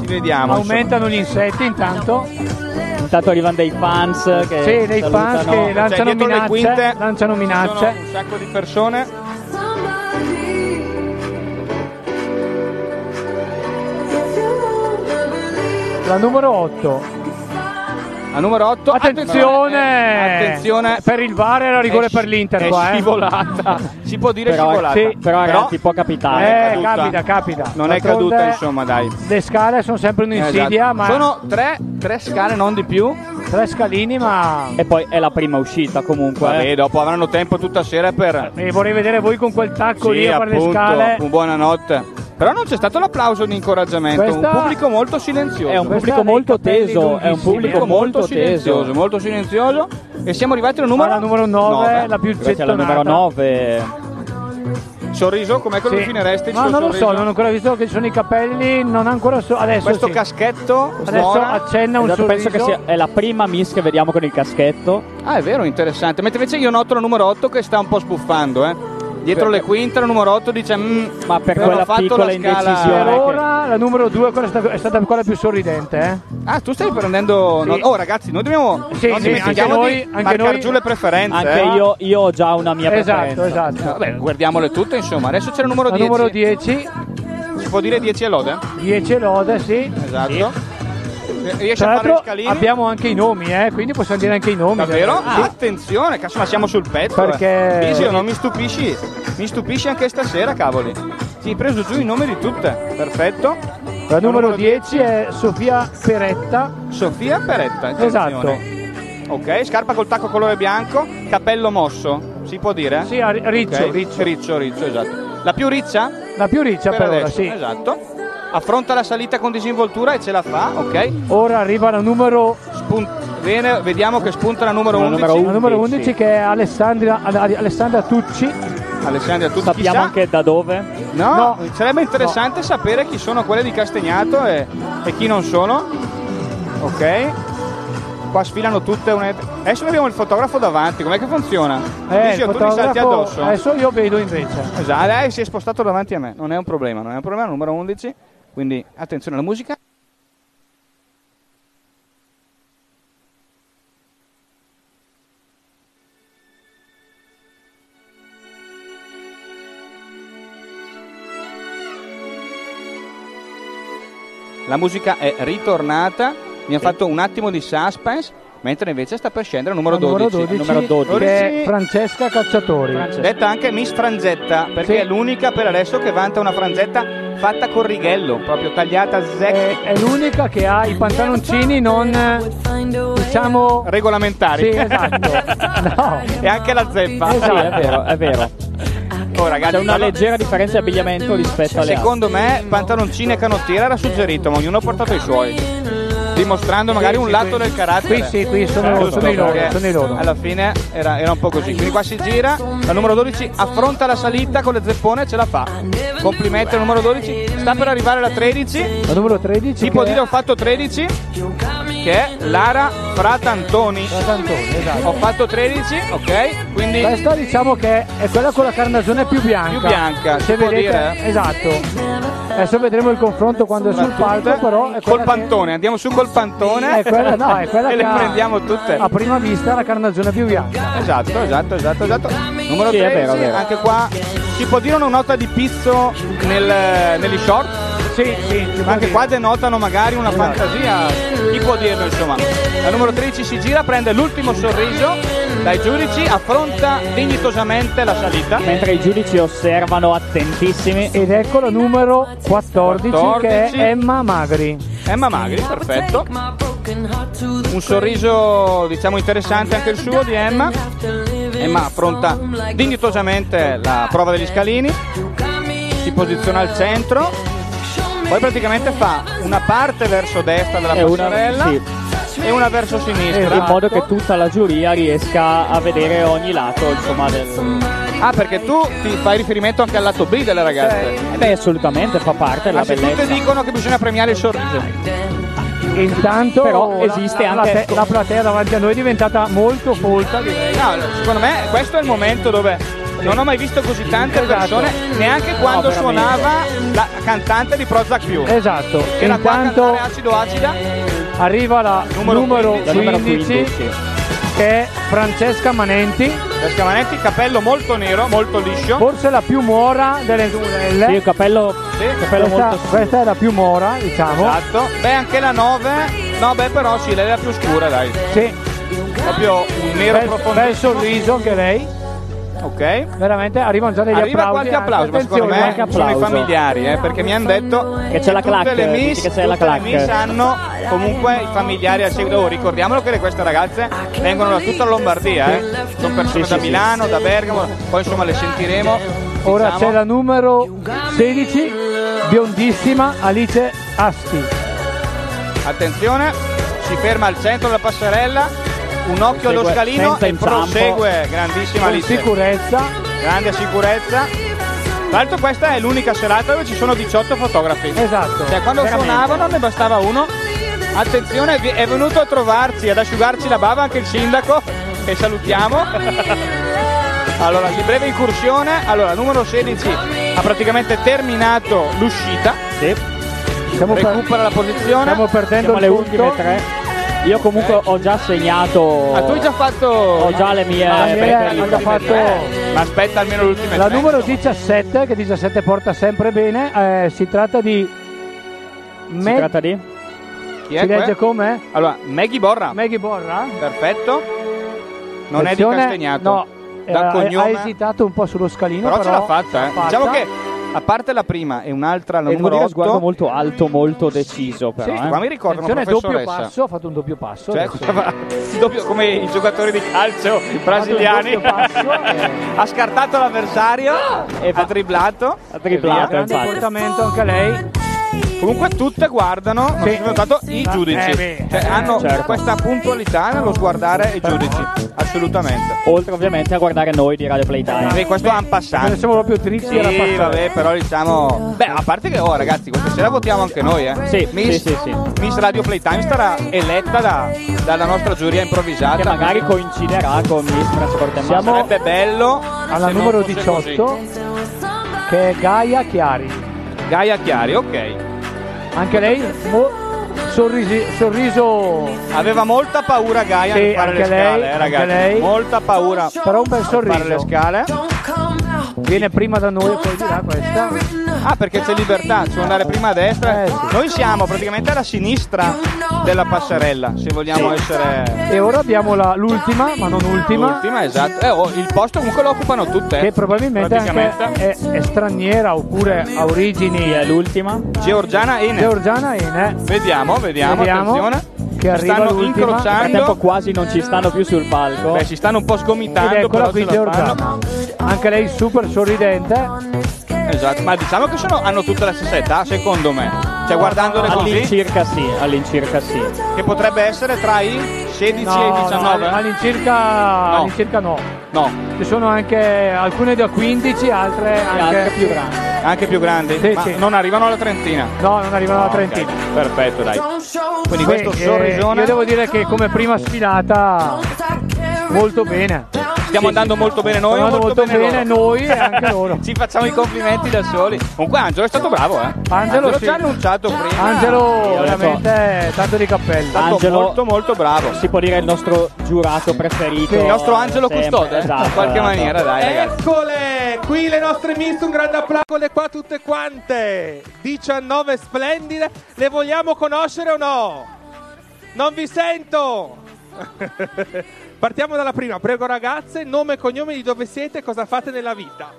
Ci vediamo.
Aumentano gli insetti intanto.
Intanto arrivano dei fans che
Sì, dei fans
salutano.
che
Cioè,
lanciano minacce. lanciano minacce.
un sacco di persone.
La numero 8.
La numero 8.
Attenzione!
Attenzione.
Per il VAR era rigore
È sci-
per l'Inter
è
qua, eh.
scivolata. Si può dire
però,
scivolata.
sì, però, ragazzi, può
Eh,
capitare.
caduta.
capita, capita.
non è
D'altronde
caduta, insomma, dai.
Le scale sono sempre un'insidia,
Esatto.
ma
Sono tre, tre scale, non di più.
tre scalini, ma
E poi è la prima uscita comunque.
eh.
Vabbè, dopo avranno tempo tutta sera per.
e vorrei vedere voi con quel tacco lì
Sì,
a fare le
appunto,
scale.
un buonanotte. Però non c'è stato l'applauso di incoraggiamento,
Questa-
un pubblico molto silenzioso.
È un pubblico molto teso, è un pubblico molto
silenzioso,
teso.
molto silenzioso e siamo arrivati al numero,
Alla numero 9,
nove.
la più
Grazie alla
gettonata.
numero 9.
Sorriso, com'è che lo
Sì.
definiresti il
Ma
suo
non lo so,
sorriso?
non ho ancora visto che ci sono i capelli, non ancora so. Adesso
Questo
sì.
caschetto
Adesso
Mora.
accenna un
Esatto,
sorriso.
penso che sia è la prima miss che vediamo con il caschetto.
Ah, è vero, interessante. Mentre invece io noto la numero 8 che sta un po' sbuffando, eh. Dietro
Per-
le quinte, la numero 8 dice "Mm,
Ma per
non ho
quella
fatto
piccola
la scala".
Per
indecisione. che-
ora la numero 2 è stata, è stata quella più sorridente, eh.
Ah, tu stai prendendo
Sì.
no- Oh, ragazzi, noi dobbiamo
Sì,
non
sì,
dimentichiamo
anche
di
noi- anche
marcare
noi-
giù le preferenze,
Anche
eh.
io, io ho già una mia
Esatto,
preferenza.
esatto.
Vabbè, guardiamole tutte, insomma. Adesso c'è il numero
La
10.
numero 10,
Si può dire 10 e lode?
10 lode, sì.
Esatto. Eh, Riesce
Tra
a fare gli
l'altro
scalini?
abbiamo anche i nomi, eh, quindi possiamo dire anche i nomi.
Davvero? Ah,
ragazzi.
Attenzione, cazzo, ma siamo sul pezzo.
Perché-
eh. Bisio, non mi stupisci. Mi stupisci anche stasera, cavoli. Sì, hai preso giù i nomi di tutte. Perfetto.
La numero 10 è Sofia Peretta.
Sofia Peretta. attenzione.
Esatto.
Ok, scarpa col tacco colore bianco, capello mosso, si può dire?
Sì, a- riccio,
Ok,
riccio.
Riccio, riccio, esatto. La più riccia?
La più riccia per, ora,
adesso,
sì.
Esatto. Affronta la salita con disinvoltura e ce la fa, ok?
Ora arriva la numero,
Spun- Bene, vediamo che spunta la numero
La
11.
numero
la numero 11
11,
che è Alessandra, Ale- Alessandra Tucci.
Alessandra, tu
Sappiamo
chissà?
anche da dove.
No,
No.
sarebbe interessante sapere chi sono quelle di Castagnato e, e chi non sono. Ok. Qua sfilano tutte una... Adesso abbiamo il fotografo davanti, com'è che funziona?
Eh,
Dici, "Oh,
il
tu mi
fotografo-
salti addosso.
Adesso io vedo invece.
Esatto, lei si è spostato davanti a me, non è un problema, non è un problema, numero 11. Quindi attenzione alla musica. La musica è ritornata, mi ha fatto un attimo di suspense, mentre invece sta per scendere il numero
La numero
12.
12,
numero 12.
che è Francesca Cacciatori.
Detta anche Miss Frangetta, perché
Sì.
è l'unica per adesso che vanta una frangetta fatta con righello, proprio tagliata a zec,
È, è l'unica che ha i pantaloncini non eh, diciamo
regolamentari.
sì, esatto. No. Esatto,
e anche la zeppa.
Sì, è vero, è vero.
Oh, ragazzi,
C'è una
allora,
leggera differenza di abbigliamento rispetto alle altre.
Secondo me pantaloncini e canottiera era suggerito, ma ognuno ha portato i suoi. dimostrando magari
Sì,
un
sì,
lato
qui-
del carattere.
qui sì, qui sono-
Giusto,
sono i loro,
perché
sono i loro.
Alla fine era, era un po' così. Quindi qua si gira, la numero 12 affronta la salita con le zeppone e ce la fa. Complimenti al numero 12, sta per arrivare la 13.
La numero 13.
Si può
che-
dire ho fatto 13 che è Lara Fratantoni.
esatto.
Ho fatto 13, ok? Quindi
Questa diciamo che è quella con la carnagione più bianca.
Più bianca, si
se
può
vedete.
dire?
Esatto. Adesso vedremo il confronto quando è sul palco, però è
col
quella che-
pantone, andiamo su col pantone.
È quella, no, è quella
e le
che ha-
prendiamo tutte.
a prima vista la carnagione più bianca.
Esatto, esatto, esatto, esatto. Numero
Sì, è
13,
vero, è vero.
anche qua si può dire una nota di pizzo nel- negli short? Sì, sì. Ma anche qua denotano magari una
Esatto.
fantasia. Chi può dirlo, insomma? La numero 13 si gira, prende l'ultimo sorriso dai giudici, affronta dignitosamente la salita.
Mentre i giudici osservano attentissimi.
Ed ecco la numero 14, che
14.
è Emma Magri.
Emma Magri, perfetto. Un sorriso, diciamo, interessante anche il suo di Emma. Emma affronta dignitosamente la prova degli scalini, si posiziona al centro, poi praticamente fa una parte verso destra della
E una-
passerella
sì.
e una verso sinistra.
Esatto.
In modo che tutta la giuria riesca a vedere ogni lato, insomma, del...
Ah, perché tu ti fai riferimento anche al lato B delle ragazze.
Eh beh, assolutamente, fa parte della
Ma se tutte
bellezza.
dicono che bisogna premiare il sorriso.
Intanto
Però
la-
esiste
la,
anche- ecco.
la te- la platea davanti a noi è diventata molto folta. direi.
No, secondo me questo è il momento dove non ho mai visto così tante
Esatto.
persone, neanche
No,
quando
veramente.
suonava la cantante di Prozac più.
Esatto.
Che era qua a
Intanto-
cantare acido acida.
Oh. Arriva la numero,
Numero 15.
15, che è Francesca Manenti.
Francesca Manetti, capello molto nero, molto liscio.
Forse la più mora delle due.
Sì, il
capello,
questa, questa è la più mora, diciamo.
Esatto. Beh, anche la 9. No, beh, però sì, lei è la più scura, dai.
Sì.
Proprio un nero
Bel,
profondo.
bel sorriso anche lei.
Ok.
Veramente arrivano già degli
Arriva
applausi.
qualche
anche.
applauso, ma secondo me
Attenzione,
sono i
qualche applauso.
familiari, eh, perché mi hanno detto
Che c'è la
tutte
clac,
le
dici
miss,
che c'è la
tutte le
clac.
miss hanno comunque i familiari al seguito. Oh, ricordiamolo che queste ragazze vengono da tutta la Lombardia, eh. sono persone da Milano, da Bergamo, poi insomma le sentiremo.
Ora
diciamo.
c'è la numero 16, biondissima Alice Asti.
Attenzione, si ferma al centro della passerella, un occhio allo
Prosegue
scalino
senza
e
inciampo.
prosegue, grandissima
Con
Alice.
sicurezza.
Grande sicurezza. Tra l'altro questa è l'unica serata dove ci sono 18 fotografi.
Esatto.
Cioè quando
Veramente.
suonavano ne bastava uno. Attenzione, vi- è venuto a trovarci, ad asciugarci la bava anche il sindaco, che salutiamo. Allora, di breve incursione, allora, numero 16 ha praticamente terminato l'uscita.
Stiamo per-
recupera la posizione.
stiamo perdendo
Siamo
il
le
punto.
ultime tre. Io comunque ho già segnato.
Ma Ah, tu hai già fatto.
Ho già le mie.
Ah,
preferite.
le mie- hanno fatto-
Ma aspetta almeno l'ultima.
La numero 17, che 17 porta sempre bene, eh, si tratta di...
Si tratta
di?
Chi è
si legge
que-
come?
Allora, Maggie Borra.
Maggie Borra.
Perfetto. Non è
Attenzione,
di Castagnato.
No, eh,
da
ha-
cognome.
ha esitato un po' sullo scalino,
però,
però,
ce l'ha fatta, eh.
l'ha fatta.
Diciamo che a parte la prima e un'altra, la
E devo
numero
dire
8.
sguardo molto alto, molto deciso. Però,
Sì,
eh.
qua mi ricordo una
Attenzione, doppio
professoressa.
passo, ha fatto un doppio passo.
Cioè,
adesso.
cosa fa? Doppio- come i giocatori di calcio brasiliani.
doppio passo, Ah!
ha scartato l'avversario e ha dribblato. Ha
Ha grande portamento anche lei.
Comunque tutte guardano, non
Sì.
so se avete notato, i
Eh,
giudici.
beh,
Cioè,
eh,
hanno
certo.
questa puntualità nello sguardare i giudici. Assolutamente.
Oltre ovviamente a guardare noi di Radio Playtime.
Sì, questo è un passante.
Siamo proprio tristi alla
Sì,
passata.
vabbè, però diciamo. Beh, a parte che, oh ragazzi, questa sera votiamo anche noi, eh.
Sì,
Miss,
sì, sì, sì.
Miss Radio Playtime sarà eletta da- dalla nostra giuria improvvisata.
Che magari coinciderà con Miss Trasporte
Ma
Siamo
sarebbe bello.
Alla
se
numero
non fosse
18, che è Gaia Chiari.
così. Gaia Chiari, ok.
Anche lei, mo- sorrisi- sorriso,
Aveva molta paura Gaia
Sì,
nel fare
anche
le scale,
lei,
eh, ragazzi.
anche lei.
Molta paura.
però un bel
Fare le
sorriso.
scale.
Viene prima da noi e poi di là questa.
Ah, perché c'è libertà, cioè andare prima a destra.
Eh,
Noi siamo praticamente alla sinistra della passerella, se vogliamo essere.
E ora abbiamo la- l'ultima, ma non ultima,
L'ultima, esatto. Eh, oh, il posto comunque lo occupano tutte. eh.
che probabilmente
Praticamente.
anche è, è straniera oppure ha origini. eh.
è l'ultima.
Georgiana Ene.
Georgiana Ene.
Vediamo, vediamo,
Vediamo
attenzione.
che arriva
stanno
l'ultima.
Nel frattempo
incrociando.
quasi non ci stanno più sul palco.
Beh, si stanno un po'
Ed
sgomitando,
eccola
però
qui
ce la fanno.
Georgiana. Anche lei super sorridente.
Esatto, ma diciamo che sono- hanno tutta la stessa età, secondo me. Cioè, guardandole così.
All'incirca sì, all'incirca sì.
Che potrebbe essere tra i 16 e i 19.
all- all'incirca no. all'incirca no.
No.
Ci sono anche alcune da 15, altre anche,
altre
più grandi.
Anche più grandi?
Sì,
ma
sì.
non arrivano alla trentina.
No, non arrivano alla
Ok,
trentina.
Perfetto, dai. Quindi
Beh,
questo
eh,
sorrisone
Io devo dire che come prima sfilata molto bene.
Stiamo andando molto bene noi,
Stiamo andando
molto,
molto bene noi e anche loro.
Ci facciamo i complimenti da soli. Comunque Angelo è stato bravo, eh.
Angelo sì.
ci ha annunciato prima.
Ah,
Angelo
Io detto,
veramente tanto di cappello.
stato
Angelo-
molto molto bravo.
Si può dire il nostro giurato preferito.
Il nostro Angelo
sempre, esatto, Eh,
Custode, eh, in qualche maniera, dai, ragazzi.
Eccole, qui le nostre miss, un grande applausole qua tutte quante. 19 splendide, le vogliamo conoscere o no? Non vi sento. Partiamo dalla prima, prego ragazze, nome e cognome di dove siete e cosa fate nella vita.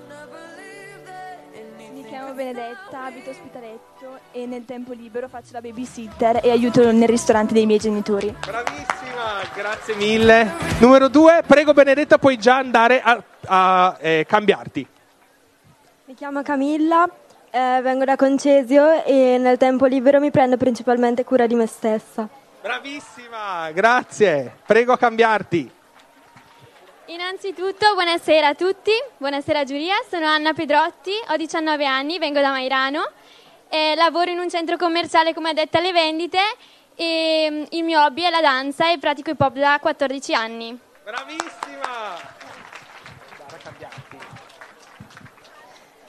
Mi chiamo Benedetta, abito a Spitaletto e nel tempo libero faccio la babysitter e aiuto nel ristorante dei miei genitori.
Bravissima, grazie mille. Numero due, prego Benedetta, puoi già andare a, a, eh, cambiarti.
Mi chiamo Camilla, eh, vengo da Concesio e nel tempo libero mi prendo principalmente cura di me stessa.
Bravissima, grazie. Prego a cambiarti.
Innanzitutto buonasera a tutti, buonasera Giulia, sono Anna Pedrotti, ho 19 anni, vengo da Mairano, eh, lavoro in un centro commerciale come addetta alle vendite e mm, il mio hobby è la danza e pratico hip hop da 14 anni.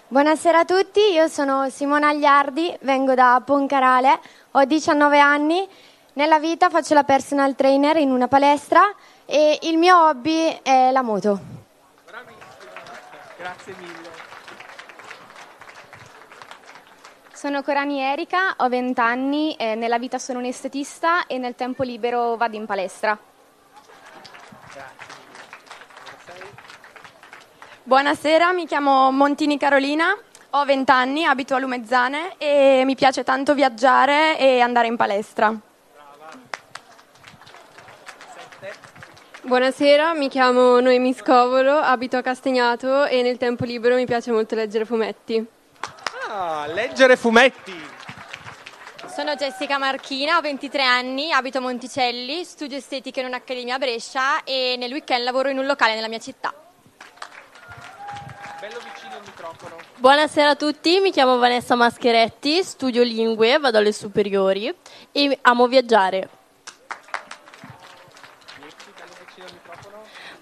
Buonasera a tutti, io sono Simona Agliardi, vengo da Poncarale, ho 19 anni, nella vita faccio la personal trainer in una palestra e il mio hobby è la moto.
Grazie mille.
Sono Corani Erika, ho 20 anni, eh, nella vita sono un estetista e nel tempo libero vado in palestra.
Buonasera, mi chiamo Montini Carolina, ho 20 anni, abito a Lumezzane e mi piace tanto viaggiare e andare in palestra.
Buonasera, mi chiamo Noemi Scovolo, abito a Castagnato e nel tempo libero mi piace molto leggere fumetti.
Ah, leggere fumetti.
Sono Jessica Marchina, ho 23 anni, abito a Monticelli, studio estetica in un'accademia a Brescia e nel weekend lavoro in un locale nella mia città.
Bello vicino il microfono.
Buonasera a tutti, mi chiamo Vanessa Mascheretti, studio lingue, vado alle superiori e amo viaggiare.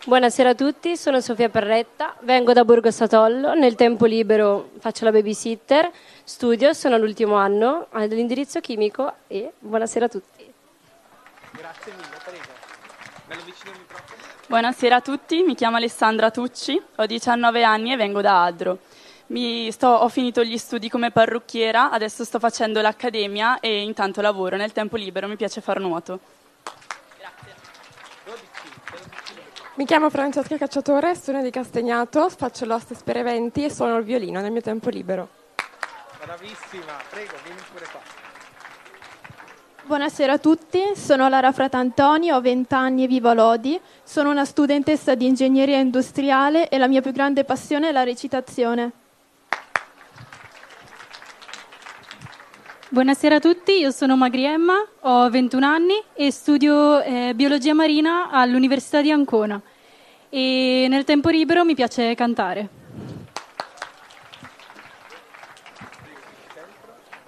Buonasera a tutti, sono Sofia Perretta, vengo da Borgo Satollo, nel tempo libero faccio la babysitter, studio, sono all'ultimo anno all'indirizzo chimico e buonasera a tutti.
Grazie mille, prego. Bello vicino il microfono.
Buonasera a tutti, mi chiamo Alessandra Tucci, ho 19 anni e vengo da Adro. Mi sto- ho finito gli studi come parrucchiera, adesso sto facendo l'accademia e intanto lavoro. Nel tempo libero mi piace far nuoto.
Mi chiamo Francesca Cacciatore, sono di Castagnato, faccio l'hostess per eventi e suono il violino nel mio tempo libero.
Bravissima, prego, vieni pure qua.
Buonasera a tutti, sono Lara Fratantoni, ho 20 anni e vivo a Lodi, sono una studentessa di ingegneria industriale e la mia più grande passione è la recitazione.
Buonasera a tutti, io sono Magriemma, ho 21 anni e studio eh, biologia marina all'Università di Ancona e nel tempo libero mi piace cantare.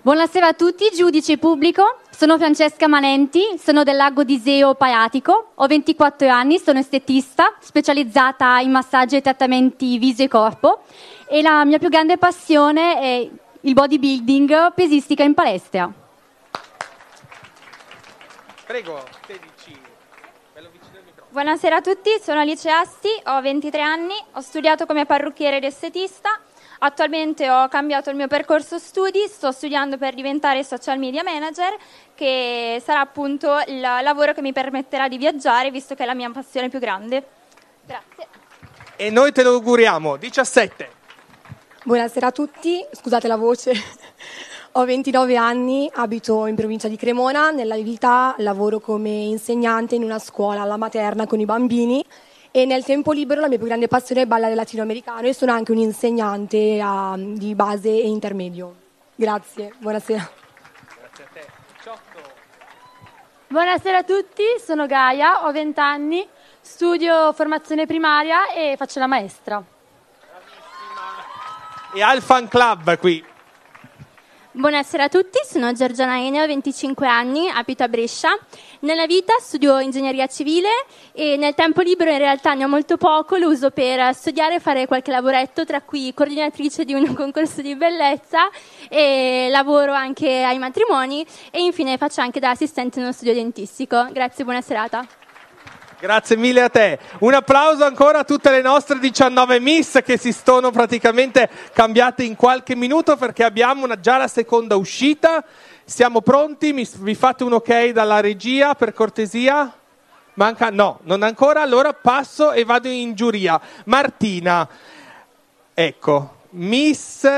Buonasera a tutti, giudice pubblico, sono Francesca Manenti, sono del lago di Seo Paiatico, ho 24 anni, sono estetista, specializzata in massaggi e trattamenti viso e corpo e la mia più grande passione è il bodybuilding pesistica in palestra.
Prego, 16. Bello vicino il microfono.
Buonasera a tutti, sono Alice Asti, ho 23 anni, ho studiato come parrucchiere ed estetista, attualmente ho cambiato il mio percorso studi, sto studiando per diventare social media manager, che sarà appunto il lavoro che mi permetterà di viaggiare, visto che è la mia passione più grande. Grazie.
E noi te lo auguriamo, 17.
Buonasera a tutti, scusate la voce. Ho 29 anni, abito in provincia di Cremona, nella vita lavoro come insegnante in una scuola alla materna con i bambini e nel tempo libero la mia più grande passione è ballare latinoamericano e sono anche un'insegnante ah, di base e intermedio. Grazie, buonasera.
Buonasera a tutti, sono Gaia, ho 20 anni, studio formazione primaria e faccio la maestra.
E ha il fan club qui.
Buonasera a tutti, sono Giorgiana Ene, ho 25 anni, abito a Brescia. Nella vita studio ingegneria civile e nel tempo libero in realtà ne ho molto poco, lo uso per studiare e fare qualche lavoretto, tra cui coordinatrice di un concorso di bellezza e lavoro anche ai matrimoni e infine faccio anche da assistente in uno studio dentistico. Grazie, buona serata.
Grazie mille a te. Un applauso ancora a tutte le nostre 19 miss che si sono praticamente cambiate in qualche minuto perché abbiamo una- già la seconda uscita. Siamo pronti? Mi s- vi fate un ok dalla regia per cortesia? Manca? No, non ancora. Allora passo e vado in giuria. Martina, ecco, Miss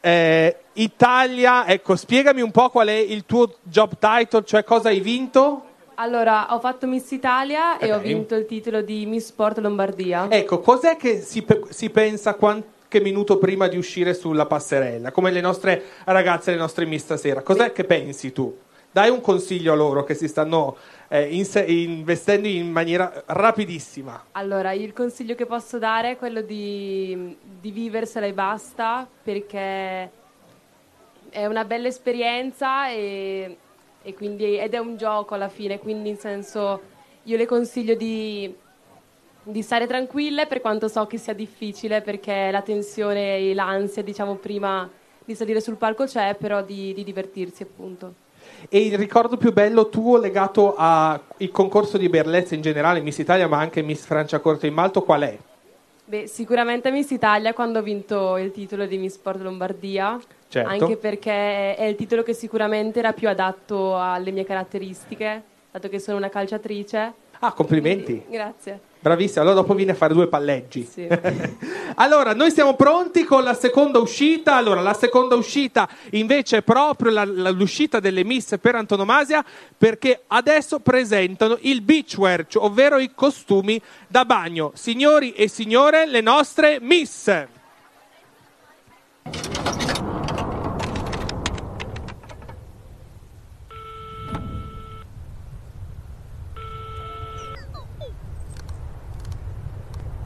eh, Italia, ecco, spiegami un po' qual è il tuo job title, cioè cosa hai vinto?
Allora, ho fatto Miss Italia e ho
Ok.
vinto il titolo di Miss Sport Lombardia.
Ecco, cos'è che si, pe- si pensa qualche minuto prima di uscire sulla passerella? Come le nostre ragazze, le nostre miss stasera. Cos'è che pensi tu? Dai un consiglio a loro che si stanno eh, inse- investendo in maniera rapidissima.
Allora, il consiglio che posso dare è quello di, di viversela e basta, perché è una bella esperienza e, e quindi, ed è un gioco alla fine, quindi in senso io le consiglio di, di stare tranquille per quanto so che sia difficile, perché la tensione e l'ansia, diciamo, prima di salire sul palco c'è, però di, di divertirsi appunto.
E il ricordo più bello tuo legato al concorso di Berlezza in generale, Miss Italia, ma anche Miss Francia Corte in Malto, qual è?
Beh, sicuramente Miss Italia quando ho vinto il titolo di Miss Sport Lombardia,
Certo.
anche perché è il titolo che sicuramente era più adatto alle mie caratteristiche, dato che sono una calciatrice.
Ah, complimenti.
Grazie.
Bravissima, allora dopo vieni a fare due palleggi.
Sì.
allora, noi siamo pronti con la seconda uscita. Allora, la seconda uscita invece è proprio la- la- l'uscita delle miss per antonomasia perché adesso presentano il beachwear, cioè- ovvero i costumi da bagno. Signori e signore, le nostre miss.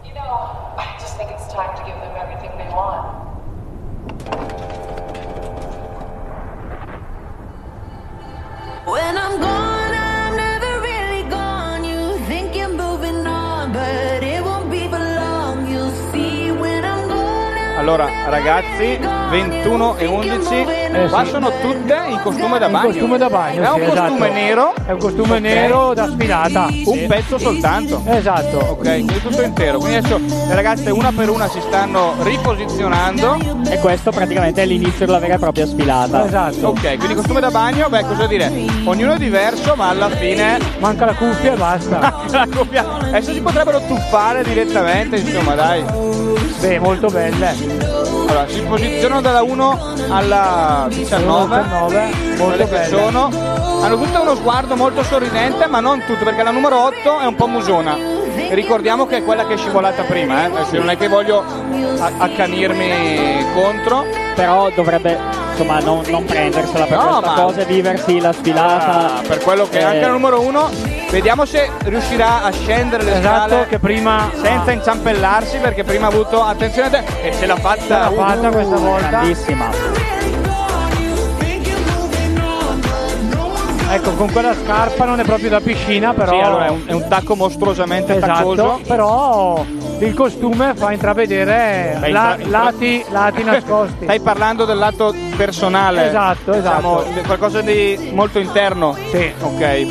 You know, I just think it's time to give them everything they want.
When I'm gone, I'm never really gone. You think you're moving on, but it won't be for long. You'll see when I'm gone.
Allora, ragazzi, 21 e 11, qua
Eh, sì.
sono tutte in costume da
In
bagno.
costume da bagno,
È un
sì,
costume
esatto.
nero.
È un costume
Ok.
nero da sfilata.
Un pezzo soltanto.
Esatto.
Ok, quindi tutto intero. Quindi adesso le ragazze una per una si stanno riposizionando.
E questo praticamente è l'inizio della vera e propria sfilata.
Esatto.
Ok, quindi costume da bagno, beh, cosa dire? Ognuno è diverso, ma alla fine.
Manca la cuffia e basta.
la coppia. Adesso si potrebbero tuffare direttamente, insomma, dai.
Beh, molto belle.
Allora, si posizionano dalla 1 alla 19.
19,
Quelle che sono. Hanno tutte uno sguardo molto sorridente, ma non tutte, perché la numero 8 è un po' musona. E Ricordiamo che è quella che è scivolata prima, eh. Adesso non è che voglio a- accanirmi contro.
Però dovrebbe insomma non, non prendersela per
No,
questa
ma-
cosa e viversi la sfilata.
Ah, per quello che è
Eh,
anche la numero 1. Vediamo se riuscirà a scendere le
Esatto,
scale
che prima-
senza inciampellarsi, perché prima ha avuto attenzione a te e ce l'ha fatta.
l'ha fatta questa volta.
Grandissima. Ecco, con quella scarpa non è proprio da piscina, però.
Sì, allora è un, è un tacco mostruosamente
Esatto,
taccoso.
però il costume fa intravedere
Beh,
la-
intra-
lati, lati nascosti.
Stai parlando del lato personale.
Esatto, esatto.
Diciamo, di qualcosa di molto interno. Sì. Ok.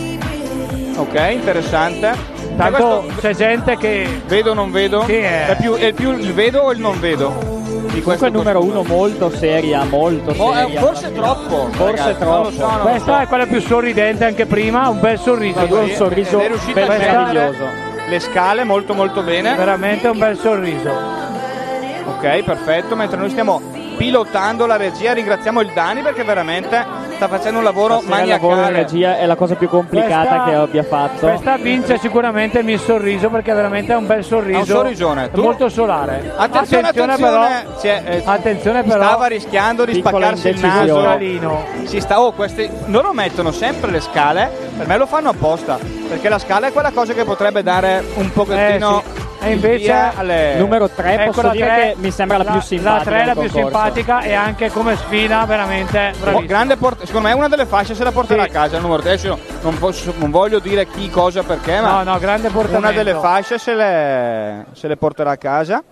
Ok, interessante.
Tanto
c'è gente che. Vedo o non vedo?
Sì, eh.
è, più, è più il vedo o il non vedo? Di questo
Comunque il numero uno molto seria, molto
Oh, eh,
seria.
forse troppo.
Forse
ragazzi,
troppo.
Non lo so, non lo
Questa è quella più sorridente anche prima, un bel sorriso.
so. Ed È riuscita
Questa-
a meraviglioso. Le scale molto molto bene.
Veramente un bel sorriso.
Ok, perfetto. Mentre noi stiamo pilotando la regia, ringraziamo il Dani perché veramente sta facendo un lavoro
Il lavoro in
maniacale.
regia è la cosa più complicata
Questa-
che abbia fatto.
Questa vince sicuramente il mio sorriso perché veramente è un bel sorriso.
Ha un sorrisone, tu?
Molto solare.
Attenzione, attenzione,
però.
c'è, eh,
attenzione però.
Stava rischiando di
Piccola
spaccarsi il
indecisione.
naso.
Moralino.
Si sta, oh, questi loro mettono sempre le scale, per me lo fanno apposta, perché la scala è quella cosa che potrebbe dare un pochettino
Eh, E
il
invece
via alle...
numero tre,
Ecco
posso
la
dire
tre,
che mi sembra la più simpatica
La 3 è la
del
più
concorso.
simpatica e anche come sfida veramente
Oh,
bravissima.
grande port- secondo me una delle fasce se la porterà a casa il numero 3 non, posso- non voglio dire chi cosa perché Eh, ma
No, no, grande portamento.
una delle fasce se le, se le porterà a casa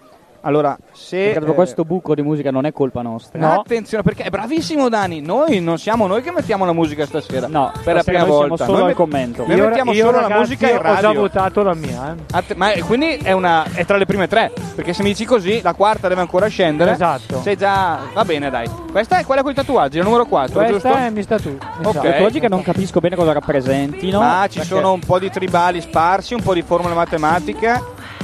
allora se
Perché proprio
eh,
questo buco di musica non è colpa nostra.
Attenzione, perché è bravissimo Dani. Noi non siamo noi che mettiamo la musica stasera. No, per la
stasera
prima
noi siamo
volta.
solo
noi
al
met-
commento.
Noi
Io-
mettiamo
io,
solo la
ragazzi,
musica in
ho già
radio.
votato la mia. Eh.
Att- ma è- quindi è, una, è tra le prime tre. Perché se mi dici così, la quarta deve ancora scendere.
Esatto.
Sei già. Va bene, dai. Questa è quella con i tatuaggi, la numero 4,
Questa
giusto?
è mi sta tu.
Ok.
Io Esatto. Ecco, oggi che non capisco bene cosa rappresentino.
Ma ci
perché-
sono un po' di tribali sparsi, un po' di formule matematiche.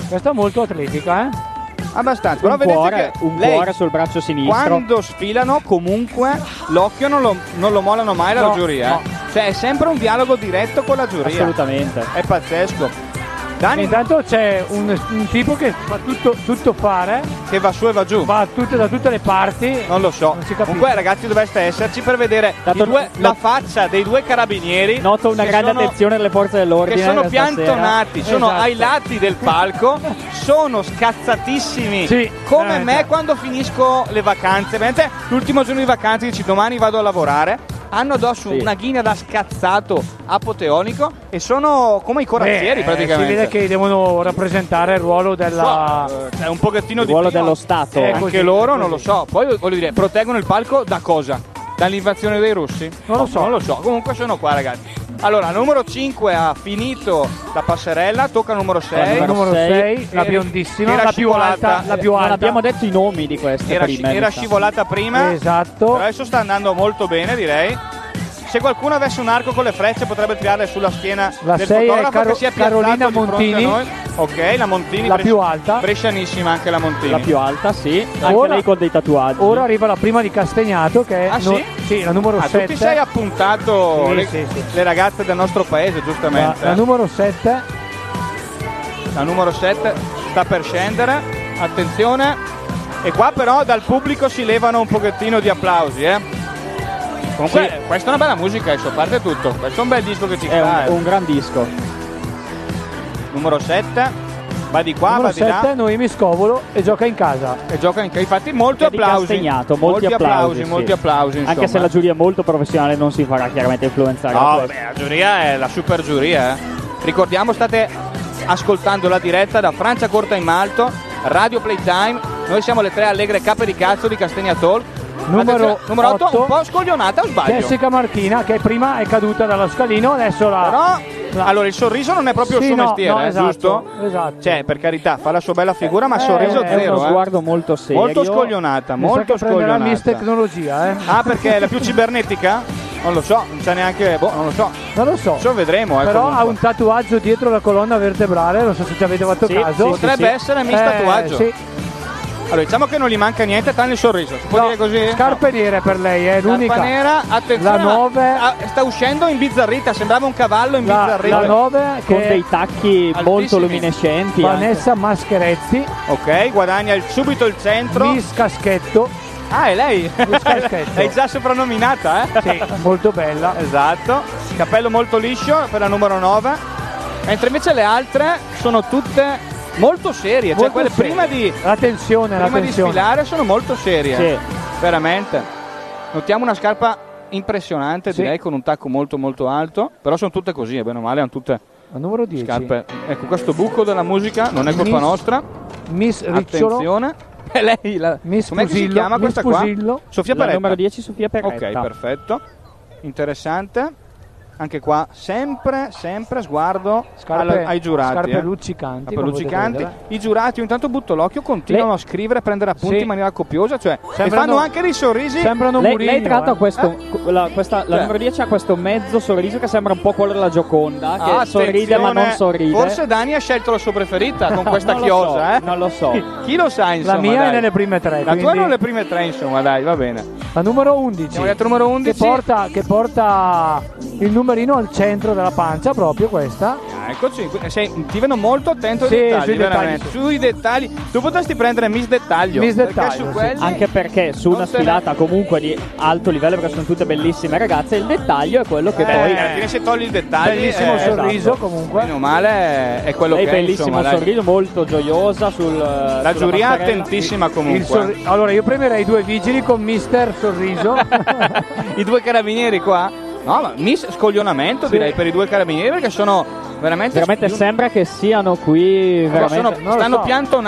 Questa è molto atletica, eh?
Abbastanza, però
un
vedete
cuore,
che
un
lei
cuore sul braccio sinistro.
quando sfilano comunque l'occhio non lo, non lo mollano mai la
No,
giuria.
no.
eh. Cioè è sempre un dialogo diretto con la giuria.
Assolutamente.
È pazzesco. Dani
Intanto c'è un, un tipo che fa tutto, tutto fare.
Che va su e va giù.
Va a tutte- da tutte le parti.
Non lo so.
si capisce.
Comunque ragazzi dovreste esserci per vedere i due- la faccia dei due carabinieri.
Noto una
che
grande
sono-
attenzione alle forze dell'ordine.
Che sono
questa sera.
piantonati, sono
Esatto.
ai lati del palco, sono scazzatissimi. come
eh,
me quando finisco le vacanze. Veramente l'ultimo giorno di vacanze dici domani vado a lavorare. Hanno addosso
Sì.
una ghina da scazzato apoteonico e sono come i corazzieri
Beh,
praticamente.
Eh, Si vede che devono rappresentare il ruolo della.
So, eh, cioè, un pochettino
Il
di
ruolo
prima.
dello Stato. Eh,
anche
così,
loro
così.
non lo so poi voglio dire proteggono il palco da cosa? dall'invasione dei russi? non lo so non lo so comunque sono qua ragazzi allora numero 5 ha finito la passerella tocca al numero Eh, 6
Alla numero sei, la biondissima, la più alta, la più
Non
alta.
abbiamo detto i nomi di queste
era,
prime,
sci- era
mi sa.
scivolata prima
diciamo. esatto
adesso sta andando molto bene direi se qualcuno avesse un arco con le frecce potrebbe tirarle sulla schiena
La
del
sei è
fotografo
Caro-
che si è piazzato
Carolina
di fronte a
Montini.
noi. ok la Montini
La
Brescia-
più alta.
brescianissima anche la Montini
La più alta, sì. Anche
Ora-
lei con dei tatuaggi.
Ora arriva la prima di Castagnato che è
Ah,
no-
sì?
la numero
Ah, tu
7.
ti sei appuntato
Sì,
le,
sì,
le ragazze del nostro paese,
la,
giustamente.
la numero 7.
La numero 7 sta per scendere, attenzione. E qua però dal pubblico si levano un pochettino di applausi, eh. Comunque,
Sì.
questa è una bella musica, adesso, a parte tutto. Questo è un bel disco che ci sta.
È un,
eh.
un gran disco.
Numero 7, va di qua,
numero
va di là.
7 Noemi Scovolo e gioca in casa.
E gioca in casa. Infatti molti
È di
applausi.
Castagnato,
molti applausi,
applausi,
sì.
molti applausi. Insomma.
Anche se la giuria è molto professionale, non si farà chiaramente influenzare. da
No,
questo.
vabbè, la giuria è la super giuria. eh. Ricordiamo, state ascoltando la diretta da Francia Corta in Malto, Radio Playtime. Noi siamo le tre allegre cape di cazzo di Castagna Talk.
Numero,
Attenzione, numero 8,
otto,
un po' scoglionata o sbaglio?
Jessica Marchina che prima è caduta dallo scalino, adesso la
Però, allora, il sorriso non è proprio
Ah. Sì,
il suo
no,
mestiere,
no,
eh,
esatto,
giusto?
Esatto. Eh,
Cioè, per carità, fa la sua bella figura, ma sorriso
è
zero.
uno
eh.
sguardo molto serio.
Molto scoglionata,
Mi sa
molto
che prenderà
scoglionata.
Miss Tecnologia, eh.
Ah, perché è la più cibernetica? Non lo so, non c'è neanche. Boh, non lo so.
Non lo so.
Lo vedremo, eh,
Però
comunque.
ha un tatuaggio dietro la colonna vertebrale, non so se ci avete fatto
Sì,
caso.
sì, Potrebbe sì, sì. essere Miss
Eh,
Tatuaggio.
sì.
Allora, diciamo che non gli manca niente, tranne il sorriso. Si può dire così?
Scarpe nere per lei, è l'unica.
Scarpa nera, attenzione.
La
ma-
9.
ah, sta uscendo in bizzarrita, sembrava un cavallo in
La,
bizzarrita.
9
Con dei tacchi molto
Altissimi.
luminescenti.
Vanessa Mascheretti.
Ok, guadagna il- subito il centro.
Miss Caschetto.
Ah, è lei?
Miss Caschetto.
È già soprannominata, eh?
Sì, molto bella.
Esatto. Capello molto liscio per la numero 9. Mentre invece le altre sono tutte molto serie. cioè,
Molto
quelle
serie.
prima di.
La tensione, la
prima di
tensione.
sfilare sono molto serie.
Sì.
Veramente. Notiamo una scarpa impressionante, direi, con un tacco molto molto alto. Però sono tutte così, e bene o male, hanno tutte
La numero 10.
scarpe. Ecco, questo buco della musica non è colpa
Miss-
nostra.
Miss Ricciolo.
Attenzione. E lei, la,
Miss
com'è che si
Fusillo,
chiama
Miss
questa qua?
Fusillo.
Sofia
La
Peretta.
numero 10 Sofia Peretta.
Ok, perfetto. Interessante. Anche qua, sempre, sempre sguardo
Scarpe-
alla- ai giurati.
scarpe
eh.
luccicanti,
Scarpe
come
luccicanti.
potete
I giurati, ogni tanto butto l'occhio, continuano a scrivere, a prendere appunti
Sì.
in maniera copiosa. Cioè, e
Sembrano-
fanno anche dei sorrisi.
lei, lei tra l'altro ha questo,
Eh?
la, questa, la
Cioè.
numero 10 ha questo mezzo sorriso che sembra un po' quello della Gioconda, Eh, che
Ah,
sorride ma non
attenzione.
sorride.
Forse Dani ha scelto la sua preferita con
No,
questa
non lo
chiosa,
so,
eh?
non lo so.
Chi lo sa, Eh, insomma.
mia è
dai.
nelle prime tre,
La tua
quindi-
non le prime tre, insomma, dai, va bene.
La numero 11.
Abbiamo detto numero 11.
Che porta, che porta il numerino al centro della pancia, proprio questa.
Ah, Eccoci, qui. Sei- ti vedo molto attento ai
Sì,
dettagli,
sui dettagli,
veramente. Sui dettagli. Tu potresti prendere Miss Dettaglio.
Miss
perché
Dettaglio,
su
sì.
quelli-
Anche perché su una
non se
sfilata comunque di alto livello, perché sono tutte bellissime ragazze, il dettaglio è quello che
Eh,
poi...
alla fine se togli il dettaglio
Bellissimo sorriso,
comunque
esatto. meno male è quello
Lei
che
bellissimo
è, insomma, dai.
sorriso, molto gioiosa sul... eh,
la giuria è attentissima comunque
Il sorri- allora, io premerei i due vigili con Mister Sorriso.
i due carabinieri qua no ma miss scoglionamento direi per i due carabinieri perché sono veramente
Veramente sembra che siano qui
Allora,
veramente...
sono-
non lo
stanno
so.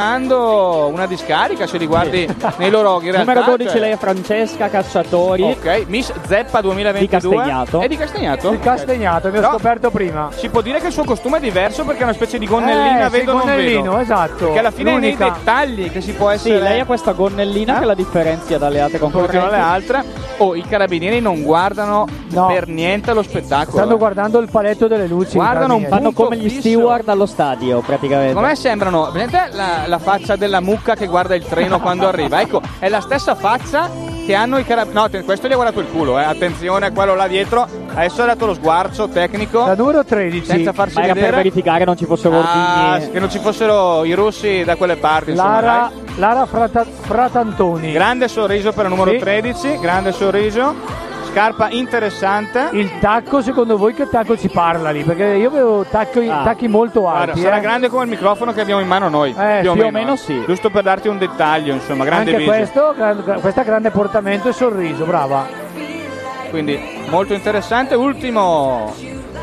piantonando una discarica se li guardi nei loro oghi in realtà,
Numero 12
cioè- Oh,
lei è Francesca Cacciatori.
ok Miss Zeppa 2022
Di Castegnato.
è di Castagnato
Di Castagnato,
abbiamo scoperto prima
si può dire che il suo costume è diverso perché è una specie di gonnellina
Eh, sì,
vedo non
gonnellino,
vedo
esatto
perché alla fine è nei
L'unica.
dettagli che si può
Sì,
essere
lei ha questa gonnellina
Eh?
che la differenzia dalle altre concorrenti.
Continuano le altre. Oh, i carabinieri non guardano per niente lo spettacolo. eh.
Stanno
guardando il paletto delle luci.
Guardano un
Fanno
punto
come gli
fisso.
steward allo stadio, praticamente.
Come sembrano? Vedete la, la faccia della mucca che guarda il treno quando arriva? Ecco, è la stessa faccia che hanno i carabinieri. No, atten- questo gli ha guardato il culo, eh. Attenzione a quello là dietro. Adesso ha dato lo sguarzo tecnico.
La numero 13.
Senza farsi
Ma era per
vedere.
verificare non ci fossero
Ah,
ordini.
che non ci fossero i russi da quelle parti. insomma,
Lara,
dai.
Lara Frata- Fratantoni.
Grande sorriso per il numero
Sì.
13, grande sorriso. Scarpa interessante.
Il tacco, secondo voi che tacco ci parla lì? Perché io avevo tacchi,
Ah.
tacchi molto
Guarda,
alti.
sarà
eh.
grande come il microfono che abbiamo in mano noi.
Eh, più o meno
eh.
sì.
Giusto per darti un dettaglio, insomma, grande
Anche
viso.
questo, gran- questa grande portamento e sorriso, brava.
Quindi molto interessante. Ultimo,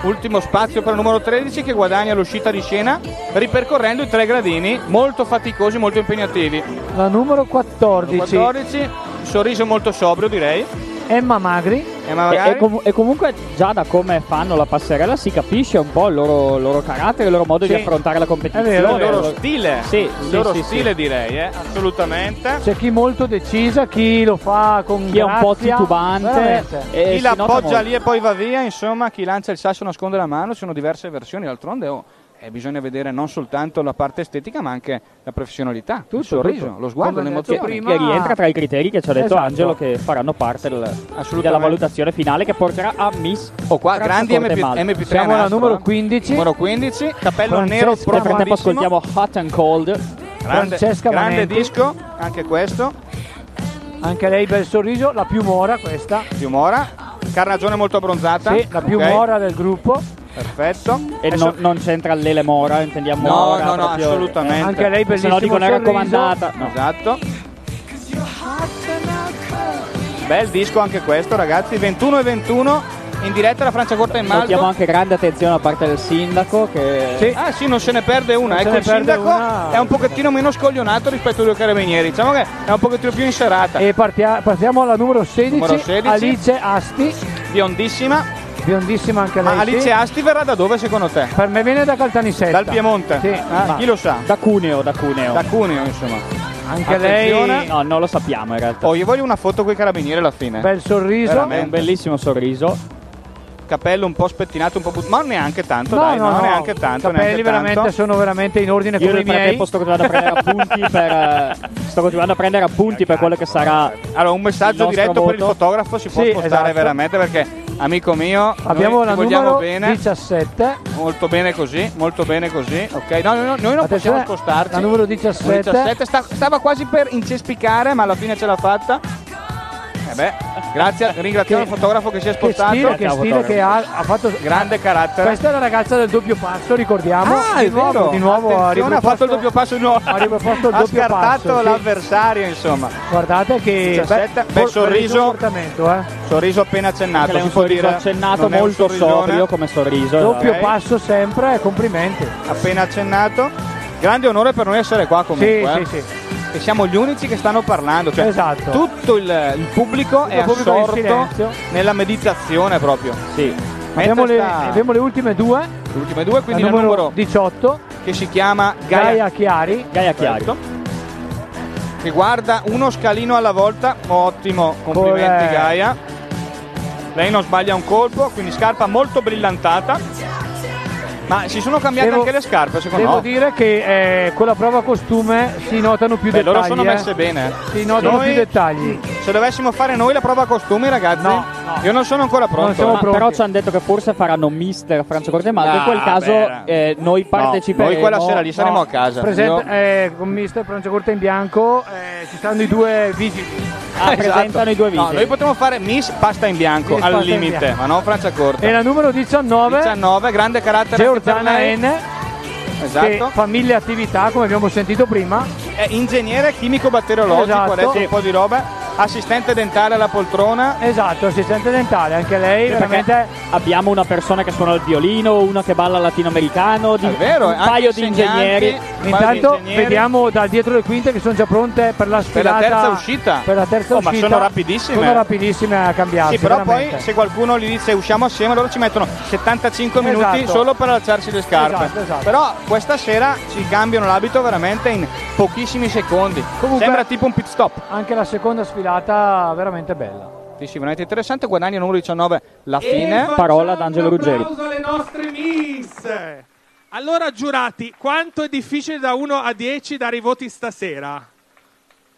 ultimo spazio per il numero 13 che guadagna l'uscita di scena ripercorrendo i tre gradini molto faticosi, molto impegnativi.
La numero 14,
14, sorriso molto sobrio direi.
Emma Magri.
E
E,
magari...
e com- e comunque già da come fanno la passerella si capisce un po' il loro, loro carattere, il loro modo
Sì.
di affrontare la competizione.
il loro stile,
Sì,
il
sì,
loro
sì, sì.
stile direi, eh, assolutamente.
C'è chi molto decisa, chi lo fa con
Chi è un po'
grazia.
titubante.
Veramente.
chi la appoggia lì e poi va via, insomma, chi lancia il sasso nasconde la mano, ci sono diverse versioni, d'altronde oh, eh, bisogna vedere non soltanto la parte estetica ma anche la professionalità, il sorriso,
tutto.
lo sguardo,
Come ho detto
l'emozione.
prima- Che rientra tra i criteri che ci ha detto
Esatto.
Angelo che faranno parte del- della valutazione finale che porterà a Miss
Oh, qua
Francia
grandi
Corte
MP3
Malta.
MP3 Siamo alla nastro, numero eh. 15. Numero 15, cappello nero
Francesca, Nel frattempo
profondissimo.
ascoltiamo Hot and Cold.
Grande, grande disco, anche questo.
Anche lei bel sorriso, la più mora questa.
Piumora, Carnagione molto abbronzata.
Sì, la più
ok,
mora del gruppo.
Perfetto.
E
Adesso-
non, non c'entra l'Ele Mora, intendiamo
No,
Mora,
no, no,
proprio-
assolutamente.
eh, Se no dicono è raccomandata. No.
Esatto. Bel disco anche questo, ragazzi. 21 e 21 in diretta alla Francia Corta in Malta.
Notiamo anche grande attenzione da parte del sindaco che...
Ah sì, non se ne perde una.
Non se
ecco,
ne
il
perde
sindaco
una.
è un pochettino meno scoglionato rispetto ai due carabinieri. Diciamo che è un pochettino più in serata.
E partia- partiamo alla numero 16,
Numero 16.
Alice Asti,
Biondissima.
biondissima anche lei.
Ma Ah, Alice
sì.
Asti verrà da dove secondo te?
Per me viene da Caltanissetta.
Dal Piemonte.
Sì.
Ah,
Ma-
chi lo sa?
Da Cuneo, da Cuneo.
Da Cuneo, insomma.
Anche
Attenzione.
No, non lo sappiamo in realtà.
Oh, io voglio una foto con i carabinieri alla fine.
Bel sorriso.
Veramente.
Un bellissimo sorriso.
Capello un po' spettinato, un po' but- ma neanche tanto,
No,
dai,
no, no.
neanche tanto.
I capelli
neanche tanto.
veramente sono veramente in ordine
Io
come i
nel
miei.
frattempo sto continuando a prendere appunti per... eh, Sto continuando a prendere appunti per quello che sarà...
Allora, un messaggio diretto per il fotografo si può
Sì,
spostare
esatto.
veramente perché, amico mio,
Abbiamo
noi
la
ti vogliamo
numero
bene.
17.
Molto bene così, molto bene così. Ok, no, no, no, noi non
Attenzione,
possiamo scostarci.
la numero 17.
17 sta- stava quasi per incespicare, ma alla fine ce l'ha fatta. Eh beh, grazie, ringraziamo il fotografo che si è
Che
spostato.
stile, che, stile che ha, ha fatto.
Grande carattere.
Questa è la ragazza del doppio passo, ricordiamo.
Ah,
di
è
nuovo,
vero.
di nuovo ha
Attenzione, ha fatto il doppio passo di nuovo.
Ha riproposto il
Ha
doppio
scartato
passo, sì.
l'avversario, insomma.
Guardate che
17, bel
bel
sorriso.
comportamento, eh.
Sorriso appena accennato,
Anche lei
si
un
può
sorriso
dire.
accennato,
Non è un
molto
sorrisone.
sobrio come sorriso.
Doppio
Ok.
passo sempre, complimenti.
Appena accennato. Grande onore per noi essere qua comunque.
Sì,
eh.
sì, sì.
Che siamo gli unici che stanno parlando, cioè
Esatto.
tutto il, il pubblico è
il pubblico in
assorto
silenzio.
nella meditazione proprio.
Sì.
Abbiamo le, abbiamo le ultime due.
le ultime due, quindi
la
la
numero
numero
18
che si chiama
Gaia,
Gaia
Chiari.
Gaia
Ecco. che guarda uno scalino alla volta. Ottimo, complimenti
Olè.
Gaia. Lei non sbaglia un colpo, quindi scarpa molto brillantata. Ma si sono cambiate
Devo-
anche le scarpe, secondo
Devo
me.
dire che eh, con la prova costume si notano più
Beh,
dettagli.
loro sono
eh.
messe bene.
Si notano
Noi
più dettagli.
Se dovessimo fare noi la prova costumi, ragazzi, io non sono ancora pronto.
Ma però ci hanno detto che forse faranno mister Franco Cortemaldo.
Ah,
in quel caso
beh.
eh, noi parteciperemo.
noi quella sera lì saremo a casa.
Io-
Presente, eh, con mister Francia Corte in bianco eh, ci stanno i due vigili.
Ah, esatto.
presentano i due
No,
visi.
noi potremmo fare Miss Pasta in bianco
Miss
al
Pasta in
limite,
bianco.
ma non Francia Corta.
E la numero 19,
19, grande carattere.
Giordana
anche per lei.
N,
Esatto.
che famiglia e attività, come abbiamo sentito prima.
È ingegnere chimico batteriologico,
Esatto.
ha detto
Sì.
un po' di roba. Assistente dentale alla poltrona.
Esatto, assistente dentale, anche lei veramente
Abbiamo una persona che suona il violino, una che balla latinoamericano, di-
È vero,
un
anche
paio di
insegnanti,
ingegneri.
un paio di Intanto ingegneri. vediamo da dietro le quinte che sono già pronte per la
Per la
sfilata.
terza uscita.
Per la terza
Oh,
uscita.
Ma sono rapidissime.
Sono rapidissime a cambiarsi.
Sì, però
veramente.
poi se qualcuno gli dice usciamo assieme, loro ci mettono 75 minuti
Esatto.
solo per alzarsi le scarpe.
Esatto, esatto.
Però questa sera ci cambiano l'abito veramente in pochissimi secondi. Sembra tipo un pit stop.
Anche la seconda sfilata veramente bella.
Sì, sì, veramente interessante. Guadagna numero 19 la
E
fine.
facciamo Parola ad
Angelo Ruggeri.
applauso alle nostre miss. Allora, giurati, quanto è difficile da 1 a 10 dare i voti stasera?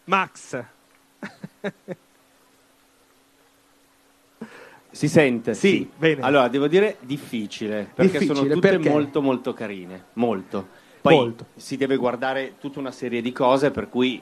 Max.
Si sente? Sì,
bene.
Allora, devo dire difficile, perché
Difficile,
sono tutte
perché?
molto molto carine, molto. Poi
Molto.
si deve guardare tutta una serie di cose, per cui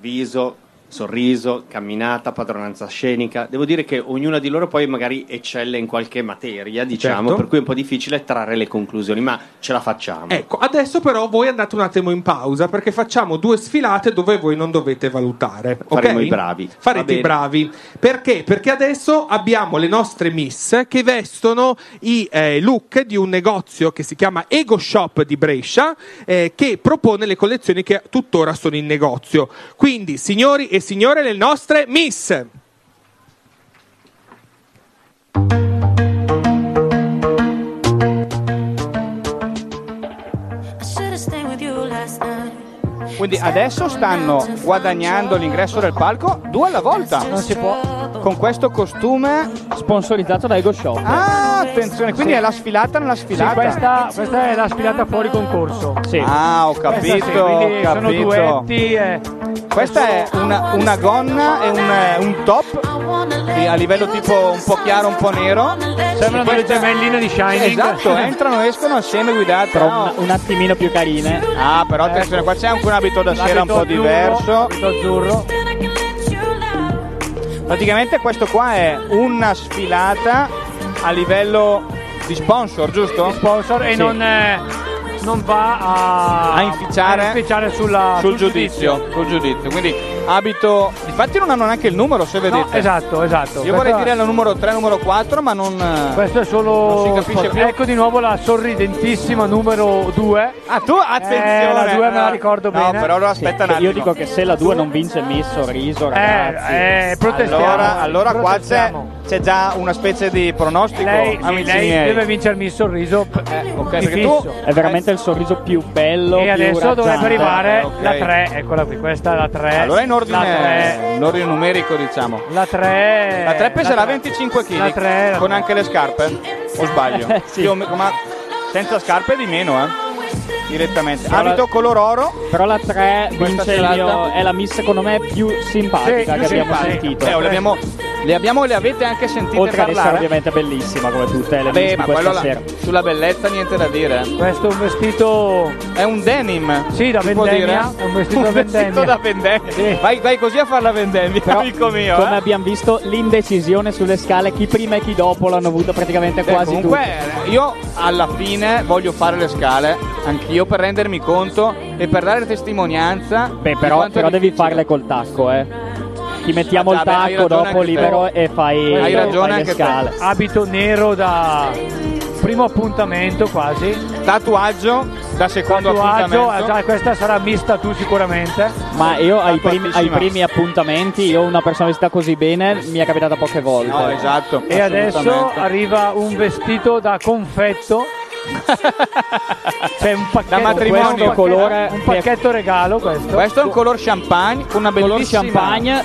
viso, sorriso, camminata, padronanza scenica. Devo dire che ognuna di loro poi magari eccelle in qualche materia, diciamo,
Certo.
per cui è un po' difficile trarre le conclusioni, ma ce la facciamo.
Ecco, adesso però voi andate un attimo in pausa perché facciamo due sfilate dove voi non dovete valutare.
Faremo
ok?
i bravi. Va
Farete
bene.
i bravi. Perché? Perché adesso abbiamo le nostre miss che vestono i eh, look di un negozio che si chiama Ego Shop di Brescia eh, che propone le collezioni che tuttora sono in negozio. Quindi, signori e signore, le nostre miss.
Quindi adesso stanno guadagnando l'ingresso del palco due alla volta. Non si può. Con questo costume
sponsorizzato da Ego Shop.
Ah, attenzione, quindi
Sì.
è la sfilata nella sfilata.
Sì, questa, questa è la sfilata fuori concorso.
Ah, ho
Questa sì,
capito.
quindi
ho
sono
capito.
duetti. eh.
Questa è una, una gonna e un, eh, un top di- a livello tipo un po' chiaro, un po' nero.
Sembrano delle gemelline di Shining.
Esatto, entrano e escono assieme guidate. Però un, attimino più carine. Ah, però attenzione, qua c'è anche un abito da sera un po'
L'abito
diverso.
azzurro.
Praticamente questo qua è una sfilata a livello di sponsor, giusto?
sponsor e non, eh, non va a,
a inficiare,
a inficiare sulla-
sul, giudizio, sul giudizio. Quindi abito. Infatti non hanno neanche il numero, se vedete.
esatto, esatto.
Io vorrei
Questa-
dire la numero 3, numero 4, ma non. eh,
Questo è solo.
Non si capisce più.
Ecco di nuovo la sorridentissima numero 2.
Ah, tu
Eh,
attenzione!
la 2 me la
no.
ricordo
No,
bene.
però allora aspetta
Sì,
un attimo.
Io dico che se la 2 non vince Miss Sorriso, ragazzi.
eh, protestiamo.
Allora, allora qua c'è,
Protestiamo.
c'è già una specie di pronostico.
Lei, sì,
amici
lei
miei.
deve vincermi il sorriso. eh,
ok, perché tu-
È veramente il sorriso più bello.
E adesso dovrebbe arrivare la 3. Eccola qui, questa è la 3.
Allora in
La 3.
ordine, in ordine numerico diciamo.
La 3.
La 3 peserà
la tre.
25 kg.
La tre, la
Con anche le scarpe? O sbaglio? Io mi- ma senza scarpe di meno, eh. Direttamente.
Però la-
Abito color oro.
Però la 3
Questa
vince il
serata.
mio- è la Miss secondo me più simpatica
Sì, più
che abbiamo
simpatica.
sentito.
Eh, oh, le abbiamo- le abbiamo, le avete anche sentite
Oltre ad essere
parlare.
ovviamente bellissima come tutte le Miss
Beh,
di
ma
questa
quello là-
sera.
sulla bellezza niente da dire. eh.
Questo è un vestito.
È un denim.
Sì, da
si può
vendemmia.
dire?
È un vestito da vendemmia.
da vendemmia. Vai, vai così a fare la vendemmia,
Però,
amico mio.
come
eh.
abbiamo visto, l'indecisione sulle scale, chi prima e chi dopo, l'hanno avuta praticamente
Beh,
quasi
comunque,
tutti.
eh, io alla fine voglio fare le scale anch'io per rendermi conto e per dare testimonianza.
Beh, però, però devi farle col tacco, eh. Ti mettiamo
Ah,
il
già, beh, hai
tacco
ragione
dopo
anche te.
libero e fai,
Hai
fai
ragione
le
anche te.
scale.
Abito nero da primo appuntamento quasi.
Tatuaggio da secondo
Tatuaggio,
appuntamento.
eh, già, questa sarà mista tu sicuramente.
Ma io ai primi, ai
Tatuatissima.
primi appuntamenti, io una personalità così bene mi è capitata poche volte.
No, esatto.
E adesso
Assolutamente.
arriva un vestito da confetto. C'è un pacchetto
Da matrimonio.
questo
Questo colore
Eh, un pacchetto regalo questo.
Eh, Questo è un color champagne con una
Color
bellissima
champagne.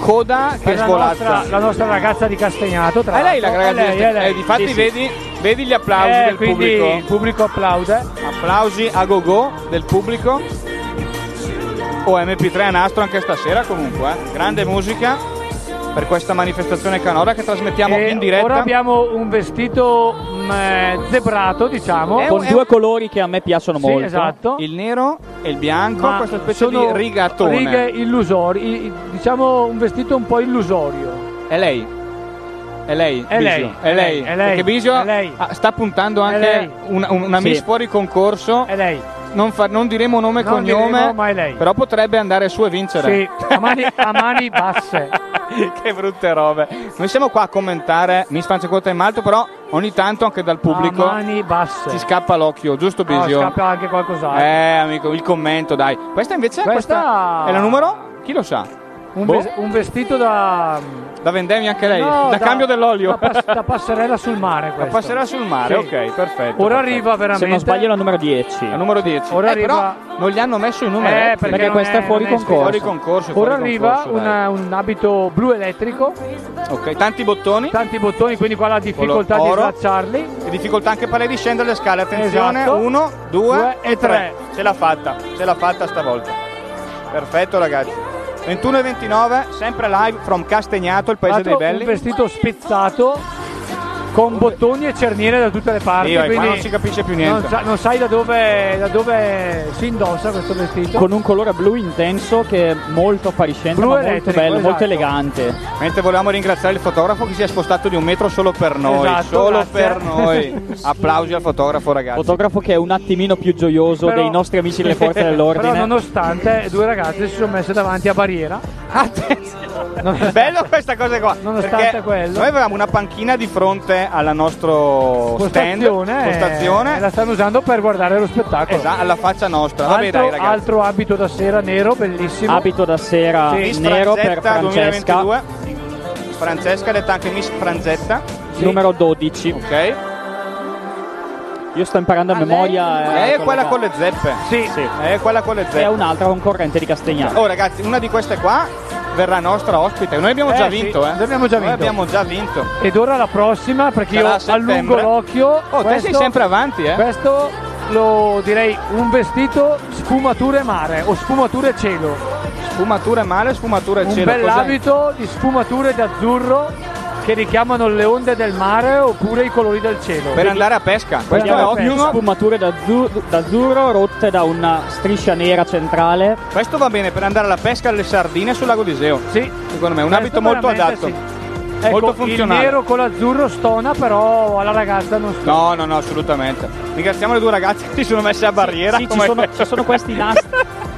coda che
Per
è
la
svolazza.
nostra, la nostra ragazza di Castagnato, tra
È lei la
l'altro.
ragazza
È lei, è lei.
Eh, difatti
Sì, sì.
vedi, vedi gli applausi
Eh,
del
quindi
pubblico.
il pubblico applaude.
Applausi a go go del pubblico. O MP3 a nastro anche stasera comunque. eh. Grande musica per questa manifestazione canora che trasmettiamo in diretta.
Ora abbiamo un vestito mm, eh, zebrato, diciamo.
Con
Con
due colori che a me piacciono
Sì,
molto.
esatto.
Il nero e il bianco,
Ma
questa specie di
sono
rigatone.
righe illusorie, i- i- diciamo un vestito un po' illusorio.
È lei. È lei.
È
Bisio.
lei,
È
è
lei.
lei, è lei,
Perché Bisio ah, sta puntando anche
lei.
una, una
Sì.
miss fuori concorso.
È lei.
Non, fa- non diremo nome e
Non
cognome,
diremo, ma è lei.
però potrebbe andare su e vincere.
Sì, a mani, Ah, a mani basse.
che brutte robe. Noi siamo qua a commentare Miss Francia Quota in Malto, però ogni tanto anche dal pubblico
A mani basse.
ci scappa l'occhio, giusto
No,
Bisio?
scappa anche qualcos'altro.
eh, amico, il commento, dai. Questa invece
Questa-
questa è la numero? Chi lo sa?
Un,
Boh.
ves- un vestito da...
Da vendemmia anche lei,
No,
da cambio dell'olio.
Da, pass- da passerella sul mare questo.
passerà sul mare,
Sì.
ok, perfetto.
Ora
perfetto.
arriva veramente...
sbaglio, la numero 10.
La numero 10.
Ora
Eh, però
arriva-
non gli hanno messo i numeri.
Eh, perché, non non
Fuori concorso.
Ora
fuori
arriva
concorso, dai.
una- un abito blu elettrico.
Ok, tanti bottoni.
Tanti bottoni, quindi qua la difficoltà di
Oro.
slacciarli.
E difficoltà anche per lei di scendere le scale. Attenzione,
Esatto.
uno, due,
Due
e
e
tre. Ce l'ha fatta, ce l'ha fatta stavolta. Perfetto, ragazzi. 21 e 29, sempre live from Castagnato, il paese dei
Tra l'altro,
belli.
Un vestito spezzato con bottoni e cerniere da tutte le parti.
Sì, vai, qua
quindi
ecco, non si capisce più niente.
Non, sa- non sai da dove, da dove si indossa questo vestito.
Con un colore blu intenso che è molto appariscente,
Esatto. Blu
ma molto
elettrico,
bello, molto
esatto.
elegante.
Mentre volevamo ringraziare il fotografo che si è spostato di un metro solo per noi.
Esatto,
solo
grazie.
per noi. Applausi al fotografo, ragazzi.
Fotografo che è un attimino più gioioso
Però-
dei nostri amici delle forze dell'ordine.
Però nonostante due ragazze si sono messe davanti a barriera.
Bello questa cosa qua.
Nonostante
perché
quello.
Noi avevamo una panchina di fronte alla nostra stand,
Postazione, eh,
postazione,
e la stanno usando per guardare lo spettacolo.
esatto, alla faccia nostra. Vabbè,
altro,
dai, ragazzi.
altro abito da sera nero, bellissimo.
Abito da sera
Sì.
nero per
Francetta
Francesca,
2022. Francesca, detta anche Miss Franzetta.
numero 12.
Ok.
Io sto imparando a memoria. eh,
Lei è
collegare.
quella con le zeppe.
Sì,
È quella con le zeppe.
È un'altra concorrente di Castegnano.
Oh ragazzi, una di queste qua verrà nostra ospite. Noi abbiamo
Eh,
già
sì,
vinto, eh.
noi abbiamo già
Noi
vinto.
abbiamo già vinto.
Ed ora la prossima, perché
Sarà a
io allungo
settembre.
l'occhio.
Oh, te sei sempre avanti, eh.
Questo lo direi un vestito sfumature mare o sfumature cielo.
Sfumature mare, sfumature
un
cielo, cos'è?
bell'abito di sfumature d'azzurro che richiamano le onde del mare oppure i colori del cielo.
Per andare a pesca. Questo è
Abbiamo più
ottimo.
sfumature d'azzu- d'azzurro rotte da una striscia nera centrale.
Questo va bene per andare alla pesca alle sardine sul lago di Iseo.
Sì.
Secondo me, un abito
Questo
molto
veramente
adatto.
Ecco,
molto
Il
funzionale.
nero con l'azzurro stona, però alla ragazza non stona.
No, no, no, assolutamente. Ringraziamo le due ragazze che si sono messe a barriera.
Sì, ci
come-
sono, ci sono questi nastri.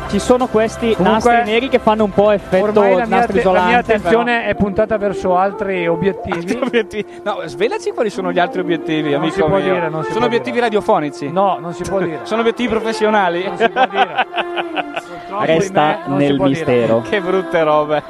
Ci sono questi
Comunque,
nastri neri che fanno un po' effetto
Ormai la
nastro
mia, atte- la mia
isolante.
attenzione è puntata verso altri obiettivi.
obiettivi. No, svelaci quali sono gli altri obiettivi,
Non
amico
si può
mio.
dire, non si
sono
può
obiettivi radiofonici.
No, non si può dire.
Sono obiettivi professionali.
Non si può dire. Purtroppo
Resta
in me non si
nel
può dire.
mistero. Eh,
Che brutte robe.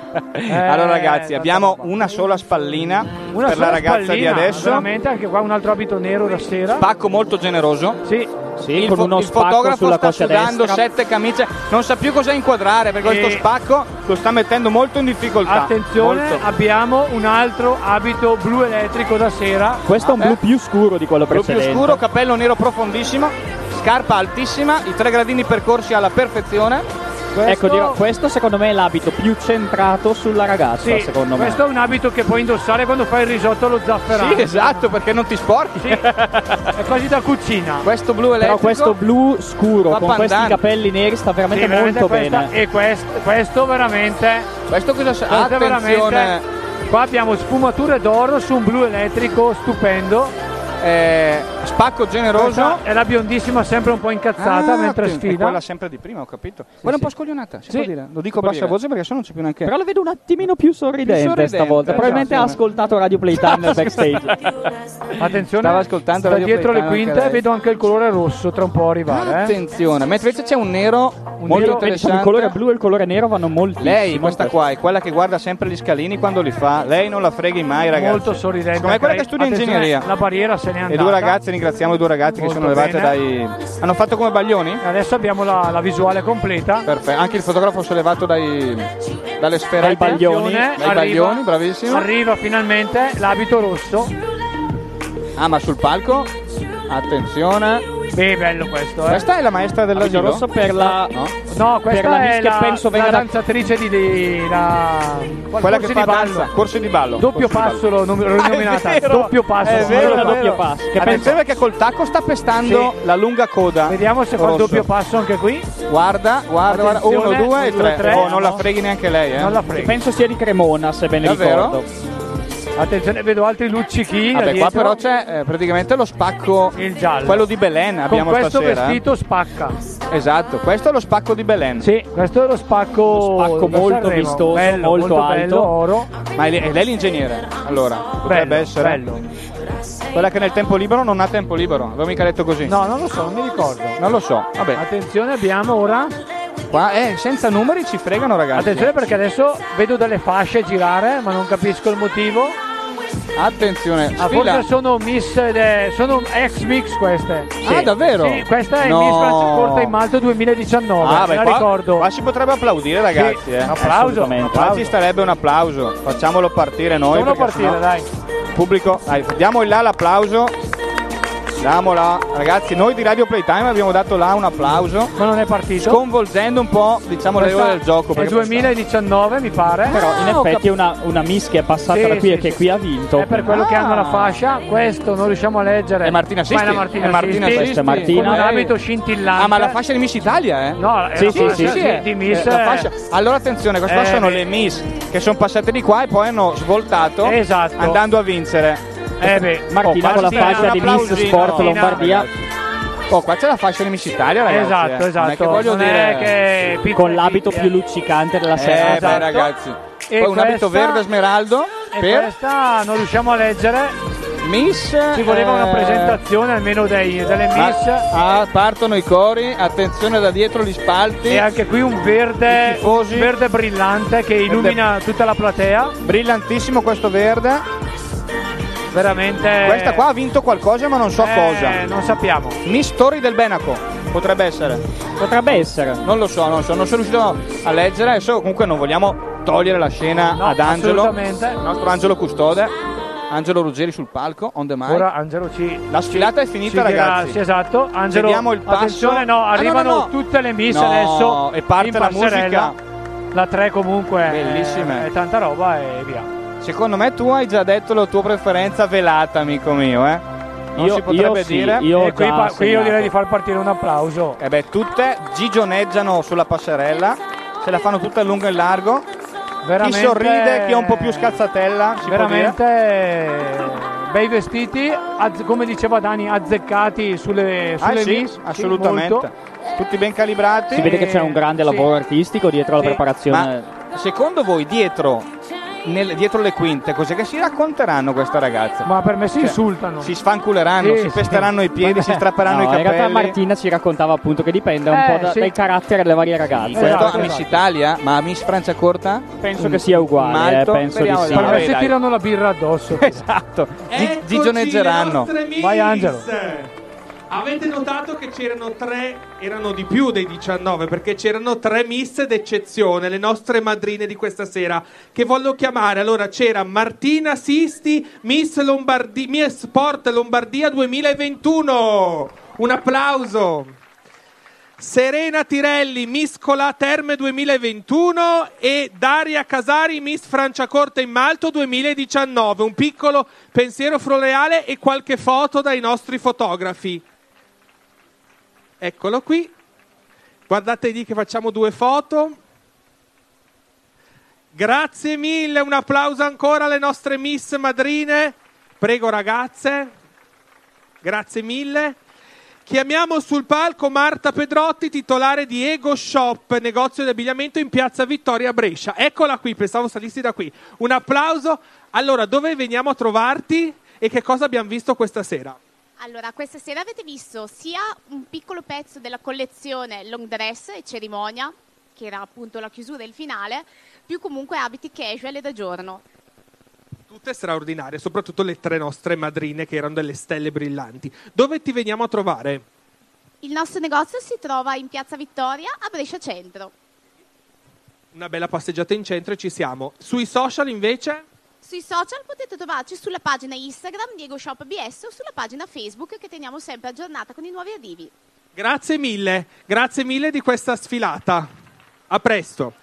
allora, ragazzi, abbiamo una sola spallina
Una
per
sola
la ragazza
spallina,
di adesso.
Veramente, anche qua un altro abito nero da sera.
Pacco molto generoso.
Sì.
Sì, con uno
il
spacco
fotografo
sulla
sta
coscia
sudando
destra.
sette camicie, non sa più cosa inquadrare perché
E-
questo spacco lo sta mettendo molto in difficoltà.
Attenzione,
Molto.
abbiamo un altro abito blu elettrico da sera.
Questo è un blu più scuro di quello
Blu più
precedente.
scuro, cappello nero profondissimo, scarpa altissima, i tre gradini percorsi alla perfezione.
Ecco, dirò, questo secondo me è l'abito più centrato sulla ragazza,
Sì,
secondo me.
questo è un abito che puoi indossare quando fai il risotto allo zafferano.
Sì, esatto, perché non ti sporchi.
È quasi da cucina.
Questo blu elettrico.
Però questo blu scuro
Fa
con
pandan.
questi capelli neri sta veramente
Sì, veramente
molto
questa-
bene.
E questo, questo veramente.
Questo cosa sa?
questo è
Attenzione.
veramente- Qua abbiamo sfumature d'oro su un blu elettrico stupendo.
Eh, spacco generoso.
Rosa è la biondissima sempre un po' incazzata
Ah,
mentre
atten- è
sfida.
quella sempre di prima, ho capito. Guarda un po' scoglionata, si
Sì.
può dire. Lo dico a
può
bassa
dire.
voce perché sennò non c'è più neanche.
Però la vedo un attimino più sorridente,
sorridente,
stavolta. Probabilmente ha
esatto.
ascoltato Radio Playtime nel backstage.
Attenzione,
Stava ascoltando
da
Radio
dietro le
Playtime anche
quinte
lei.
vedo anche il colore rosso tra un po' arrivare. eh.
Attenzione, mentre invece c'è un nero molto
Vedi,
interessante.
Il colore blu e il colore nero vanno moltissimo.
Lei, questa qua, è quella che guarda sempre gli scalini quando li fa. Lei non la freghi mai, ragazzi.
Molto sorridente.
Secondo me è quella
anche
che studia
lei. Eh, Attenzione,
ingegneria.
La barriera se n'è andata.
E due ragazze, ringraziamo i due ragazzi che
Molto
sono levate
bene.
dai. Hanno fatto come Baglioni?
Adesso abbiamo la, la visuale completa.
Perfetto, anche il fotografo si è levato dai, dalle sfere
Dai baglioni.
Attenzione,
Dai
arriva-
baglioni, bravissimo.
Arriva finalmente l'abito rosso.
Ah, ma sul palco? Attenzione.
Beh, bello questo, eh.
Questa è la maestra dell'asilo?
Abito rosso per
la-
No,
No, questa
Per la
è
miss che
la,
penso
la
venga da-
danzatrice di, di la...
Quella
corso
che
di
fa
ballo.
danza, corso di ballo.
Doppio
corso di ballo.
passo l'ho nom- l'ho
Ah, è
nominata,
vero.
doppio passo.
È vero,
Allora,
è vero.
doppio passo. Che
Attenzione perché col tacco sta pestando
Sì.
la lunga coda.
Vediamo se fa il
Rosso.
doppio passo anche qui.
Guarda, guarda, guarda. Uno,
Attenzione,
due e
uno,
tre.
tre.
Oh, non la freghi neanche lei, eh.
Non la freghi.
Penso sia di Cremona, se ben
Davvero?
ricordo.
Attenzione, vedo altri luccichi là
Vabbè, qua
dietro.
però c'è eh, praticamente lo spacco. Il giallo. Quello di Belen abbiamo
Con questo
stasera. eh.
vestito spacca.
Esatto, questo è lo spacco di Belen.
Sì, questo è lo spacco,
spacco
da
molto
Sanremo.
vistoso,
Bello,
molto alto.
bello, oro.
Ma è lei, è lei l'ingegnere? Allora, potrebbe
Bello,
essere.
bello.
Quella che nel tempo libero non ha tempo libero, avevo mica detto così.
No, non lo so, non mi ricordo.
Non lo so, vabbè.
Attenzione, abbiamo ora.
Qua, eh, senza numeri ci fregano, ragazzi.
Attenzione perché adesso vedo delle fasce girare, ma non capisco il motivo.
Attenzione,
Ah,
sfila.
forse sono Miss, eh, sono ex mix queste.
Ah, davvero?
Sì, questa è
No.
Miss Francia Corta in Malto 2019.
Ah,
me
beh,
la
qua,
ricordo.
qua si potrebbe applaudire, ragazzi.
Sì, un
eh.
applauso, un
Assolutamente.
applauso.
Qua ci starebbe un applauso. Facciamolo partire noi.
Solo
perché
partire,
sennò-
dai.
Pubblico, dai, diamo in là l'applauso. Diamo là. Ragazzi, noi di Radio Playtime abbiamo dato là un applauso.
Ma non è partito.
Sconvolgendo un po', diciamo, le
Questa
regole del gioco.
È
perché
2019, mi pare.
Però in
Ah,
effetti è una, una miss che è passata
Sì,
da qui
sì,
e che qui ha vinto.
È per quello che hanno
Ah.
la fascia, questo non riusciamo a leggere.
È Martina
Ma
Sisti?
è la Martina,
È Martina
Sisti.
Sisti. Questa è Martina.
Con un
Eh.
abito scintillante.
Ah, ma la fascia di Miss Italia, eh?
No, è Sì, la sì, fascia sì, sì. di- di Miss,
Eh, la
eh.
fascia. Allora attenzione, queste
Eh,
qua sono
beh.
le Miss che sono passate di qua e poi hanno svoltato
Esatto.
andando a vincere.
Eh, beh.
Martina con la fascia
un
di Miss
applausino.
Sport
Martina.
Lombardia.
Oh, qua c'è la fascia di Miss Italia, ragazzi. eh.
Esatto,
Non è che
esatto.
voglio
Non
dire...
è che pizza
con
e
l'abito
pizza.
più luccicante della
Eh,
serata. Esatto.
beh, ragazzi.
E
poi un abito
questa-
verde smeraldo
E
per
questa non riusciamo a leggere.
Miss...
Ci voleva una
eh,
presentazione almeno dei- delle
ma-
Miss.
ah, partono i cori, attenzione da dietro gli spalti.
E anche qui un verde, un verde brillante che illumina tutta la platea.
Brillantissimo questo verde.
Veramente.
Questa qua ha vinto qualcosa ma non so
Eh,
cosa.
non sappiamo.
Miss Story del Benaco. Potrebbe essere.
Potrebbe essere.
Non lo so, non lo so, non sono riuscito a leggere. Adesso comunque non vogliamo togliere la scena ad Angelo.
assolutamente.
Il nostro Angelo Custode. Angelo Ruggeri sul palco, on the mic.
Ora Angelo ci.
La sfilata è finita,
ci dirà-
ragazzi.
Sì, esatto. Angelo,
Vediamo il passo.
attenzione, no,
Ah, no,
arrivano
no, no.
tutte le miss
No,
adesso.
e parte
in
la
passerella.
musica.
La 3 comunque. è-
Bellissime.
È, tanta roba e via.
Secondo me tu hai già detto la tua preferenza velata, amico mio, eh. Non
Io-
si potrebbe
io sì,
dire.
io
E Eh, qui, pa- qui io direi di far partire un applauso.
E beh, tutte gigioneggiano sulla passerella, se la fanno tutta a lungo e in largo.
Veramente-
Chi sorride, chi è un po' più scazzatella, si
Veramente bei vestiti, azz- come diceva Dani, azzeccati sulle,
può
sulle
dire. Ah, sì,
miss. Sì,
assolutamente.
molto.
Tutti ben calibrati.
Si vede che c'è un grande lavoro artistico dietro
Sì.
la preparazione.
Ma secondo voi dietro, nel- dietro le quinte, cos'è che si racconteranno queste ragazze? Cioè,
Ma per me si insultano.
Si sfanculeranno,
Sì,
si
sì.
pesteranno i piedi, si strapperanno
No,
i
In realtà
capelli.
Martina ci raccontava appunto che dipende un
Eh,
po' da-
sì.
dal carattere delle varie
Sì,
ragazze. Esatto.
questo a Miss Italia, ma a Miss Francia Corta?
eh. Penso che sia uguale,
Malto?
eh, penso di
Speriamo
sì.
Per me
Vabbè,
si
dai.
tirano la birra addosso.
Esatto. Gigioneggeranno.
Vai Angelo.
Avete notato che c'erano tre, erano di più dei 19, perché c'erano tre miss d'eccezione, le nostre madrine di questa sera, che voglio chiamare. Allora c'era Martina Sisti, Miss, Lombardi- Miss Sport Lombardia 2021. Un applauso. Serena Tirelli, Miss Colà Terme 2021 e Daria Casari, Miss Franciacorta in Malto 2019. Un piccolo pensiero floreale e qualche foto dai nostri fotografi. Eccolo qui. Guardate lì che facciamo due foto. Grazie mille, un applauso ancora alle nostre Miss Madrine. Prego ragazze, grazie mille. Chiamiamo sul palco Marta Pedrotti, titolare di Ego Shop, negozio di abbigliamento in piazza Vittoria a Brescia. Eccola qui, pensavo salissi da qui. Un applauso. Allora, dove veniamo a trovarti e che cosa abbiamo visto questa sera?
Allora, questa sera avete visto sia un piccolo pezzo della collezione long dress e cerimonia, che era appunto la chiusura e il finale, più comunque abiti casual e da giorno.
Tutte straordinarie, soprattutto le tre nostre madrine che erano delle stelle brillanti. Dove ti veniamo a trovare?
Il nostro negozio si trova in Piazza Vittoria a Brescia Centro.
Una bella passeggiata in centro e ci siamo. Sui social invece?
Sui social potete trovarci sulla pagina Instagram Diego Shop BS o sulla pagina Facebook che teniamo sempre aggiornata con i nuovi arrivi.
Grazie mille, grazie mille di questa sfilata. A presto.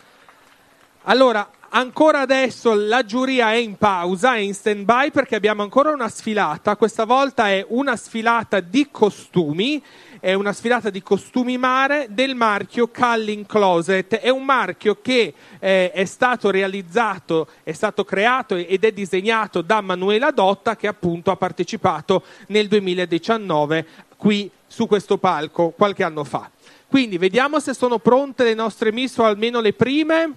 Allora, ancora adesso la giuria è in pausa, è in stand by perché abbiamo ancora una sfilata. Questa volta è una sfilata di costumi, è una sfilata di costumi mare del marchio Calling Closet. È un marchio che eh, è stato realizzato, è stato creato ed è disegnato da Manuela Dotta che appunto ha partecipato nel 2019 qui su questo palco qualche anno fa. Quindi vediamo se sono pronte le nostre miss o almeno le prime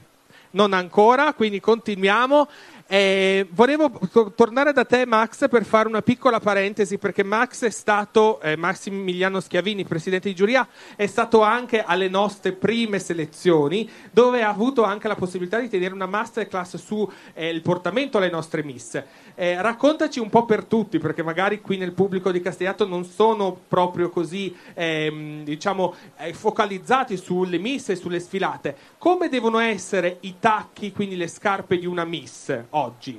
non ancora, quindi continuiamo. Eh, volevo to- tornare da te, Max, per fare una piccola parentesi, perché Max è stato, eh, Massimiliano Schiavini, presidente di giuria, è stato anche alle nostre prime selezioni, dove ha avuto anche la possibilità di tenere una masterclass sul eh, portamento alle nostre miss. Eh, raccontaci un po' per tutti, perché magari qui nel pubblico di Castellato non sono proprio così, ehm, diciamo, eh, focalizzati sulle miss e sulle sfilate. Come devono essere i tacchi, quindi le scarpe di una miss oggi?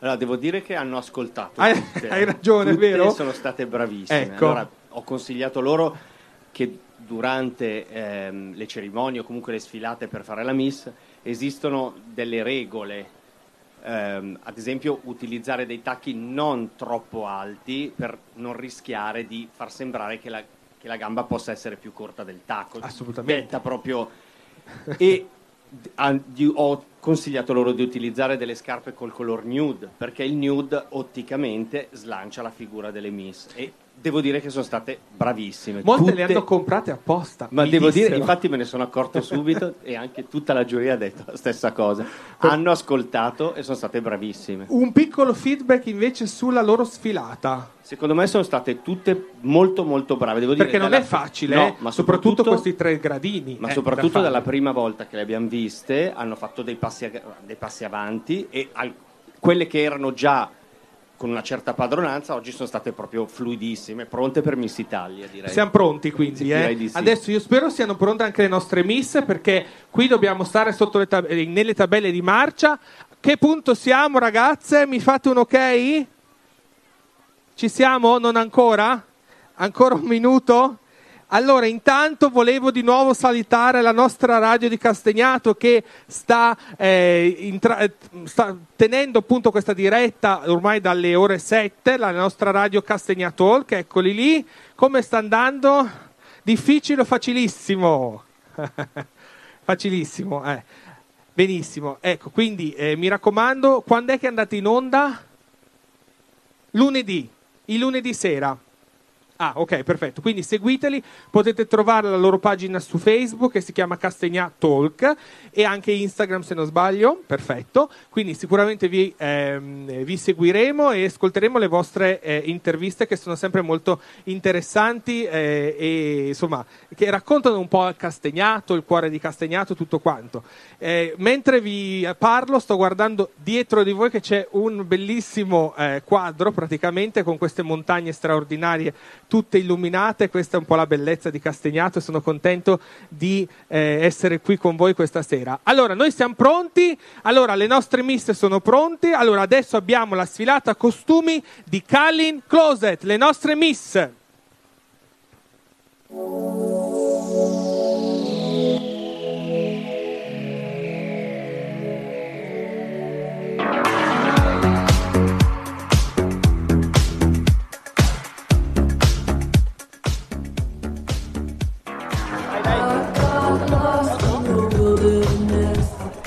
Allora, devo dire che hanno ascoltato.
Hai-
tutte.
hai ragione,
Tutte
vero?
Sono state bravissime.
Ecco.
Allora, ho consigliato loro che durante ehm, le cerimonie o comunque le sfilate per fare la Miss esistono delle regole. Ehm, ad esempio, utilizzare dei tacchi non troppo alti per non rischiare di far sembrare che la, che la gamba possa essere più corta del tacco.
Assolutamente.
Detta proprio. E an- di- ho consigliato loro di utilizzare delle scarpe col color nude perché il nude otticamente slancia la figura delle miss e devo dire che sono state bravissime
Molte
Tutte-
le hanno comprate apposta.
ma
mi
devo dire,
dissero.
infatti me ne sono accorto subito e anche tutta la giuria ha detto la stessa cosa. Hanno ascoltato e sono state bravissime.
Un piccolo feedback invece sulla loro sfilata.
Secondo me sono state tutte molto molto brave. Devo dire
Perché non
dalla-
è facile,
No,
eh,
ma
soprattutto, questi tre gradini.
ma
eh,
soprattutto
da
dalla
fare.
prima volta che le abbiamo viste hanno fatto dei passi, a- dei passi avanti e al- quelle che erano già con una certa padronanza oggi sono state proprio fluidissime, pronte per Miss Italia direi.
Siamo pronti quindi,
Sì,
eh?
direi di sì.
Adesso io spero siano pronte anche le nostre miss perché qui dobbiamo stare sotto le tab- eh, nelle tabelle di marcia. Che punto siamo ragazze? Mi fate un ok? Ci siamo? Non ancora? Ancora un minuto? Allora, intanto volevo di nuovo salutare la nostra radio di Castagnato che sta, eh, intra- eh, sta tenendo appunto questa diretta ormai dalle ore 7, la nostra radio Castagna Talk, eccoli lì. Come sta andando? Difficile o facilissimo? facilissimo, eh. Benissimo, ecco, quindi eh, mi raccomando, quando è che andate in onda? Lunedì, il lunedì sera. Ah, ok, perfetto. Quindi seguiteli, potete trovare la loro pagina su Facebook che si chiama Castegna Talk e anche Instagram se non sbaglio, perfetto. Quindi sicuramente vi, ehm, vi seguiremo e ascolteremo le vostre eh, interviste che sono sempre molto interessanti eh, e insomma che raccontano un po' Castegnato, il cuore di Castegnato, tutto quanto. Eh, mentre vi parlo sto guardando dietro di voi che c'è un bellissimo eh, quadro praticamente con queste montagne straordinarie tutte illuminate. Questa è un po' la bellezza di Castegnato e sono contento di eh, essere qui con voi questa sera. Allora, noi siamo pronti. Allora, le nostre miss sono pronte. Allora, adesso abbiamo la sfilata costumi di Callin Closet, le nostre miss.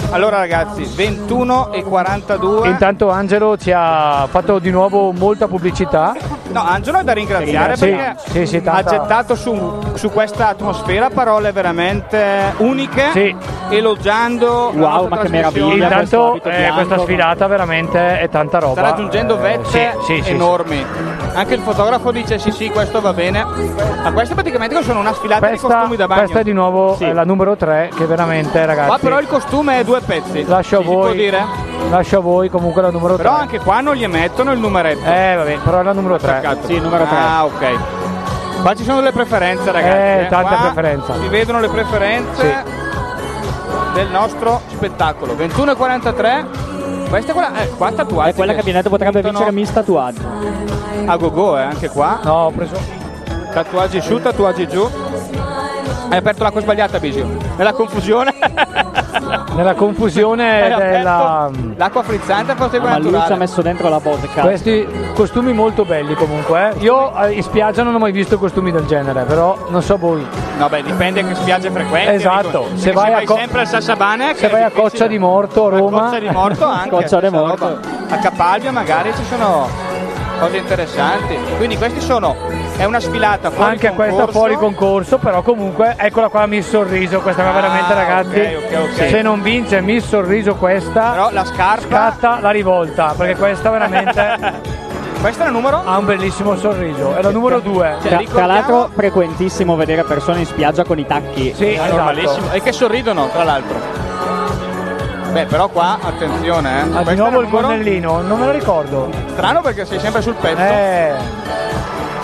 Allora ragazzi, 21 e 42.
E intanto Angelo ci ha fatto di nuovo molta pubblicità.
No, Angelo è da ringraziare
Sì,
perché
sì, sì,
ha
tanta-
gettato su, su questa atmosfera parole veramente uniche, elogiando la nostra trasmissione.
Intanto eh, questa sfilata veramente è tanta roba.
Sta raggiungendo vette
Eh, sì, sì, sì,
enormi. Anche il fotografo dice sì sì, questo va bene. Ma queste praticamente sono una sfilata di
Questa,
costumi da bagno.
questa è di nuovo
Sì.
eh, la numero 3 che veramente ragazzi...
Qua però il costume è due pezzi.
lascio a
si può
voi,
dire?
lascio a voi comunque la numero 3.
Però anche qua non gli emettono il numeretto.
Eh vabbè, però è la numero 3. Sì, numero tre.
Ah, ok. Qua ci sono le preferenze, ragazzi.
Eh, tanta
Qua
preferenza.
Si vedono le preferenze del nostro spettacolo. 21.43. Questa è quella. Eh, qua tatuaggi.
È quella che abbiamo detto
Esatto,
potrebbe vincere Miss Tatuaggio.
A gogo, eh, anche qua. No, ho preso. Tatuaggi su, tatuaggi giù. Hai aperto l'acqua sbagliata, Bisio. Nella confusione.
Nella confusione
Hai aperto
della... Ah,
L'acqua frizzante forse
Ma
quella
lui ci ha
naturale.
messo dentro la vodka. Questi costumi molto belli comunque. eh. Io eh, in spiaggia non ho mai visto costumi del genere, però non so voi.
No, beh, dipende che spiagge frequenti.
Esatto,
amico.
se
Perché
vai a co-
sempre al Sassabane,
Se vai a Coccia di Morto a Roma...
Coccia di Morto anche.
Coccia di
questa
Morto.
roba. A Capalbio magari ci sono cose interessanti. Quindi questi sono è una sfilata fuori
Anche
concorso.
questa fuori concorso, però comunque eccola qua Miss Sorriso, questa qua
Ah,
veramente ragazzi.
ok, ok, ok.
Se non vince Miss Sorriso questa,
Però la scarpa
scatta la rivolta, perché questa veramente
Questa è la numero Cioè,
ha un bellissimo sorriso, è la numero 2.
Tra, tra l'altro, frequentissimo vedere persone in spiaggia con i tacchi.
Sì,
È normalissimo. E che sorridono, tra l'altro. Beh, però qua attenzione, eh.
Ah,
Questa
di
è la
nuovo il
numero-
gonnellino, non me lo ricordo.
Strano perché sei sempre sul pezzo.
Eh.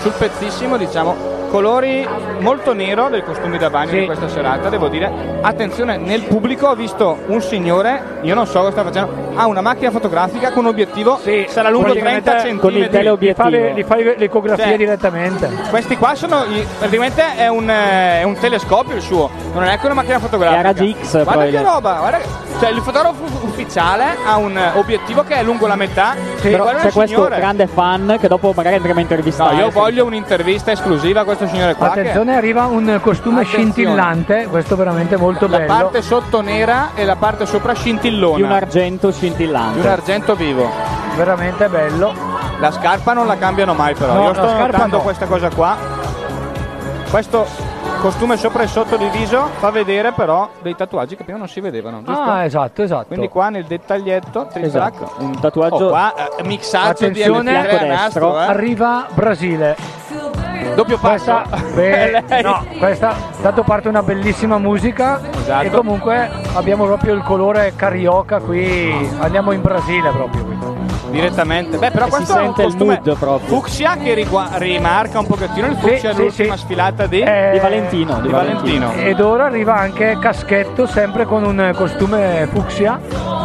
Sul pezzissimo, diciamo. Colori molto nero dei costumi da bagno di questa serata, devo dire. Attenzione, nel pubblico ho visto un signore, io non so cosa sta facendo, ha una macchina fotografica con un obiettivo, sarà lungo 30 centimetri.
Li fa le, li fa le- l'ecografia
Cioè,
direttamente.
Questi qua sono, i- praticamente è un, eh, è un telescopio il suo, non è che una macchina fotografica.
È a raggi X,
Guarda
poi,
che
eh.
roba, guarda che- cioè il fotografo ufficiale ha un eh, obiettivo che è lungo la metà. e
Però
guarda
c'è
il
questo
signore.
grande fan che dopo magari andremo a
No,
intervistare.
io voglio un'intervista esclusiva a questo signore qua. che-
Attenzione, arriva un costume
Attenzione.
scintillante, questo veramente molto
la
bello.
parte sotto nera e la parte sopra scintillona.
Di un argento scintillante.
Di un argento vivo.
Veramente bello.
La scarpa non la cambiano mai però.
No,
Io
la
sto
scarpa
notando
no.
questa cosa qua. Questo costume sopra e sotto diviso fa vedere però dei tatuaggi che prima non si vedevano, giusto?
Ah, esatto, esatto.
Quindi qua nel dettaglietto, trick
Esatto,
un tatuaggio-
Oh, qua eh, mixaggio di
Attenzione,
MP3 a nastro, eh.
arriva Brasile.
Doppio passo.
Beh,
Lei.
no, questa tanto parte una bellissima musica
Esatto.
e comunque abbiamo proprio il colore carioca qui, andiamo in Brasile proprio.
direttamente. Beh, però
E si
questo è un
sente il
costume
mood proprio.
fucsia che rigua- rimarca un pochettino il
Sì,
fucsia
sì,
l'ultima
sì.
sfilata di,
Eh,
di Valentino.
Ed ora arriva anche Caschetto, sempre con un eh, costume fucsia.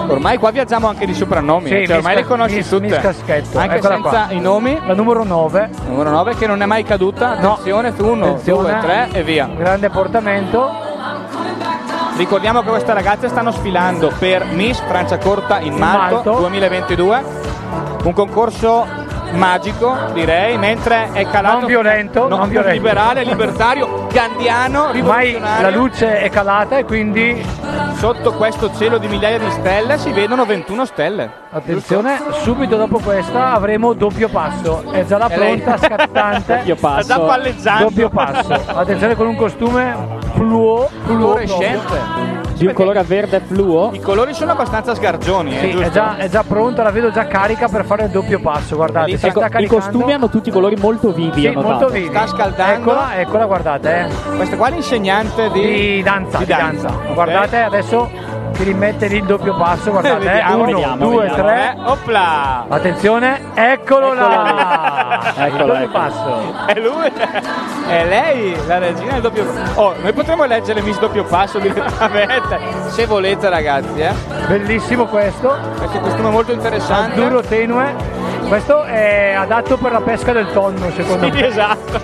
Ormai qua viaggiamo anche di soprannomi,
Sì,
eh, cioè,
Miss
ormai
Ca-
li conosci
Miss-
tutte.
Miss Caschetto,
Anche
eccola
senza
qua.
i nomi.
La numero 9.
Numero 9 che non è mai caduta. Attenzione, 1, 2, 3 e via.
Grande portamento.
Ricordiamo che queste ragazze stanno sfilando per Miss Francia Corta in Marto,
Malto.
2022. Un concorso magico, direi, mentre è calato
Non violento,
No,
non violento.
liberale, libertario, gandiano,
Ormai
rivoluzionario.
la luce è calata e quindi
sotto questo cielo di migliaia di stelle si vedono 21 stelle.
Attenzione, subito dopo questa avremo doppio passo. È già la
E lei-
pronta scattante.
Doppio passo. Sta già palleggiando.
Doppio passo. Attenzione con un costume fluo, fluo
Fluorescente.
Di un colore verde fluo.
I colori sono abbastanza sgargioni, eh,
Sì, è
giusto?
già, è già pronta, la vedo già carica per fare il doppio passo. Guardate, si
Ecco,
sta
I
caricando.
costumi hanno tutti colori molto vivi.
Sì,
ho notato.
molto vivi.
Sta scaldando.
Eccola, eccola, guardate. eh.
Questa qua è l'insegnante di,
Di danza,
di
di danza.
danza,
Guardate, adesso ti rimette lì il doppio passo. Guardate, eh.
Vediamo,
uno,
vediamo,
due,
vediamo,
tre.
eh. Opla!
Attenzione, eccolo là.
Eccolo, ecco.
il doppio
eccolo.
passo.
È lui? È lei, la regina del doppio passo. Oh, noi potremmo leggere Miss Doppio Passo direttamente, se volete ragazzi, eh.
Bellissimo questo.
Questo costume molto interessante.
Duro tenue. Questo è adatto per la pesca del tonno, secondo
Sì,
me.
esatto.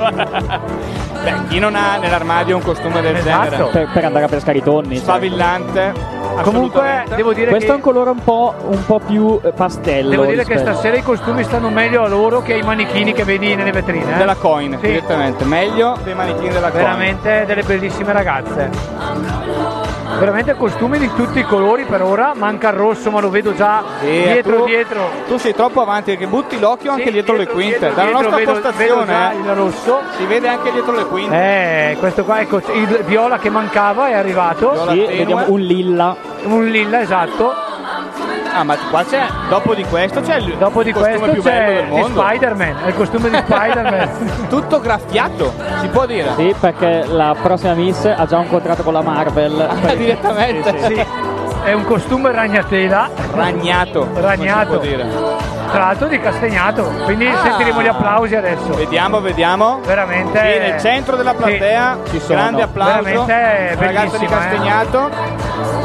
Beh, chi non ha nell'armadio un costume del
Esatto.
genere?
esatto, Per, per andare a pescare i tonni. cioè.
Spavillante.
eh. Comunque devo dire
Questo
che-
è un colore un po', un po' più eh, pastello.
Devo dire che
rispetto-
stasera i costumi stanno meglio a loro che ai manichini che vedi nelle vetrine. eh.
Della coin,
Sì.
direttamente. Meglio dei manichini della coin.
Veramente delle bellissime ragazze. Veramente costumi di tutti i colori per ora. Manca il rosso, ma lo vedo già
Sì,
dietro,
tu-
dietro.
Tu sei troppo avanti perché butti l'occhio anche
Sì,
dietro, le
dietro,
quinte.
dietro,
Dalla
dietro,
nostra
vedo- vedo già
postazione eh,
il rosso.
si vede anche dietro le quinte.
Eh, questo qua, ecco, il viola che mancava è arrivato.
Viola Sì, tenue. vediamo un
lilla.
Un lilla, esatto.
Ah, ma qua c'è, dopo di questo c'è il
Dopo di
costume
questo
più bello
c'è
del
di
mondo.
Spider-Man, è il costume di Spider-Man.
Tutto graffiato, si può dire.
Sì, perché la prossima Miss ha già un contratto con la
Ah,
Marvel. Per-
Direttamente.
Sì, sì.
Sì, è un costume ragnatela.
Ragnato.
Ragnato.
come si può dire.
Tra l'altro di Castagnato, quindi
Ah.
sentiremo gli applausi adesso.
Vediamo, vediamo.
Veramente.
Sì, nel centro della platea,
Sì.
grande applauso.
Veramente
ragazza di
bellissima, eh.
Castagnato.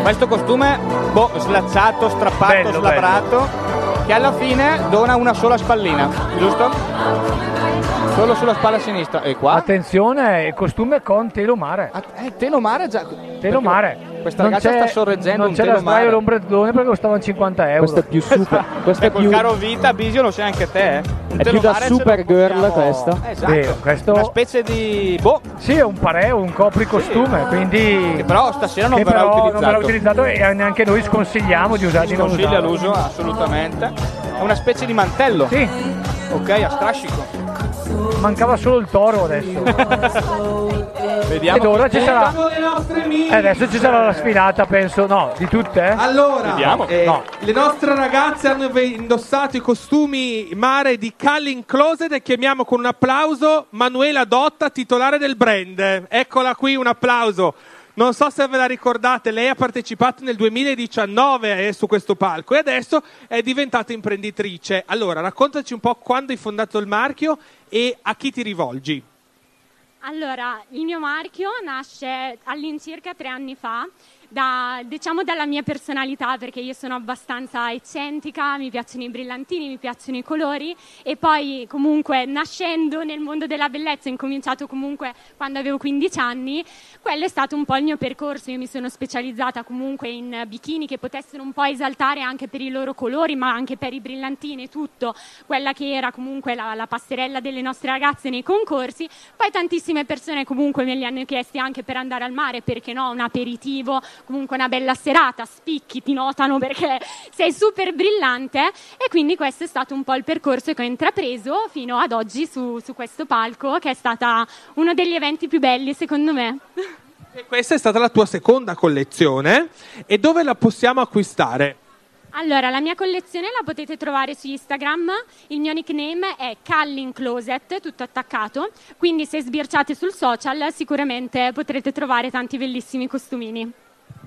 Questo costume, boh, slacciato, strappato, slabrato, che alla fine dona una sola spallina, giusto? Solo sulla spalla sinistra. E qua?
Attenzione, il costume con telo mare.
Eh, telo mare già.
Telo mare.
Questa
Non
ragazza
c'è-
sta sorreggendo
non
un
c'è
telo
la sdraio e
mare.
l'ombrettone perché costavano 50 euro. Questa è più super.
Questo è col caro vita, Bisio lo sai anche te. eh. Un
È
telo
più da
mare ce lo
Supergirl
possiamo-
questa.
Esatto.
Vero, questo-
Una specie di boh.
Sì, è un pareo, un copricostume, quindi...
Che però stasera non
che
verrà
però non
utilizzato.
verrà utilizzato e eh, neanche noi sconsigliamo di usare
Si
di non
sconsiglia
usarlo.
l'uso assolutamente. È una specie di mantello.
Sì.
Ok, a strascico.
Mancava solo il toro adesso.
Vediamo
Ed ora
chi
ci sarà. E
vince.
Eh, adesso ci sarà la sfilata, penso, no, di tutte.
Allora, eh,
No.
le nostre ragazze hanno ve- indossato i costumi mare di Calling Closet e chiamiamo con un applauso Manuela Dotta, titolare del brand. Eccola qui, un applauso. Non so se ve la ricordate, lei ha partecipato nel 2019 eh, su questo palco e adesso è diventata imprenditrice. Allora, raccontaci un po' quando hai fondato il marchio e a chi ti rivolgi.
Allora, il mio marchio nasce all'incirca tre anni fa, da- diciamo dalla mia personalità, perché io sono abbastanza eccentrica, mi piacciono i brillantini, mi piacciono i colori e poi comunque nascendo nel mondo della bellezza, ho incominciato comunque quando avevo 15 anni, quello è stato un po' il mio percorso, io mi sono specializzata comunque in bikini che potessero un po' esaltare anche per i loro colori, ma anche per i brillantini e tutto, quella che era comunque la, la passerella delle nostre ragazze nei concorsi. Poi tantissime persone comunque me li hanno chiesti anche per andare al mare, perché no, un aperitivo, comunque una bella serata, spicchi, ti notano perché sei super brillante e quindi questo è stato un po' il percorso che ho intrapreso fino ad oggi su, su questo palco, che è stata uno degli eventi più belli secondo me.
E questa è stata la tua seconda collezione e dove la possiamo acquistare?
Allora, la mia collezione la potete trovare su Instagram, il mio nickname è Callin Closet, tutto attaccato, quindi se sbirciate sul social sicuramente potrete trovare tanti bellissimi costumini.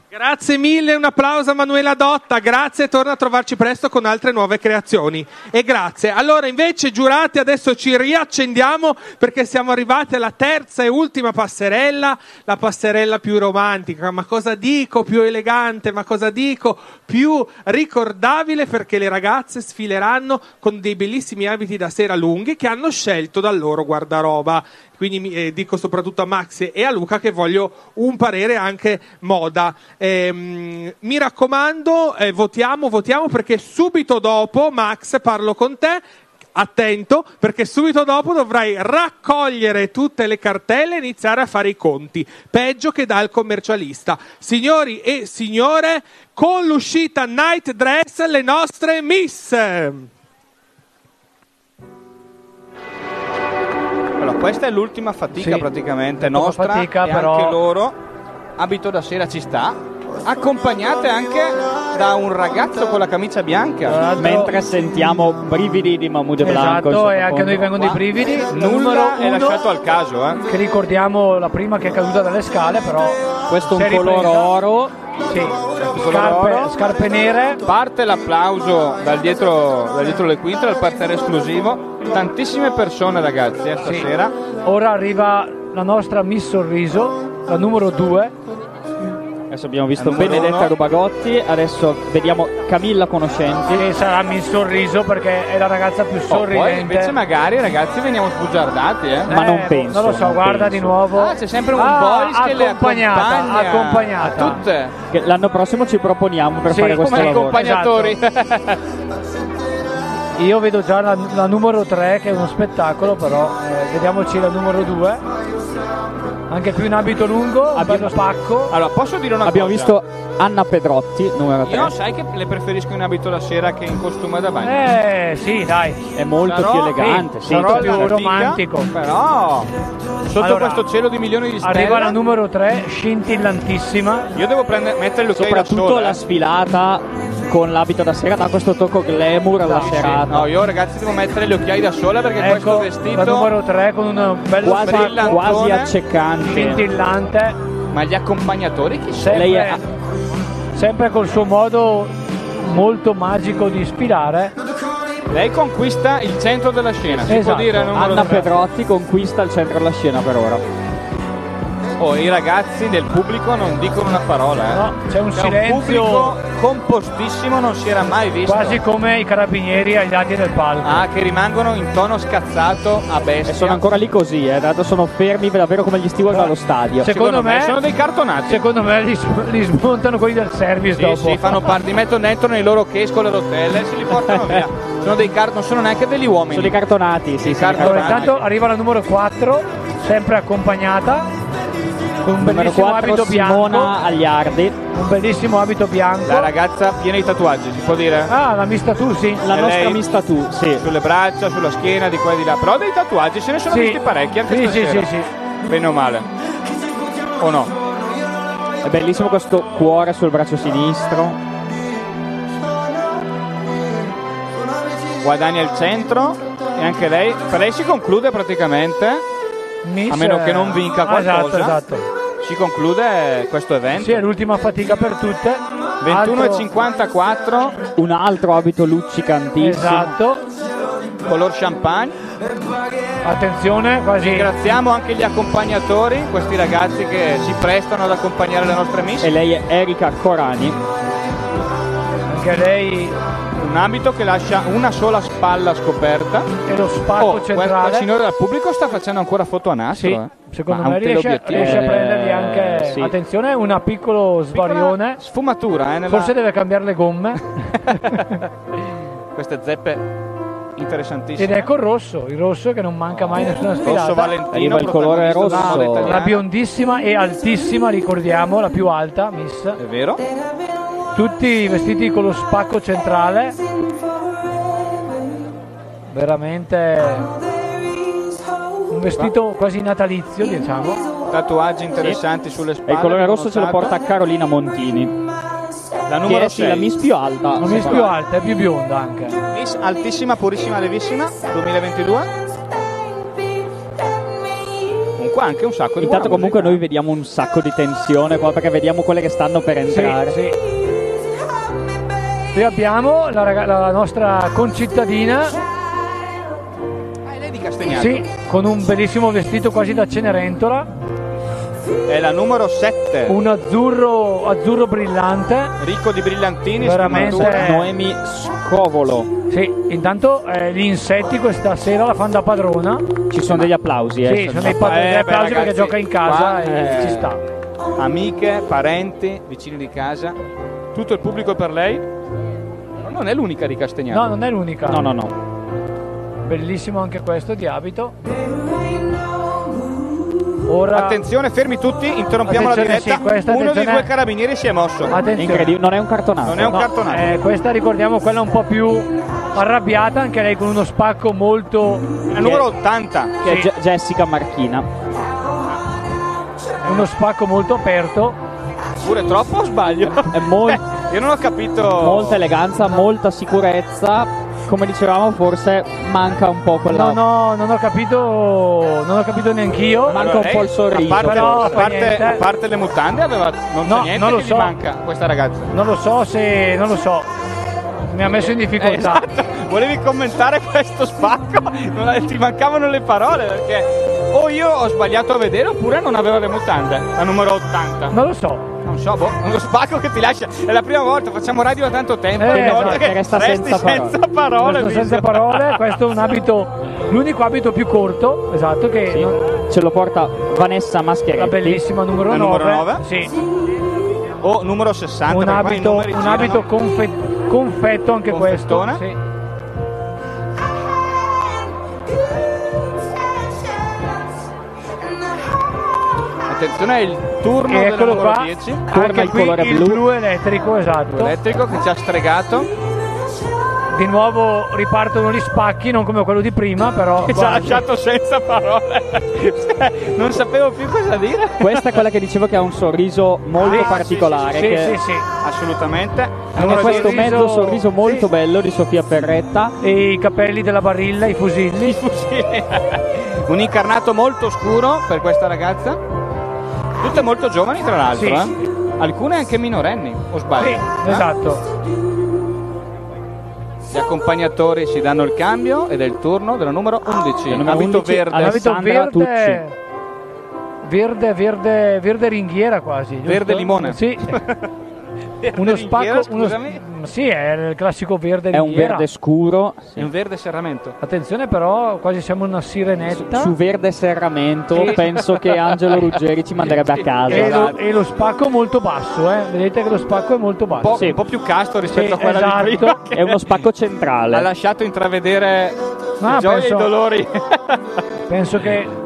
Grazie mille, un applauso a Manuela Dotta, grazie, torna a trovarci presto con altre nuove creazioni. E grazie. Allora, invece, giurati, adesso ci riaccendiamo perché siamo arrivati alla terza e ultima passerella, la passerella più romantica, ma cosa dico, più elegante, ma cosa dico, più ricordabile perché le ragazze sfileranno con dei bellissimi abiti da sera lunghi che hanno scelto dal loro guardaroba. Quindi mi- eh, dico soprattutto a Max e a Luca che voglio un parere anche moda. Ehm, mi raccomando, eh, votiamo, votiamo perché subito dopo, Max, parlo con te. Attento perché subito dopo dovrai raccogliere tutte le cartelle e iniziare a fare i conti. Peggio che dà il commercialista. Signori e signore, con l'uscita Night Dress le nostre miss.
Allora, questa è l'ultima fatica
Sì.
praticamente
L'ultima
nostra
fatica,
e
però-
anche loro. Abito da sera ci sta, accompagnate anche da un ragazzo con la camicia bianca.
Mentre sentiamo brividi di Mahmood Blanco.
Esatto, e
in
anche a noi vengono dei brividi.
Nulla è
uno,
lasciato al caso, eh.
Che ricordiamo la prima che è caduta dalle scale, però.
Questo
è un color
oro.
Sì.
Color
Scarpe,
oro.
scarpe nere.
Parte l'applauso dal dietro, da dietro le quinte, dal parterre esclusivo. Tantissime persone, ragazzi, eh, stasera.
Ora arriva la nostra Miss Sorriso, la numero 2.
Adesso abbiamo visto
Numero uno.
Benedetta Rubagotti, adesso vediamo Camilla Conoscenti.
Che sarà Miss Sorriso perché è la ragazza più
Oh, poi
sorridente.
invece magari ragazzi veniamo sbugiardati, eh.
Ma non penso,
non lo so, guarda di nuovo.
Ah, c'è sempre un
Ah,
boys che le
accompagnata,
accompagna.
accompagnata.
A tutte.
Che L'anno prossimo ci proponiamo per
Sì,
fare questo
come
lavoro.
accompagnatori. Io vedo già la, la numero 3 che è uno spettacolo, però eh, vediamoci la numero 2. Anche qui un abito lungo, un bello pacco.
Allora, posso dire una
Esatto. Abbiamo
cosa?
visto Anna Pedrotti, numero 3.
Io sai che le preferisco in abito da sera che in costume da bagno.
Eh, sì, dai.
È molto
Sarò-
più elegante,
sì,
sì,
sarò
certo.
più
Però-
romantico. Però, sotto
Allora,
questo cielo di milioni di stelle,
Arriva la numero 3, scintillantissima.
io devo prendere, mettere il da
Soprattutto
sola.
la
eh.
sfilata con l'abito da sera dà questo tocco glamour alla
Sì, sì.
serata.
No, io ragazzi devo mettere gli occhiali da sola perché
Ecco,
questo vestito
la numero
3 con un bello
Quasi-
brillantone,
quasi accecante.
Scintillante.
Ma gli accompagnatori chi sono?
Sempre, sempre col suo modo molto magico di ispirare.
Lei conquista il centro della scena, si può
Esatto.
dire Eh, numero
Anna
tre?
Pedrotti conquista il centro della scena per ora.
Purtroppo Oh, i ragazzi del pubblico non dicono una parola. eh.
No, c'è un silenzio.
pubblico compostissimo, non si era mai visto.
Quasi come i carabinieri agli lati del palco.
Ah, che rimangono in tono scazzato a bestia.
E sono ancora lì così, eh, dato sono fermi davvero come gli steward allo stadio.
Secondo, me,
sono dei cartonati.
Secondo me li, s- li smontano quelli del service
Sì,
dopo.
sì, fanno parte, li mettono dentro nei loro case con le rotelle, se li portano via. Sono dei car- non sono neanche degli uomini.
Sono dei cartonati, sì, sì.
Allora, intanto arriva la numero 4, sempre accompagnata con un
Numero
bellissimo
4
abito
Simona
bianco.
Agliardi.
Un bellissimo abito bianco.
La ragazza piena di tatuaggi, si può dire?
Ah, la mista tu, sì.
E lei Sulle braccia, sulla schiena, di qua e di là. Però dei tatuaggi se ne sono
Sì.
visti parecchi anche
Sì, sì,
stasera.
sì,
Bene o male. O no?
È bellissimo questo cuore sul braccio sinistro.
Guadagna il centro e anche lei. Per lei si conclude praticamente.
Miss,
a meno
eh,
che non vinca
ah,
qualcosa.
esatto, esatto.
Si conclude questo evento.
Sì, è l'ultima fatica per tutte.
21,54.
Un altro abito luccicantissimo.
Esatto.
Color champagne.
Attenzione, quasi.
Ringraziamo anche gli accompagnatori, questi ragazzi che si prestano ad accompagnare le nostre miss.
E lei è Erika Corani.
Anche lei
un abito che lascia una sola spalla scoperta.
E lo spacco centrale.
Quel signore del pubblico sta facendo ancora foto a nastro.
Sì,
eh.
secondo
Ma ha
me
un
riesce,
teleobiettivo.
riesce a prenderli anche.
Eh, sì.
Attenzione, una piccolo svarione.
sfumatura, eh, nella-
Forse deve cambiare le gomme.
Queste zeppe interessantissime.
Ed ecco il rosso, il rosso che non manca mai nessuna
Rosso
sfilata.
Valentino, Arriva il colore protagonista rosso. della moda italiana.
La biondissima e altissima, ricordiamo, la più alta, Miss. È
vero.
Tutti vestiti con lo spacco centrale. Veramente un vestito quasi natalizio, diciamo.
Tatuaggi interessanti sulle spalle.
E il colore
che
rosso ce lo
notate.
porta Carolina Montini.
La
che
numero
è, sì, la
sei.
miss più alta.
La miss più alta, è più bionda anche.
Miss altissima, purissima, levissima 2022. Comunque anche un sacco di
Intanto
buona
comunque noi vediamo un sacco di tensione qua perché vediamo quelle che stanno per entrare.
Qui abbiamo la, raga- la nostra concittadina,
musica. Ah, Di Castagnato.
sì, con un bellissimo vestito quasi da Cenerentola,
È la numero 7.
un azzurro, azzurro brillante.
Ricco di brillantini,
Veramente
sfumature.
Noemi Scovolo. Sì, intanto eh, gli insetti questa sera la fanno da padrona.
Ci sono degli applausi.
Sì,
Eh,
ci sono dei padroni,
Eh,
degli
beh,
applausi perché
ragazzi,
gioca in casa
qua,
e
eh,
ci sta.
Amiche, parenti, vicini di casa, tutto il pubblico per lei. Ma Non è l'unica di Castegnano.
No, non è l'unica.
No, no, no.
Bellissimo anche questo di abito. Ora
Attenzione, fermi tutti, interrompiamo
Attenzione,
la diretta.
sì, questa,
Uno dei
attenzione.
due carabinieri si è mosso.
Attenzione.
Non è un cartonato.
Non è un
No,
cartonato.
eh, questa ricordiamo quella un po' più arrabbiata, anche lei con uno spacco molto.
La numero 80.
Che è Ge- Jessica Marchina.
Uno spacco molto aperto.
Pure troppo o sbaglio?
È molto.
Io non ho capito.
Molta eleganza, molta sicurezza. Come dicevamo, forse manca un po' quella.
No, no, non ho capito. Non ho capito neanch'io.
Allora, lei, A parte,
Però
a
fa
parte-
niente.
a parte le mutande, aveva, non
No,
c'è niente
non lo
che gli
so.
manca questa ragazza.
Non lo so se. non lo so. Mi ha messo in difficoltà.
Eh, esatto. Volevi commentare questo spacco? Non- ti mancavano le parole perché o io ho sbagliato a vedere oppure non avevo le mutande. La numero 80.
Non lo so.
Non so, boh, uno spacco che ti lascia. È la prima volta, facciamo radio da tanto tempo.
Eh,
ogni
esatto,
volta
che
che
resta
resti
senza parole.
senza parole.
Questo
Vito.
senza parole, questo è un abito, l'unico abito più corto, esatto, che non-
Ce lo porta Vanessa Mascheretti.
la bellissima numero
La
9.
numero nove?
Sì.
O numero 60.
Un
perché qua i
abito,
numeri
un
girano.
abito confe- confetto anche
Confettone.
questo. Sì.
Attenzione, è il turno
E
della
eccolo
numero
qua,
10.
anche qui il blu elettrico, esatto.
Elettrico che ci ha stregato.
Di nuovo ripartono gli spacchi, non come quello di prima, però...
Che ci ha
guarda.
lasciato senza parole. Cioè, non sapevo più cosa dire.
Questa è quella che dicevo che ha un sorriso molto
Ah, sì,
particolare.
sì, sì,
che-
sì, sì, sì. assolutamente.
Anche
Numero
questo
10.
mezzo sorriso molto bello di Sofia Perretta.
E i capelli della barilla, i fusilli.
Un incarnato molto scuro per questa ragazza. Tutte molto giovani, tra l'altro.
Sì.
eh. Alcune anche minorenni, o sbaglio?
Sì,
Eh?
esatto.
Gli accompagnatori si danno il cambio ed è il turno della numero 11.
numero
abito
11,
verde.
Alessandra Abito verde. Tucci.
Verde, verde, verde ringhiera quasi. giusto?
Verde limone.
Sì. uno spacco. uno- sì, è il classico verde
È un
ringhiera.
verde scuro.
È un verde serramento.
Attenzione però, quasi siamo una sirenetta.
Su verde serramento
Sì. Esatto.
penso che Angelo Ruggeri ci manderebbe a casa.
E lo, e lo spacco molto basso, eh. Vedete che lo spacco è molto basso.
po'- un po'
più casto rispetto
Sì,
a quella di prima.
esatto.
che
È uno spacco centrale.
Ha lasciato intravedere
Ma
gioie
penso-
e dolori.
penso che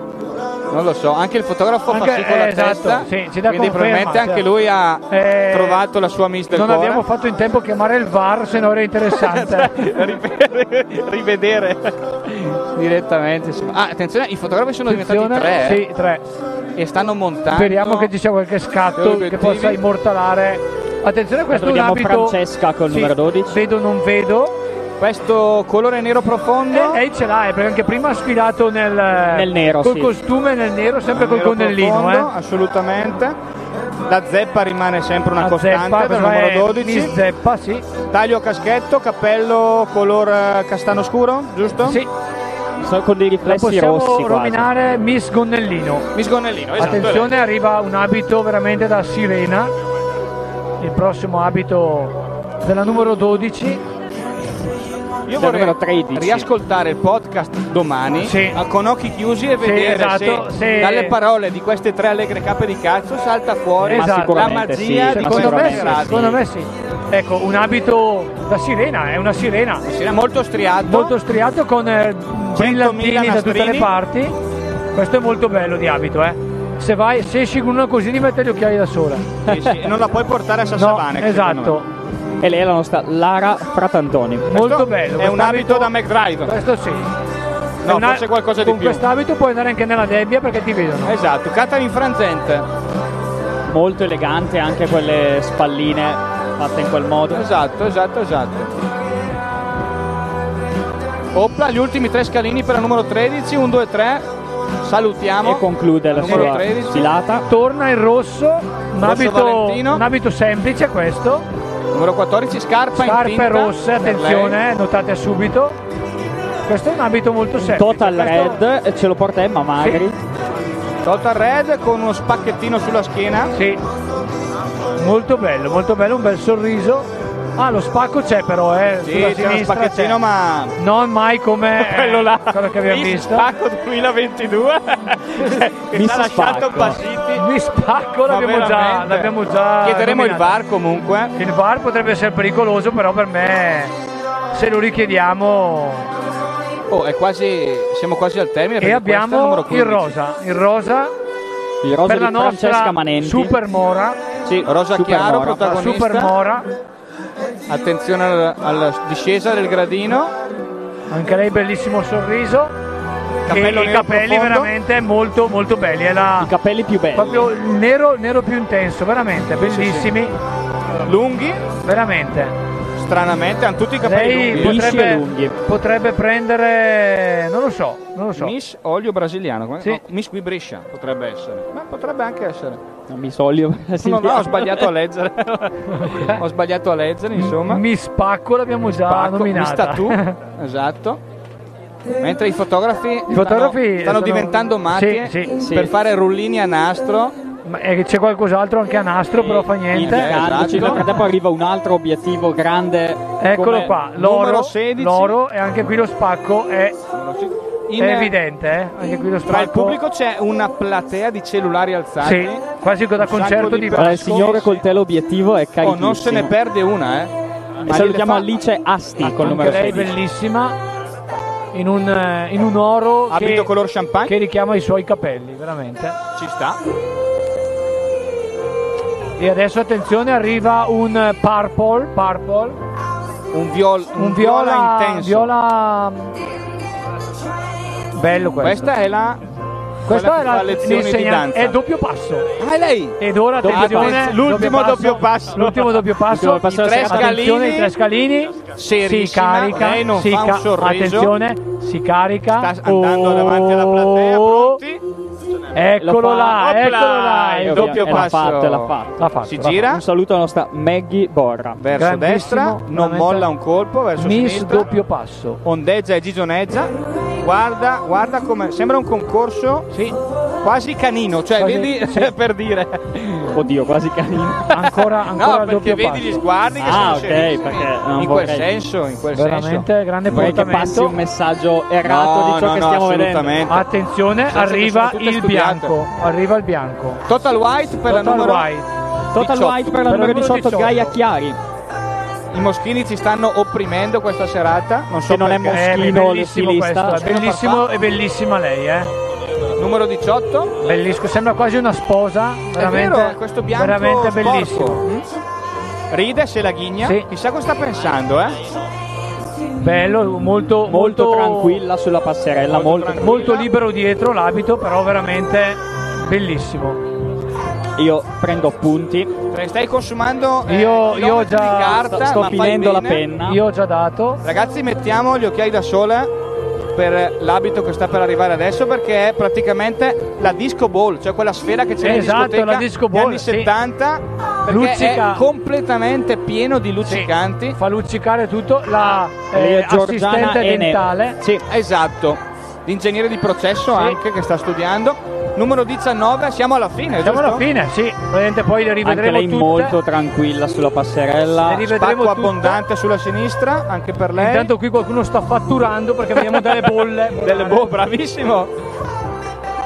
Non lo so, anche il fotografo fa
Anche-
sì con la
eh, esatto,
testa.
sì, ci dà conferma,
quindi probabilmente
certo.
anche lui ha
Eh,
trovato la sua miss del
non
cuore. Cioè,
abbiamo fatto in tempo a chiamare il VAR, se no era interessante.
rivedere direttamente. insomma. Ah, attenzione, i fotografi sono diventati
Attenzione,
tre. eh.
sì, tre.
E stanno montando.
Speriamo che ci sia qualche
Gli
scatto che
Eh, obiettivi.
possa immortalare. Attenzione, questo è un
Vediamo
abito.
Francesca col numero
12. Vedo, non vedo.
Questo colore nero profondo.
E lei ce l'ha, eh, perché anche prima ha sfilato nel,
Nel nero,
Col
sì.
costume nel nero, sempre col
Nero
gonnellino.
profondo,
Eh.
Assolutamente. La zeppa rimane sempre una
La zeppa,
costante del
però è
numero 12.
Miss zeppa, sì.
Taglio a caschetto, cappello color eh, castano scuro, giusto?
Sì.
con dei
La
riflessi
possiamo
rossi quasi.
rovinare Miss Gonnellino.
Miss Gonnellino, esatto.
Attenzione, arriva un abito veramente da sirena. Il prossimo abito della numero 12.
Io
Del numero
vorrei
13.
riascoltare il podcast domani
Sì.
a- con occhi chiusi e vedere
esatto,
se,
se-
dalle parole di queste tre allegre cappe di cazzo salta fuori
Esatto.
la magia di
secondo me,
questa
sì, secondo me sì. Ecco, un abito da sirena, è una sirena.
Sirena molto striato.
Molto striato con eh, brillantini da tutte le
nastrini.
parti. Questo è molto bello di abito, eh. Se, vai, se esci con una così, ti metti gli occhiali da sola.
non la puoi portare a Sassavane.
No, esatto.
E lei è la nostra Lara Fratantoni.
Molto bello.
È un
questo
abito da McDrive.
Questo sì.
No,
È una-
forse qualcosa di
Con
più.
quest'abito puoi andare anche nella nebbia perché ti vedono.
Esatto, Catalin Franzente.
Molto elegante anche quelle spalline fatte in quel modo.
Esatto, esatto, esatto. Oppla, gli ultimi tre scalini per la numero 13, 1, 2, 3. Salutiamo.
E conclude la
Numero
sua
13.
filata.
Torna il rosso, un
Rosso
abito,
Valentino.
un abito semplice questo.
Numero 14, scarpa in
Scarpe
tinta
rosse,
per
attenzione, eh, notate subito. Questo è un abito molto semplice.
Total
questo-
Red, eh, ce lo porta Emma Magri.
Total Red con uno spacchettino sulla schiena.
Sì. Molto bello, molto bello, un bel sorriso. Ah, lo spacco c'è però, eh.
Sì,
sulla
c'è uno
sinistra
spacchettino,
c'è.
ma-
Non mai come eh,
Quello là.
quello che abbiamo
Miss
visto.
Spacco 2022. che
Mi
ci ha lasciato basiti.
Mi spacco,
Ma
l'abbiamo già,
veramente.
l'abbiamo già.
Chiederemo il
nominato.
VAR comunque.
Il VAR potrebbe essere pericoloso, però per me, se lo richiediamo.
Oh, è quasi, siamo quasi al termine.
E
Eh, perché questo è il
abbiamo
numero
il
15.
rosa, il rosa
Il rosa
per
di
la nostra
Francesca Manenti.
Super Mora.
Sì, Rosa
Super
Chiaro,
Mora.
protagonista.
Super Mora,
Attenzione alla, alla discesa del gradino.
anche lei bellissimo sorriso.
Cappello
e i
nero
capelli
profondo.
veramente molto molto belli. È la... I
capelli più belli.
Proprio il nero, il nero più intenso, veramente, bellissimi.
Lunghi.
Veramente.
Stranamente, hanno tutti i capelli
Lei
lunghi.
potrebbe, potrebbe prendere, Eh, non lo so, non lo so.
Miss Olio Brasiliano, come-
Sì.
no, Miss Qui Brescia potrebbe essere. Ma potrebbe anche essere.
Non mi soglio.
No, no, ho sbagliato a leggere. ho sbagliato a leggere, insomma.
Mi spacco l'abbiamo già
Spacco,
nominata.
Miss Tattoo, esatto. Mentre i fotografi, stanno-
fotografi
stanno,
sono-
diventando matti eh,
Sì, sì, sì.
per fare rullini a nastro.
Ma eh, c'è qualcos'altro anche a nastro, però fa niente. Esatto.
Indicandoci, nel frattempo arriva un altro obiettivo grande.
Eccolo
come
qua,
numero
l'oro,
16.
l'oro e anche qui lo spacco è,
In-
è evidente, eh? anche qui lo spacco.
Tra il pubblico c'è una platea di cellulari alzati.
Sì, quasi da
Un sacco
concerto di
Allora, il
Vasco.
signore col telo obiettivo è
Oh,
carichissimo.
non se ne perde una, eh.
E salutiamo Alice Asti col
Anche
numero
lei
16.
bellissima in un, eh, in un oro
Abito
che,
color champagne.
che richiama i suoi capelli, veramente.
Ci sta.
E adesso attenzione, arriva un eh, purple, purple
Un, viol- un
un
viola,
viola
intenso.
Viola bello questo.
Questa è la.
Questa è
quella che fa
la
lezioni di
l'insegnante-
danza.
è doppio passo.
Ah, è lei.
Ed ora
Doppio
attenzione,
passo. L'ultimo doppio passo.
L'ultimo doppio passo.
L'ultimo passo
I tre
della serata.
scalini. I tre scalini. Si
Serissima,
carica.
lei non
si
fa un
ca-
sorriso.
Attenzione, si carica.
Sta andando
Oh,
davanti alla platea. Pronti?
Eccolo
Lo fa.
là,
Opla!
eh, eccolo là.
E
Il
ovvia-
doppio
e eh, l'ha
passo.
fatto, l'ha fatto.
L'ha fatto,
Si
l'ha fatto.
gira. Un saluto alla nostra Maggie Borra.
Verso
Grandissimo,
destra, non
veramente.
molla un colpo verso
Miss
sinistra.
doppio passo.
Ondeggia e gigioneggia. Guarda, guarda come sembra un concorso.
Sì.
Quasi canino, cioè,
Quasi-
vedi
sì.
per dire.
Oddio, quasi canino.
Ancora,
Ah, No, perché vedi gli sguardi che sono
Ah, ok,
serissimi.
perché non
in quel
vorrei-
senso, in quel
Veramente
senso.
grande
Vorrei che
portamento.
passi un messaggio errato
No,
di ciò
no,
che
no,
stiamo
assolutamente.
vedendo.
Attenzione,
Senza che
arriva
sono tutte
il
studiate.
bianco. Arriva il bianco.
Total white per la
Total
numero
white.
Total
18.
white per la numero 18, Gaia Chiari.
I moschini ci stanno opprimendo questa serata. Non so
Che non è
perché.
moschino,
Eh, bellissimo questo, è bellissimo e bellissima lei, eh.
Numero 18.
Bellissimo, sembra quasi una sposa.
È
Veramente,
vero, è questo bianco
veramente
sporco.
bellissimo.
Mm? Ride se la ghigna.
Sì.
Chissà cosa sta pensando, eh.
Bello, molto, molto,
tranquilla sulla passerella, molto,
molto libero dietro l'abito, però veramente bellissimo.
Io prendo punti.
Cioè, Stai consumando eh,
Io, io ho
chilometri di
già
carta, ma fai bene.
Io ho già dato.
Ragazzi, mettiamo gli occhiali da sole per l'abito che sta per arrivare adesso perché è praticamente la disco ball, cioè quella sfera che c'è
Esatto,
in discoteca
la disco ball,
degli anni
sì.
70 perché
Luccica.
è completamente pieno di luccicanti.
Fa luccicare tutto la
Lei
eh,
è Giorgiana
assistente
Ene.
dentale.
Sì, esatto. L'ingegnere di processo anche che sta studiando. Numero 19, siamo alla fine,
Siamo alla
giusto?
fine, sì. Ovviamente poi le
Anche
rivedremo
lei
tutte.
molto tranquilla sulla passerella.
Le rivedremo
Spacco
tutte.
abbondante sulla sinistra, anche per lei.
Intanto qui qualcuno sta fatturando perché vediamo delle bolle.
Delle bolle, bravissimo.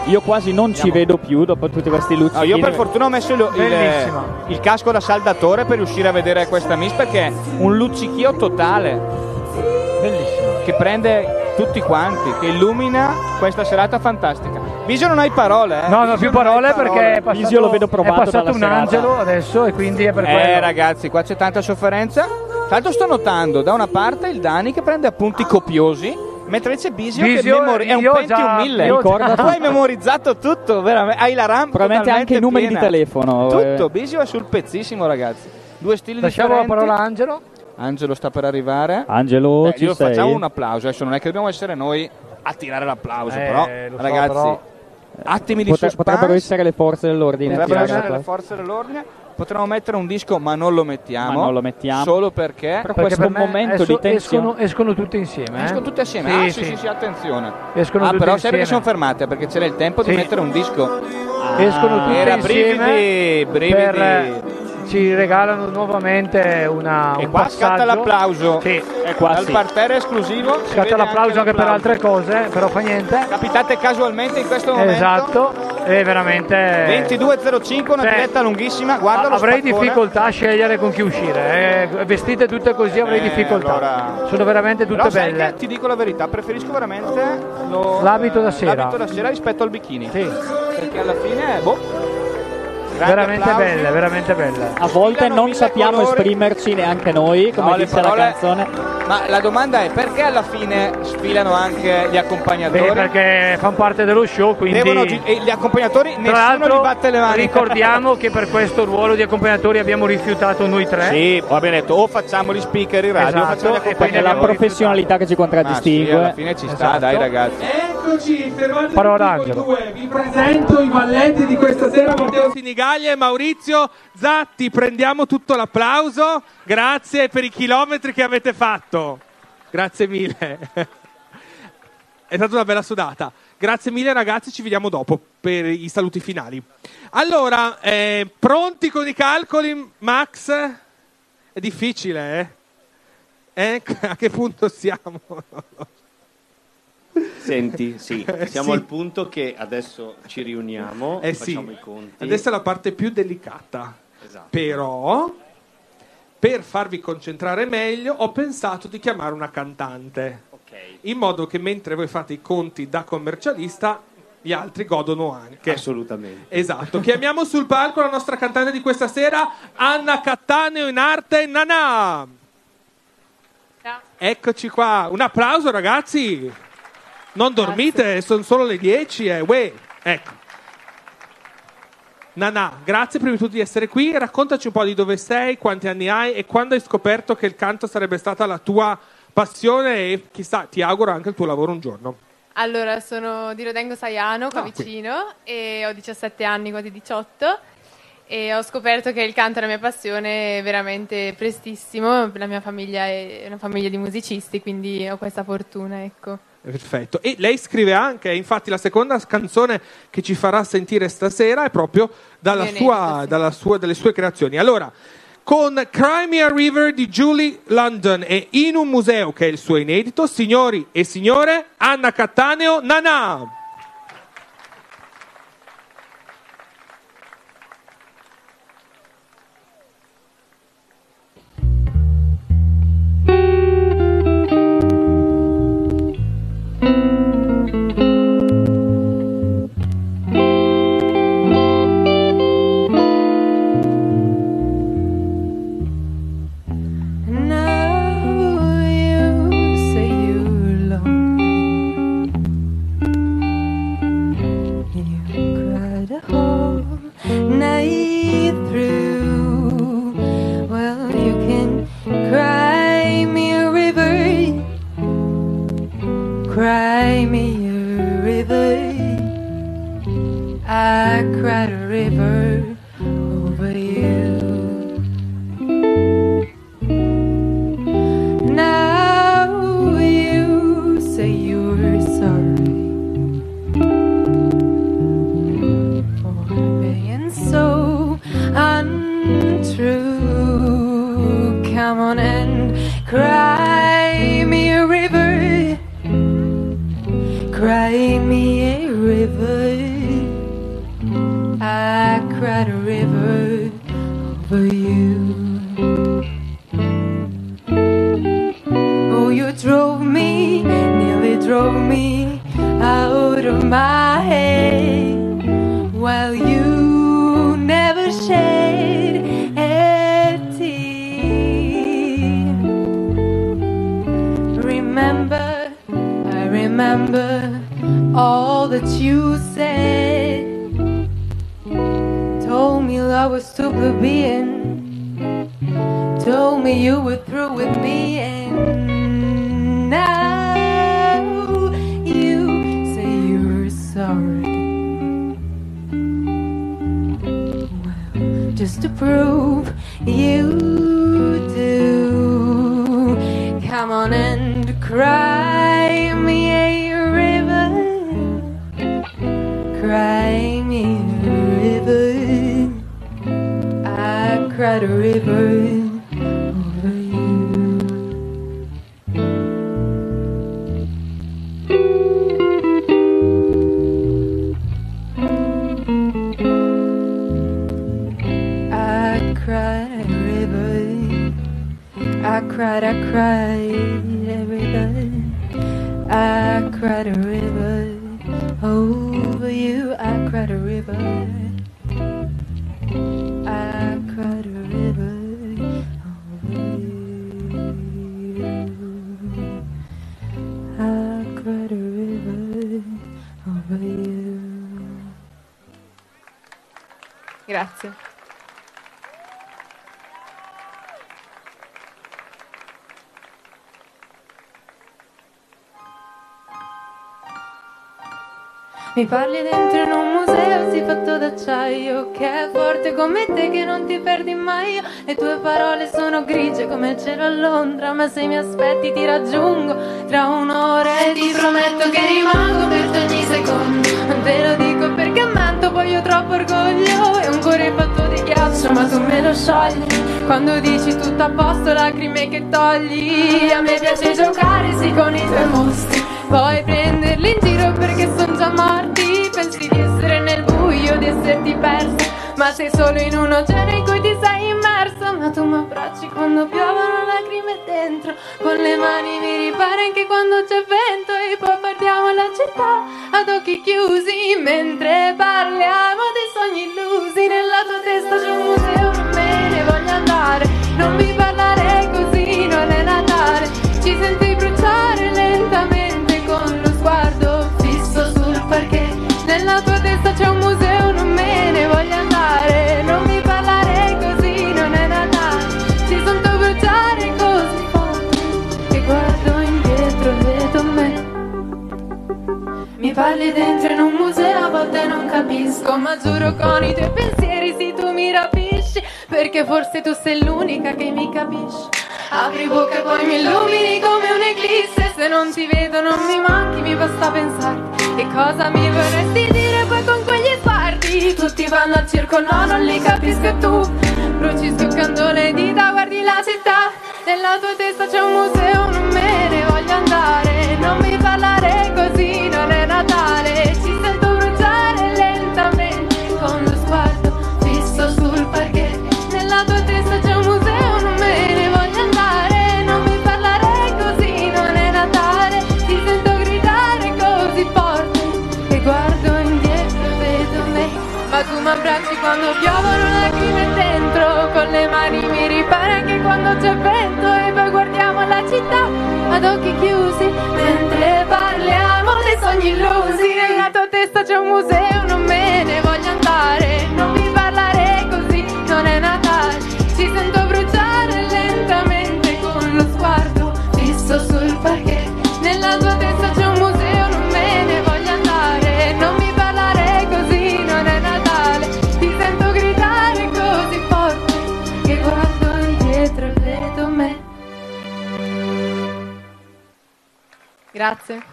Io quasi non ci vedo più dopo tutti questi luccichini.
No, io per fortuna ho messo il,
Bellissima.
il, il casco da saldatore per riuscire a vedere questa miss perché è un luccichio totale.
Bellissimo.
Che prende tutti quanti, che illumina questa serata fantastica. Visio non hai parole, eh?
No, no, più parole perché è passato, è passato un angelo
angelo
adesso e quindi è per
eh
quello.
ragazzi, qua c'è tanta sofferenza. Tra l'altro sto notando da una parte il Dani che prende appunti copiosi, mentre invece Bisio,
Bisio,
che memori- è un
io
Pentium
già-
1000.
io già-
tu hai memorizzato Esatto, tutto, veramente. Hai la RAM
Probabilmente anche
totalmente
i numeri di
piena.
telefono,
Tutto,
eh.
Bisio è sul pezzissimo, ragazzi. Due stili
Lasciamo la
differenti.
parola a Angelo.
Angelo sta per arrivare.
Angelo,
Beh,
ci
io
sei?
facciamo un applauso, adesso non è che dobbiamo essere noi a tirare l'applauso,
Eh,
però
lo so,
ragazzi,
però-
attimi di
Potre-
suspense.
potrebbero essere le forze dell'ordine. a
Potrebbero
tirare
essere
la-
le forze dell'ordine. Potremmo mettere un disco, ma non lo mettiamo.
Ma non lo mettiamo.
Solo perché.
Però
Perché
questo
per me
momento
adesso
di tensione-
Escono, escono tutte insieme. eh?
Escono tutte assieme.
Sì,
ah, sì,
sì.
sì, sì, attenzione.
Escono
ah,
tutte
però
insieme.
serve che sono fermate perché c'era il tempo di
Sì. Ah,
mettere un disco.
Escono tutte
Era
insieme
brividi, brividi.
per, eh, ci regalano nuovamente una,
E
un
qua
passaggio.
scatta l'applauso.
Sì.
E
qua
Dal
sì.
parterre esclusivo. si vede
Scatta l'applauso anche per altre cose, però fa niente.
Capitate casualmente in questo momento.
Esatto, è veramente...
22.05, una
Cioè,
diretta lunghissima. Guarda lo
avrei
spaccone.
difficoltà a scegliere con chi uscire. eh. Vestite tutte così avrei
Eh,
difficoltà.
allora-
Sono veramente tutte
Però sai
belle.
che ti dico la verità, preferisco veramente lo-
L'abito da
eh,
sera.
l'abito da sera rispetto al bikini.
Sì.
Perché alla fine, boh, grandi
Veramente
applausi.
belle, veramente belle.
A volte
Sfilano
non
mille
sappiamo
colori.
esprimerci neanche noi, come
No, le
dice
parole-
la canzone.
Ma la domanda è perché alla fine sfilano anche gli accompagnatori?
Beh, perché fanno parte dello show, quindi...
Devono gi- e gli accompagnatori
Tra
nessuno
l'altro
gli batte le mani.
ricordiamo che per questo ruolo di accompagnatori abbiamo rifiutato noi tre.
Sì, va bene detto, o facciamo gli speaker in
Esatto,
radio, o facciamo gli
e poi
Perché è la
accompagnatori.
professionalità che ci
Ah,
Ma Ah, sì,
contraddistingue.
alla fine ci sta,
Esatto.
dai ragazzi.
Eccoci, fermate
Parola
tutti
Angelo.
voi due. Vi presento i valletti di questa sera, Matteo Sinigaglia e Maurizio Zatti. Prendiamo tutto l'applauso. Grazie per i chilometri che avete fatto. Grazie mille. È stata una bella sudata. Grazie mille ragazzi, ci vediamo dopo per i saluti finali. Allora, eh, pronti con i calcoli, Max? È difficile, eh? Eh? A che punto siamo?
Senti, sì, siamo
Eh, Sì.
al punto che adesso ci riuniamo,
Eh sì,
facciamo i conti.
adesso è la parte più delicata.
Esatto.
Però, per farvi concentrare meglio, ho pensato di chiamare una cantante. In modo che mentre voi fate i conti da commercialista, gli altri godono anche.
Assolutamente.
Esatto. Chiamiamo sul palco la nostra cantante di questa sera, Anna Cattaneo in arte Nana. Eccoci qua. Un applauso, ragazzi. Non dormite, sono solo le 10. Eh. Uè. Ecco. Nana, grazie prima di tutto di essere qui. Raccontaci un po' di dove sei, quanti anni hai e quando hai scoperto che il canto sarebbe stata la tua passione e chissà, ti auguro anche il tuo lavoro un giorno.
Allora, sono di Rodengo Saiano, qua
Ah,
qui.
vicino, e ho 17 anni, quasi 18, e ho scoperto che il canto è la mia passione veramente prestissimo, la mia famiglia è una famiglia di musicisti, quindi ho questa fortuna, ecco.
Perfetto. E lei scrive anche, infatti la seconda canzone che ci farà sentire stasera è proprio dalla
Violetta,
sua, dalla sua- delle sue creazioni. Allora, con Crimea River di Julie London e In un museo, che è il suo inedito, signori e signore, Anna Cattaneo, Nana!
Now you say you're lonely. You cried a whole night through. Well, you can cry me a river, cry me a river. I cried a river over you. Now you say you're sorry for being so untrue. Come on and cry me a river, cry me a river. I cried a river over you. Oh, you drove me, nearly drove me out of my head. While you never shed a tear. Remember, I remember all that you said. Told me love was stupid being. Told me you were through with me and now you say you're sorry. Well, just to prove you do, come on and cry me a river, cry me a river. I cried a river over you. I cried a river. I cried, I cried every day. I cried a river over you. I cried a river. I cried a river over you. I cried a river over you.
Grazie.
Mi parli dentro in un museo, si fatto d'acciaio, che è forte come te che non ti perdi mai. Io, Le tue parole sono grigie come il cielo a Londra, ma se mi aspetti ti raggiungo tra un'ora e ti prometto che rimango per ogni secondo. Non te lo dico perché mento, poi ho troppo orgoglio e un cuore fatto di ghiaccio, ma tu me lo sciogli. Quando dici tutto a posto, lacrime che togli. A me piace giocare, sì, con i tuoi mostri. Poi prenderli in giro perché sono già morti. Pensi di essere nel buio, di esserti persa. Ma sei solo in un oceano in cui ti sei immerso. Ma tu mi abbracci quando piovono lacrime dentro. Con le mani mi ripari anche quando c'è vento. E poi partiamo la città ad occhi chiusi. Mentre parliamo dei sogni illusi. Nella tua testa c'è un museo, non me ne voglio andare. Non mi parlare così, non è Natale. Ci senti bruciare lentamente con lo sguardo fisso sul parquet. Nella tua testa c'è un museo, non me ne voglio andare. Non mi parlare così, non è Natale. Ci sento bruciare così forte. E guardo indietro e vedo me. Mi parli dentro in un museo, a volte non capisco, ma giuro con i tuoi pensieri sì tu mi rapisci, perché forse tu sei l'unica che mi capisci.
Apri bocca e poi mi illumini come un'eclisse Se non ti vedo non mi manchi, mi basta pensarti E cosa mi vorresti dire poi con quegli sguardi Tutti vanno al circo, no, non li capisco e tu Bruci scoccando le dita, guardi la città Nella tua testa c'è un museo, non me ne voglio andare Non mi parlare così, non è Natale Ci sento bruciare lentamente con lo sguardo fisso sul parquet nella tua testa c'è un museo, non me ne voglio andare, non mi parlare così, non è Natale, ti sento gridare così forte e guardo indietro e vedo me, ma tu mi abbracci quando piovono lacrime dentro, con le mani mi ripari anche quando c'è vento e poi guardiamo la città ad occhi chiusi, mentre parliamo dei sogni illusi, nella tua testa c'è un museo, non me ne voglio andare, non mi parlare così, non è Natale, ci sento bruciare lentamente con lo sguardo fisso sul parquet. Nella tua testa c'è un museo, non me ne voglio andare, non mi parlare così, non è Natale, ti sento gridare così forte che guardo indietro e vedo me. Grazie.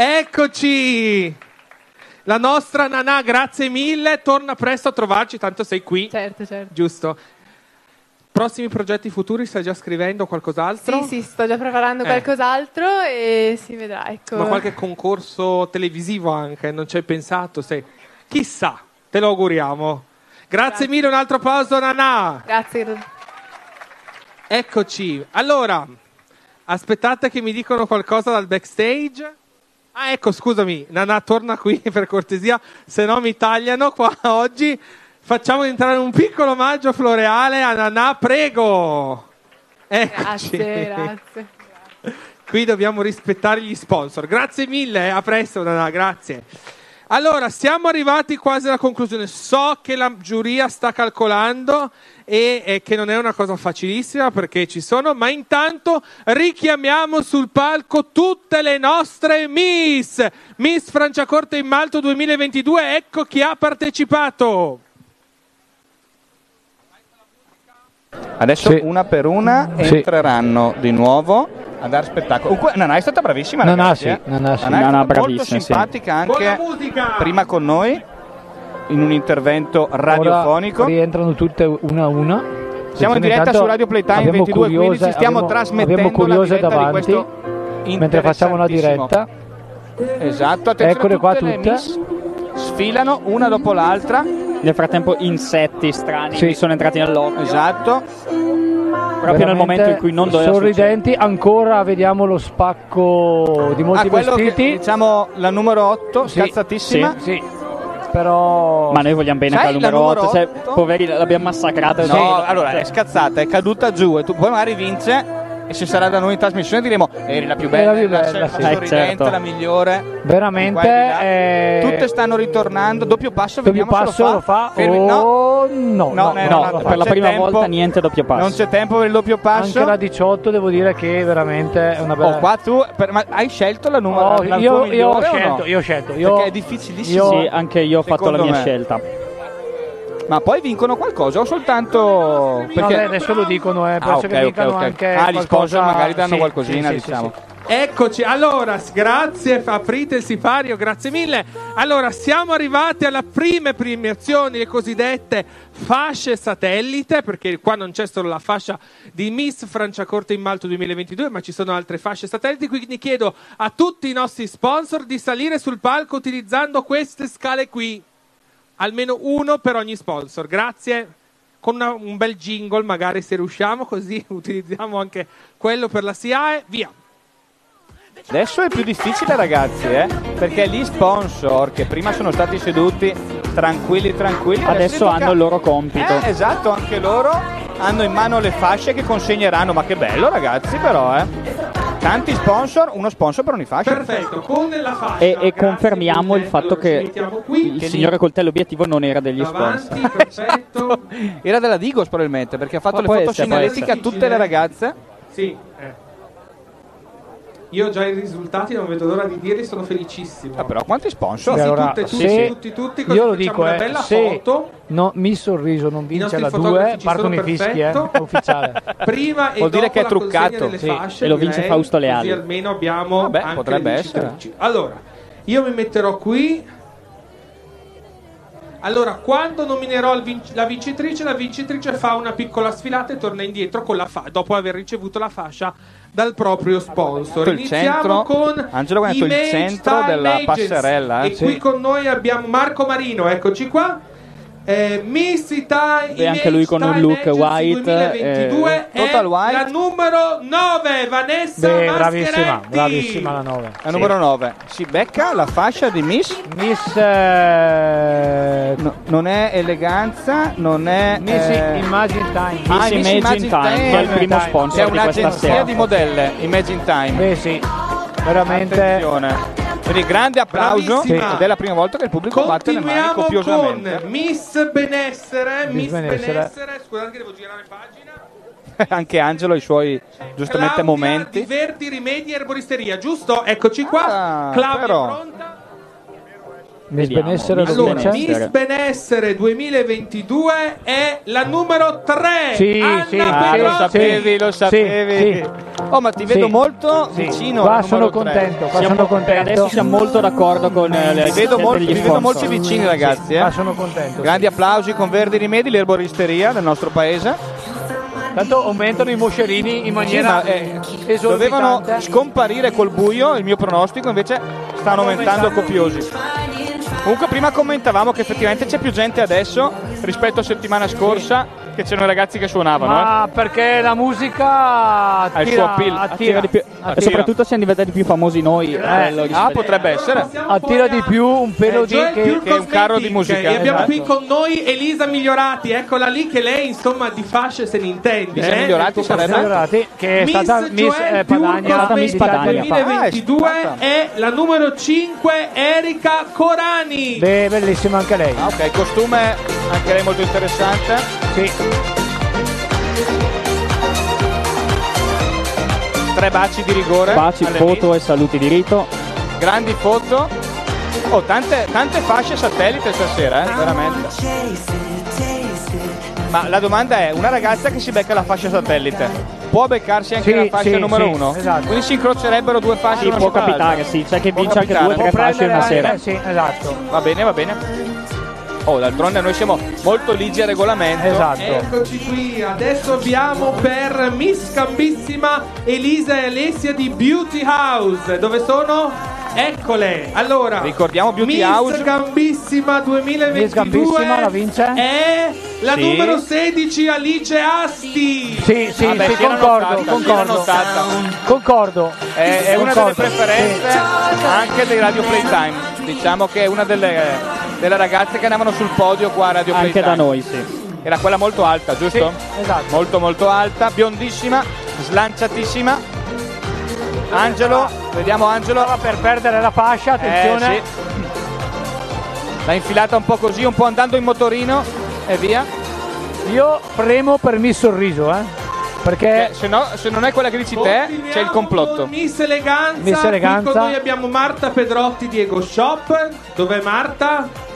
Eccoci! La nostra Nanà, grazie mille. Torna presto a trovarci, tanto sei qui.
Certo, certo.
Giusto. Prossimi progetti futuri, stai già scrivendo qualcos'altro?
Sì, sì, sto già preparando
Eh.
qualcos'altro e si vedrà, ecco.
Ma qualche concorso televisivo anche, non ci hai pensato? Sei... Chissà, te lo auguriamo. Grazie, mille, un altro applauso Nanà.
Grazie. gra-
Eccoci. Allora, aspettate che mi dicono qualcosa dal backstage. Ah, ecco, scusami, Nanà, torna qui per cortesia, se no mi tagliano qua oggi. Facciamo entrare un piccolo omaggio floreale a Nanà, prego. Eccoci.
Grazie, grazie.
Qui dobbiamo rispettare gli sponsor. Grazie mille, eh, a presto, Nanà, grazie. Allora, siamo arrivati quasi alla conclusione. So che la giuria sta calcolando e, e che non è una cosa facilissima perché ci sono, ma intanto richiamiamo sul palco tutte le nostre Miss. Miss Franciacorta in Malto 2022, ecco chi ha partecipato.
Adesso una per una entreranno di nuovo a dar spettacolo. Uh, que- Nanà è stata bravissima,
Nanà
ragazzi.
sì,
eh.
Nanà sì.
è
Nanà
stata molto
bravissima, sì.
simpatica
Con la
anche prima con noi in un intervento
Esatto. Ora
radiofonico.
rientrano tutte una a una.
Siamo in
Attenzione,
diretta
intanto
su Radio Playtime
abbiamo
22, quindi stiamo
abbiamo-
trasmettendo
abbiamo curiose
la diretta di
davanti
questo
mentre facciamo la diretta.
Esatto, attenzione
Eccole qua
le
tutte.
Miss Sfilano una dopo l'altra.
Nel frattempo insetti strani
Sì.
mi sono entrati nell'occhio.
Esatto.
Proprio nel momento in cui non doveva succedere.
sorridenti, ancora vediamo lo spacco di molti
Ah, quello che-
vestiti.
diciamo la numero 8, scazzatissima.
sì, sì. Però
Ma noi vogliamo bene
Sai
che al numero
la numero
8, cioè, poveri, l'abbiamo Cioè, massacrata.
No, allora è scazzata, è caduta giù e tu poi magari vince e se sarà da noi in trasmissione diremo eri la più
Era
bella,
la più
la,
bella,
la
sì.
sorridente,
Eh, certo.
la migliore.
Veramente,
Di qua e di là.
eh,
Tutte stanno ritornando, doppio passo,
doppio
vediamo se
passo lo fa.
Fermi-
Oh, no,
No, no, no, per la prima volta
niente doppio passo.
Non c'è tempo per il doppio passo.
Anche la 18 devo dire che veramente è una bella...
Oh, qua tu per- ma hai scelto la numero
Oh,
la
io-
tua
io
migliore
ho
o no?
scelto, io ho scelto, io-
Perché è difficilissimo.
io- Sì,
anche io ho fatto
Secondo
la mia
me.
scelta.
Ma poi vincono qualcosa o soltanto
No,
perché
beh, adesso lo dicono, eh,
Ah,
penso
ok,
che
ok,
dicano
ok.
anche
Ah, gli sponsor
qualcosa-
magari danno
sì,
qualcosina,
sì, sì,
diciamo.
sì, sì.
Eccoci, allora, s- grazie, aprite il sipario, grazie mille. Allora, siamo arrivati alle prime premiazioni, le cosiddette fasce satellite, perché qua non c'è solo la fascia di Miss Franciacorta in Malto 2022, ma ci sono altre fasce satelliti, quindi chiedo a tutti i nostri sponsor di salire sul palco utilizzando queste scale qui. Almeno uno per ogni sponsor, grazie. Con una- un bel jingle, magari se riusciamo, così utilizziamo anche quello per la SIAE. Via.
Adesso è più difficile ragazzi, eh? perché gli sponsor che prima sono stati seduti tranquilli tranquilli
Adesso
gli tocca-
hanno il loro compito.
Eh, esatto, anche loro hanno in mano le fasce che consegneranno, ma che bello ragazzi però, eh. Tanti sponsor, uno sponsor per ogni fascia.
Perfetto, con la fascia.
E, e confermiamo il fatto che il
Che
signore coltello obiettivo non era degli sponsor.
perfetto.
Era della Digos probabilmente, perché ha fatto
Ma
le
può
foto
essere, può
segnaletiche a
essere.
tutte le ragazze.
Sì, eh. Io già i risultati non vedo l'ora di dirli, sono felicissimo.
Ah, però quanti sponsor?
Sì,
allora,
tutte, tutti,
se-
tutti, tutti, così
io lo
facciamo
dico,
una
eh,
bella
se
foto.
No, mi sorriso non vince
nostri
la
fotografi
2,
ci
partono i
sono
fischi, eh,
perfetto.
ufficiale.
Prima e
Vuol dire
dopo
che è
la consegna
truccato.
delle
Sì,
fasce,
e lo vince
direi,
Fausto Leali.
Così almeno abbiamo
Vabbè,
anche
potrebbe
le vincitrici. Allora, io mi metterò qui. Allora, quando nominerò il vinc- la vincitrice, la vincitrice fa una piccola sfilata e torna indietro con la fa- dopo aver ricevuto la fascia dal proprio sponsor.
Il centro,
Iniziamo con
Angelo ha detto il
Image
centro
Time
della
Agency.
passerella. eh.
E qui con noi abbiamo Marco Marino, eccoci qua. Eh, Miss Italia
E anche lui con un look white. eh,
2022 è la numero 9, Vanessa
Beh,
Mascheretti.
bravissima,
Bravissima la 9.
La numero 9 si becca la fascia di Miss.
Miss.
non è eleganza, non è.
Miss
eh,
Imagine Time.
ah, è Miss Imagine Time,
che è il primo sponsor
È
di questa
un'agenzia
sera.
di modelle. Imagine Time.
Beh, sì, veramente.
Attenzione. Quindi grande applauso.
Bravissima.
Ed è la prima volta che il pubblico batte le mani
Continuiamo
copiosamente.
con Miss Benessere,
Miss
Miss
Benessere.
Benessere, scusate che devo girare pagina.
Anche Angelo ha i suoi giustamente
Claudia
momenti.
Diverti rimedi e erboristeria, giusto? Eccoci qua.
Ah,
Claudia
però.
pronta?
Miss Benessere lo
Allora,
vince?
Miss Benessere 2022 è la numero 3.
Sì,
Anna
sì,
Ah,
sì,
lo
sì,
sapevi, lo
sì,
sapevi. Oh, ma ti vedo
Sì.
molto
Sì.
vicino.
Qua
alla
sono
numero tre.
contento, qua
Siamo-
sono
per
contento.
adesso siamo molto d'accordo con eh, le
Vi vedo,
scelte
molto,
degli
vi vedo
sponsor.
molto vicini, ragazzi. eh.
Ma sono contento.
Grandi applausi con Verdi Rimedi, l'erboristeria del nostro paese.
Tanto aumentano i moscerini in maniera eh, esorbitante.
eh, dovevano scomparire col buio, il mio pronostico invece stanno aumentando copiosi. Comunque prima commentavamo che effettivamente c'è più gente adesso rispetto a settimana scorsa che c'erano i ragazzi che suonavano. eh.
Ma perché la musica attira,
Ha il suo appeal,
attira,
Attira di più- E soprattutto siamo diventati più famosi noi. quello di-
ah, potrebbe essere. Eh, cioè,
attira di più un pelo di
Eh, Joel Pure
che, che un
Cosmetic,
carro di musica. esatto.
E abbiamo qui con noi Elisa Migliorati, eccola lì che lei insomma di fasce se ne intende.
Elisa
eh,
Migliorati
del tuo
sarebbe-
passato.
Migliorati, che è stata
Joel
Miss, eh,
Pure
Padania, è stata Miss
Cosmetic
Padania.
2022
Ah, esatto.
è la numero 5 Erika Corani.
Beh, bellissima anche lei.
Ah, ok, costume anche lei molto interessante.
Sì.
Tre baci di rigore.
Baci,
alle
foto e saluti di rito.
Miss. Grandi foto. Oh, tante, tante fasce satellite stasera, eh, veramente. Ma la domanda è, una ragazza che si becca la fascia satellite, può beccarsi anche
Sì,
la fascia
sì,
numero
sì,
1?
esatto.
Quindi si incrocerebbero due fasce
Sì,
una
può
sopra l'altra.
capitare, sì. C'è chi
Può
vince anche
capitare.
due o tre
Può
fasce
prendere
una
anche-
sera.
eh, sì, Va bene, va bene. Oh, d'altronde noi siamo molto ligi al regolamento.
esatto.
Ecco
Eccoci qui, adesso abbiamo per Miss Cambissima Elisa e Alessia di Beauty House. Dove sono? Eccole. Allora,
Ricordiamo Beauty
Miss
House.
Gambissima 2022
Miss Gambissima la vince?
È la
Sì.
numero 16 Alice Asti.
Sì, sì,
Vabbè,
sì,
si Ah, era
concordo,
notata,
concordo.
si era notata.
Concordo.
È, è una delle
Concordo.
preferenze anche dei Radio Playtime. Diciamo che è una delle, delle ragazze che andavano sul podio qua a Radio
Anche
Playtime.
da noi, sì.
Era quella molto alta, giusto?
esatto.
Molto molto alta, biondissima, slanciatissima. Angelo, vediamo Angelo. Eh,
per perdere la fascia, attenzione.
Eh,
L'ha infilata un po' così, un po' andando in motorino e via.
Io premo per Miss Sorriso, eh. Perché
Se, no- se non è quella che dici te, c'è il complotto.
Miss Eleganza.
Miss Eleganza.
Qui con noi abbiamo Marta Pedrotti di Ego Shop. Dov'è Marta?
eh.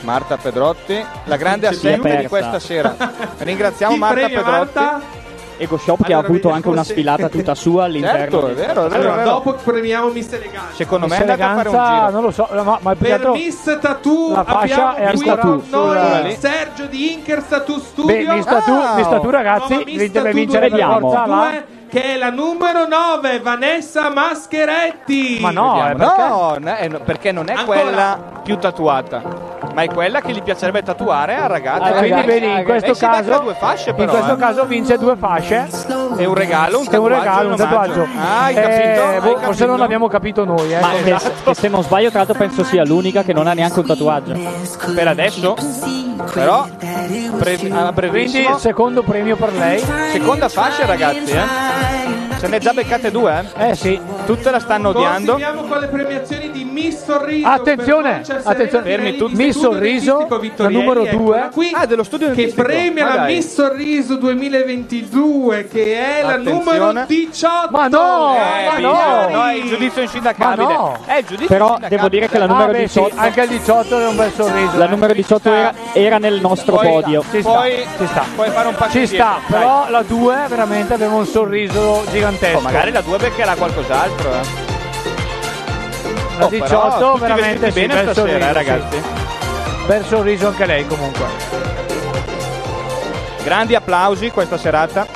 Marta Pedrotti, la
C'è
grande
più
assente di
aperta.
questa sera. Ringraziamo
Chi
Marta
premia
Pedrotti.
Marta?
Ego Shop che ha
Allora,
avuto
vediamo
anche una
se-
sfilata tutta sua all'interno.
Certo, è
del-
vero, è vero,
Allora,
è vero.
dopo premiamo Miss Eleganza.
Secondo
Miss
me è andata a fare un
Eleganza,
giro.
non lo so, ma, ma più che
Per
altro
Miss Tattoo
la fascia
abbiamo
è
qui
ancora
con
sulla-
noi Sergio di Inker Tattoo Studio. Ah.
Beh, Miss Tattoo- Wow. Miss Tattoo, ragazzi,
Nuova Miss
deve
Tattoo
vincere per
2022,
forza, là.
che è la numero 9, Vanessa Mascheretti.
Ma no,
Vediamo.
no, n- eh, no, perché non è
Ancora.
quella più tatuata, ma è quella che gli piacerebbe tatuare a ragazzi.
Ah, quindi
Ragazzi, eh,
vedi, in
lei
questo
si becca
caso
due fasce
in
però.
questo
eh.
caso vince due fasce
È un regalo, un
È un
tatuaggio,
regalo, un
un omaggio.
tatuaggio.
Ah, hai
Eh,
capito?
boh,
Hai
forse
capito?
non l'abbiamo capito noi, eh.
Ma
come-
che, che se non sbaglio, tra l'altro, penso sia l'unica che non ha neanche un tatuaggio.
Per adesso? Però pre- a brevissimo.
Quindi secondo premio per lei.
Seconda fascia, ragazzi, eh. Se ne è già beccate due, eh?
Eh sì.
Tutte la stanno odiando.
Continuiamo con le premiazioni di Miss Sorriso.
Attenzione, attenzione.
Fermi tutti.
Mi sorriso, la numero due.
Qui,
Ah,
dello studio ecco, che
dentistico.
premia
Ma
la
dai.
Miss Sorriso 2022, che è la numero
Attenzione.
18.
Ma no,
Eh,
no.
no, è il giudizio insindacabile.
Ma no.
È il giudizio
Però
insindacabile.
devo dire che la numero
Ah, beh, sì,
18
anche il 18 è un bel sorriso. eh.
La numero 18 era, era nel nostro
Poi-
podio.
Ci sta, ci sta.
Puoi fare un passo
Ci
indietro,
sta,
dai.
però la 2 veramente aveva un sorriso gigantesco.
Oh, magari la 2 perché era qualcos'altro. eh.
La
Oh, però
18
tutti
veramente
vestiti
sì,
bene
bel
stasera,
sorriso,
eh, ragazzi.
sì. Bel sorriso anche lei comunque.
Grandi applausi questa serata.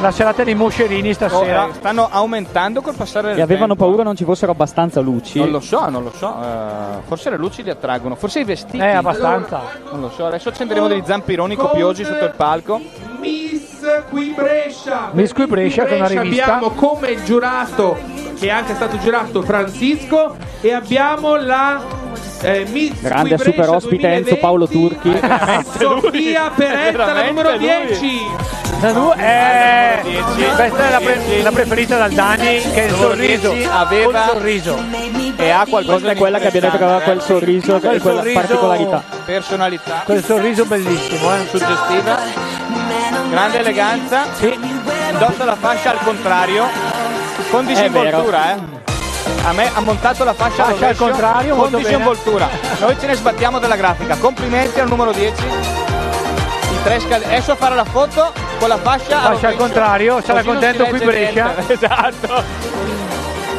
La serata dei moscerini stasera.
Oh, eh, stanno aumentando col passare
E
del
avevano paura non ci fossero abbastanza luci.
Non lo so, non lo so. eh, forse le luci li attraggono, forse i vestiti.
Eh, abbastanza.
Non lo so, adesso accenderemo degli zampironi copiosi sotto il palco.
Miss qui Brescia.
Miss qui Brescia, che è una rivista.
Abbiamo come giurato, che è anche stato giurato Francisco, e abbiamo la eh, Miss
Grande
qui Brescia
super ospite Enzo Paolo Turchi.
Sofia Peretta, la numero 10.
La
Ah,
2 è... Questa è la, pre- la preferita dal Dani che è il
Numero
sorriso.
10 aveva-
Col sorriso.
E ha qualcosa
Questa è quella che abbiamo detto che aveva quel sorriso e
Quel
quella
sorriso-
particolarità.
Personalità.
Quel sorriso bellissimo, eh.
Suggestiva. Grande eleganza. Indossa la fascia al contrario. Con disinvoltura, eh. A me ha montato la fascia,
Fascia al
rovescio,
contrario,
con
molto bene.
disinvoltura. Noi ce ne sbattiamo della grafica. Complimenti al numero 10. I tre scal- adesso a fare la foto con la fascia, a
Fascia al
rovescio.
contrario, sarà
Così non
contento
si
qui
legge
Brescia.
niente. Esatto.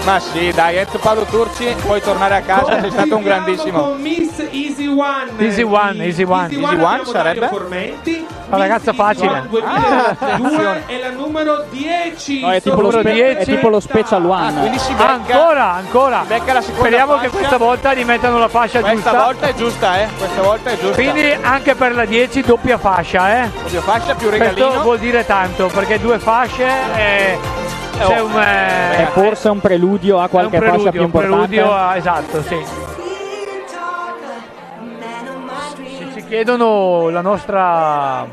Ma sì, dai, Enzo Paolo Turci, puoi tornare a casa, sei Cioè, stato un grandissimo.
Con Miss Easy One.
Easy one, easy one.
Easy
Easy
One,
one
abbiamo
sarebbe?
Dario Formenti.
Una ragazza facile.
Ah, 2022 è la numero 10.
No, è tipo, lo
Sofia
spe- è tipo lo special
Ah,
one.
ancora, ancora. Speriamo che
fascia.
questa volta gli mettano la fascia
Questa
giusta.
volta è giusta, eh. Questa volta è giusta.
Quindi anche per la 10 doppia fascia, eh.
Doppia fascia più
Questo
regalino.
vuol dire tanto, perché due fasce eh,
Oh.
c'è un, eh,
È forse un preludio a
è un
qualche fascia
preludio,
più
un
importante.
preludio a- esatto, sì. Se ci chiedono la nostra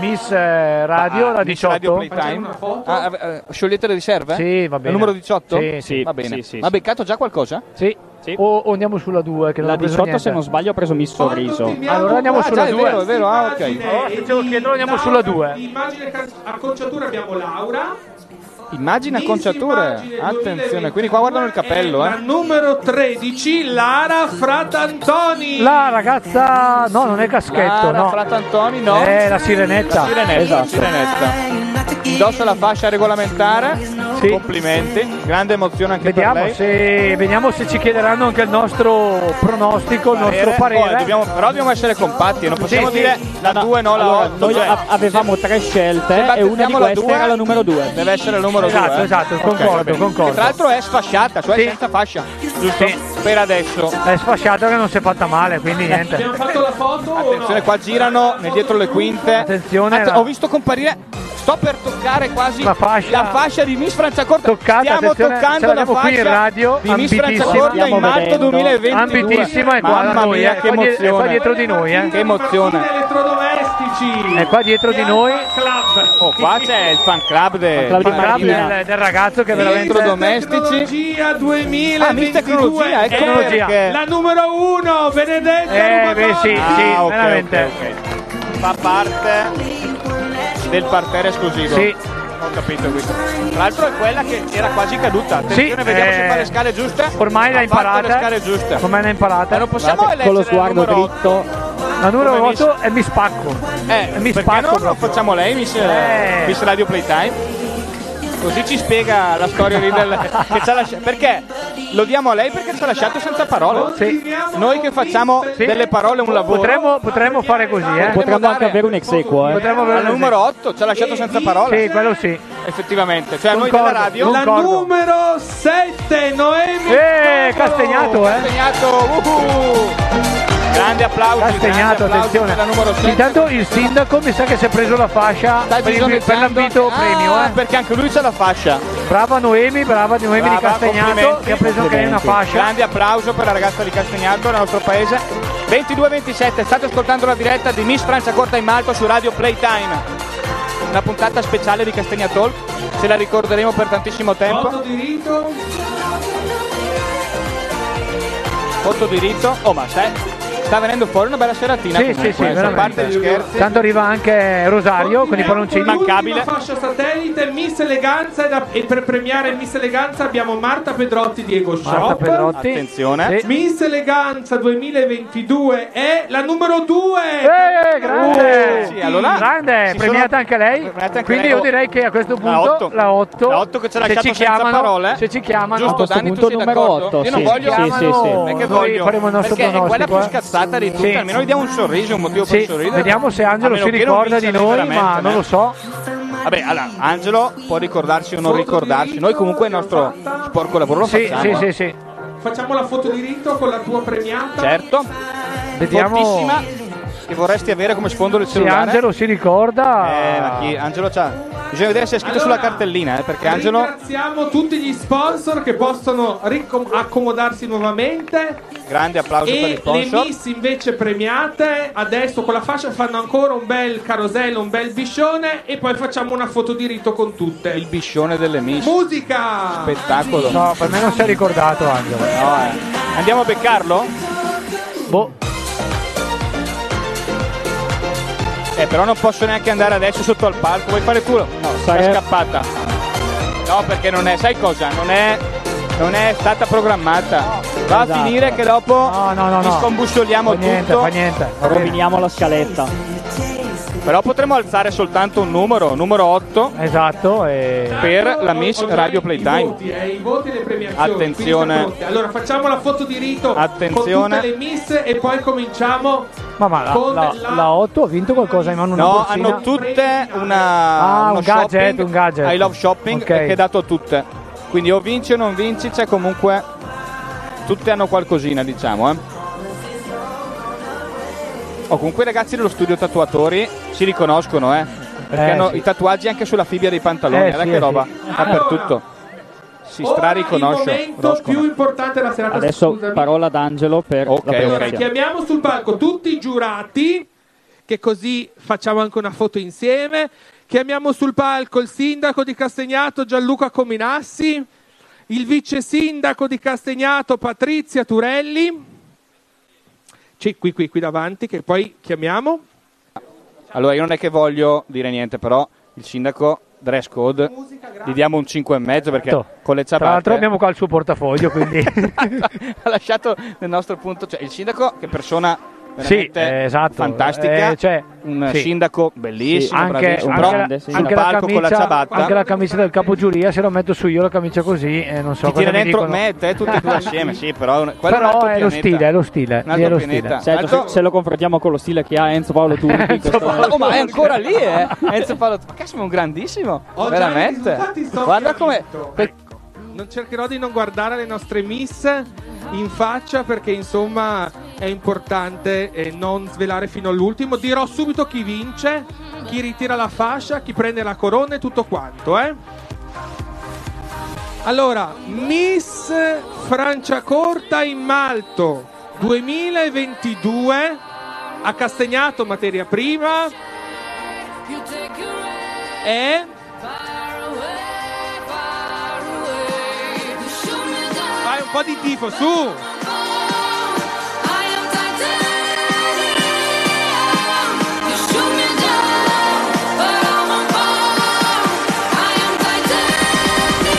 Miss eh, Radio,
Ah,
la
Miss
18.
Radio Playtime. Ah, eh, eh, sciogliete le riserve?
Sì, va bene.
Il numero 18?
Sì, sì.
va bene.
Sì, sì,
Ma ha
sì.
beccato già qualcosa?
Sì. O, o andiamo sulla 2 che non
La
ho preso
18
niente.
se non sbaglio ha preso Miss Sorriso.
Allora andiamo
Ah,
sulla
già, è
2.
vero, è vero, ah, ok.
Allora, se ce lo chiedono andiamo sulla 2.
Immagine can- acconciatura abbiamo Laura.
Immagina acconciature. Attenzione, quindi qua guardano il cappello,
La
eh.
numero 13, Lara Fratantoni.
La ragazza, no, non è caschetto,
Lara
no.
Fratantoni, no.
È la sirenetta.
La sirenetta,
Esatto.
sirenetta. Indossa la fascia regolamentare. Complimenti. Grande emozione anche per
Vediamo
lei.
se, vediamo se ci chiederanno anche il nostro pronostico, il nostro parere.
Poi dobbiamo- però dobbiamo essere compatti, non possiamo
Sì, sì.
dire la 2 no, la cioè.
Allora,
8.
noi a- avevamo tre scelte
Se
e una di
battezziamo la
queste
due,
era la numero 2.
Deve essere il numero eh. 2.
Esatto, esatto, concordo, concordo.
Tra l'altro è sfasciata, cioè senza fascia. Giusto? Per adesso.
È sfasciato che non si è fatta male, quindi niente.
Abbiamo fatto la foto o no?
Attenzione, qua girano nel dietro le quinte.
Attenzione,
Att-
la-
ho visto comparire. Sto per toccare quasi
La fascia-
la fascia di Miss Franciacorta.
Toccata,
Stiamo
attenzione, ce
toccando la
l'abbiamo
fascia
qui in radio,
di Miss
ambitissima.
Franciacorta in
Stiamo
marzo
vedendo.
2022.
Ambitissima e qua da
Mamma
noi,
mia,
eh,
che
è qua di- è
emozione.
qua dietro di noi, eh.
Che emozione.
Martina Elettrodomestici.
È qua dietro di noi.
Club.
Oh, qua c'è il fan club, de-
Fan club di
Martina.
del, del ragazzo che veramente Ah,
elettrodomestici.
Tecnologia 2022.
Ah, Miss Tecnologia, ecco
È
perché.
La numero 1, Benedetta
Eh, beh,
Rubadotti.
sì, sì,
Ah, ok,
veramente.
ok, ok. Fa parte del parterre esclusivo.
Sì.
Ho capito questo. Tra l'altro è quella che era quasi caduta. Attenzione,
Sì,
vediamo se
eh,
fa le scale giuste.
Ormai l'ha
Ha fatto
imparata.
le scale giuste.
Ormai l'ha imparata.
Ma Eh, non possiamo
Guardate,
eleggere
con lo
il
sguardo
numero
dritto. La numero
Come
8 è mi spacco.
Eh,
mi
perché
spacco
no, non
proprio.
facciamo lei, Miss,
Eh.
Miss Radio Playtime? Così ci spiega la storia lì del, che ci ha lasciato. Perché? Lo diamo a lei perché ci ha lasciato senza parole. Noi che facciamo delle parole un lavoro.
Potremmo, potremmo fare così, eh.
Potremmo anche
dare-
avere un ex equo, eh.
Potremmo avere
Al
un
numero 8 ci ha lasciato senza parole.
Sì, quello sì.
Effettivamente, cioè noi
Concordo,
della radio
La
Concordo.
numero 7, Noemi.
Eh,
Totolo.
castagnato, eh.
Segnato, uhu! Ecco. Grande applauso.
Castagnato, attenzione.
La numero 7.
Intanto il sindaco mi sa che si è preso la fascia
Sta
per, il- per
disonettando-
l'ambito
Ah,
premio, eh.
Perché anche lui c'ha la fascia.
Brava Noemi, brava Noemi
Brava,
di Castagnato
complimenti.
che ha preso anche lei una fascia.
Grande applauso per la ragazza di Castagnato nel nostro paese. 22-27, state ascoltando la diretta di Miss Francia Corta in Malto su Radio Playtime. Una puntata speciale di Castagna Talk. Ce la ricorderemo per tantissimo
Oh.
tempo.
Otto diritto.
Otto diritto. Oh, ma sai, sta venendo fuori una bella seratina.
Sì,
comunque,
sì, sì,
eh, a parte gli
veramente.
scherzi.
Tanto arriva anche Rosario con i palloncini.
L'ultima fascia satellite, Miss Eleganza e, da- e per premiare Miss Eleganza abbiamo Marta Pedrotti, Diego Shop.
Pedrotti. Attenzione. Sì.
Miss Eleganza 2022 è la numero Oh, 2.
Eh, grande!
Sì, allora-
grande,
ci
premiata
sono-
anche lei.
premiata anche
Quindi
lei.
io direi che a questo punto
otto.
la 8.
La otto che ci ha
se
lasciato
ci
senza
chiamano,
parole.
Se ci chiamano,
Giusto,
a questo
Dani, tu
punto
sei
numero
d'accordo?
8.
Io non voglio chiamano- perché
Noi
voglio-
faremo il nostro
perché è quella
pronostico.
più
eh.
scazzata di tutte,
Sì.
almeno gli diamo un sorriso, un motivo per
Sì,
sorridere.
vediamo se
A
Angelo
meno
si
che non
ricorda
vinca
di
lei
noi, ma
veramente,
non
eh.
lo so.
Vabbè, allora, Angelo può ricordarci o non ricordarci. Noi comunque il nostro sporco lavoro lo
Sì,
facciamo.
sì, sì, sì.
Facciamo la foto diritto con la tua premiata.
Certo.
Vediamo-
Fortissima, che vorresti avere come sfondo del
Se
cellulare.
Angelo si ricorda.
Eh, ma chi? Angelo c'ha. Bisogna vedere se è scritto sulla cartellina, eh, perché Angelo.
Ringraziamo tutti gli sponsor che possono riccom- accomodarsi nuovamente.
Grande applauso per gli
E le
sponsor.
miss invece premiate adesso con la fascia fanno ancora un bel carosello, un bel biscione e poi facciamo una foto di rito con tutte.
Il biscione delle miss.
Musica!
Spettacolo.
No, per me non si è ricordato Angelo.
No, eh. Andiamo a beccarlo?
Boh.
Eh, però non posso neanche andare adesso sotto al palco. Vuoi fare culo? No, è scappata. No, perché non è, sai cosa? Non è, non è stata programmata. Va a
Esatto.
finire che dopo
no,
ci
no.
scombussoliamo
Fa niente,
tutto.
fa niente.
Roviniamo la scaletta. Però potremmo alzare soltanto un numero, numero 8.
Esatto.
Per la Miss
Ho già
Radio
i- I voti,
Playtime.
eh, i voti e le premiazioni.
Attenzione.
quindi sta pronta. Allora facciamo la foto di rito
Attenzione.
con tutte le miss e poi cominciamo
Ma, ma la,
con
la- la 8 ha vinto qualcosa in mano una
No,
borsina?
hanno tutte una,
Ah,
uno
un gadget,
shopping,
un gadget.
I love shopping
Ok.
che è dato a tutte. Quindi o vinci o non vinci, c'è comunque tutte hanno qualcosina, diciamo, eh. Oh, comunque i ragazzi dello studio tatuatori si riconoscono, eh. Perché
Eh,
hanno
sì.
i tatuaggi anche sulla fibbia dei pantaloni,
Eh,
guarda
sì,
che
eh,
roba,
sì.
dappertutto. Si
il
strariconosce.
momento più importante della serata.
Adesso
scusami.
parola ad Angelo per la
allora
premiazione.
chiamiamo sul palco tutti i giurati, che così facciamo anche una foto insieme. Chiamiamo sul palco il sindaco di Castagnato Gianluca Cominassi, il vice sindaco di Castagnato Patrizia Turelli. C'è qui, qui, qui davanti, che poi chiamiamo.
Allora, io non è che voglio dire niente, però il sindaco dress code gli diamo un 5 e mezzo perché con le
Certo. Tra l'altro
ciabatte
abbiamo qua il suo portafoglio, quindi
ha lasciato nel nostro punto, cioè il sindaco che persona
sì,
veramente
eh, esatto.
fantastica,
Eh, cioè,
un
sì.
sindaco bellissimo,
anche,
bravissimo,
anche
però
la,
sul
anche la
palco
camicia,
con la ciabatta
anche la camicia del capogiuria, se la metto su io la camicia così, eh, non so
ti
cosa
tira
mi
dentro
dicono.
me e te tutti e due assieme, sì, però quello è un
Però
altro
è lo
pianeta.
stile, è lo stile.
Un altro
è lo
pianeta.
stile.
Certo, se- se lo confrontiamo con lo stile che ha Enzo Paolo Turchi, questo-
Oh, ma è ancora lì, eh? Enzo Paolo, ma cazzo, ma è un grandissimo,
Ho già
veramente.
infatti so
Guarda
che ho
come
vinto.
per-
Ecco. Non cercherò di non guardare le nostre miss in faccia perché insomma è importante eh, non svelare fino all'ultimo. Dirò subito chi vince, chi ritira la fascia, chi prende la corona e tutto quanto, eh. Allora, Miss Franciacorta in Malto 2022 a Castagnato materia prima e Fai un po' di tifo, su!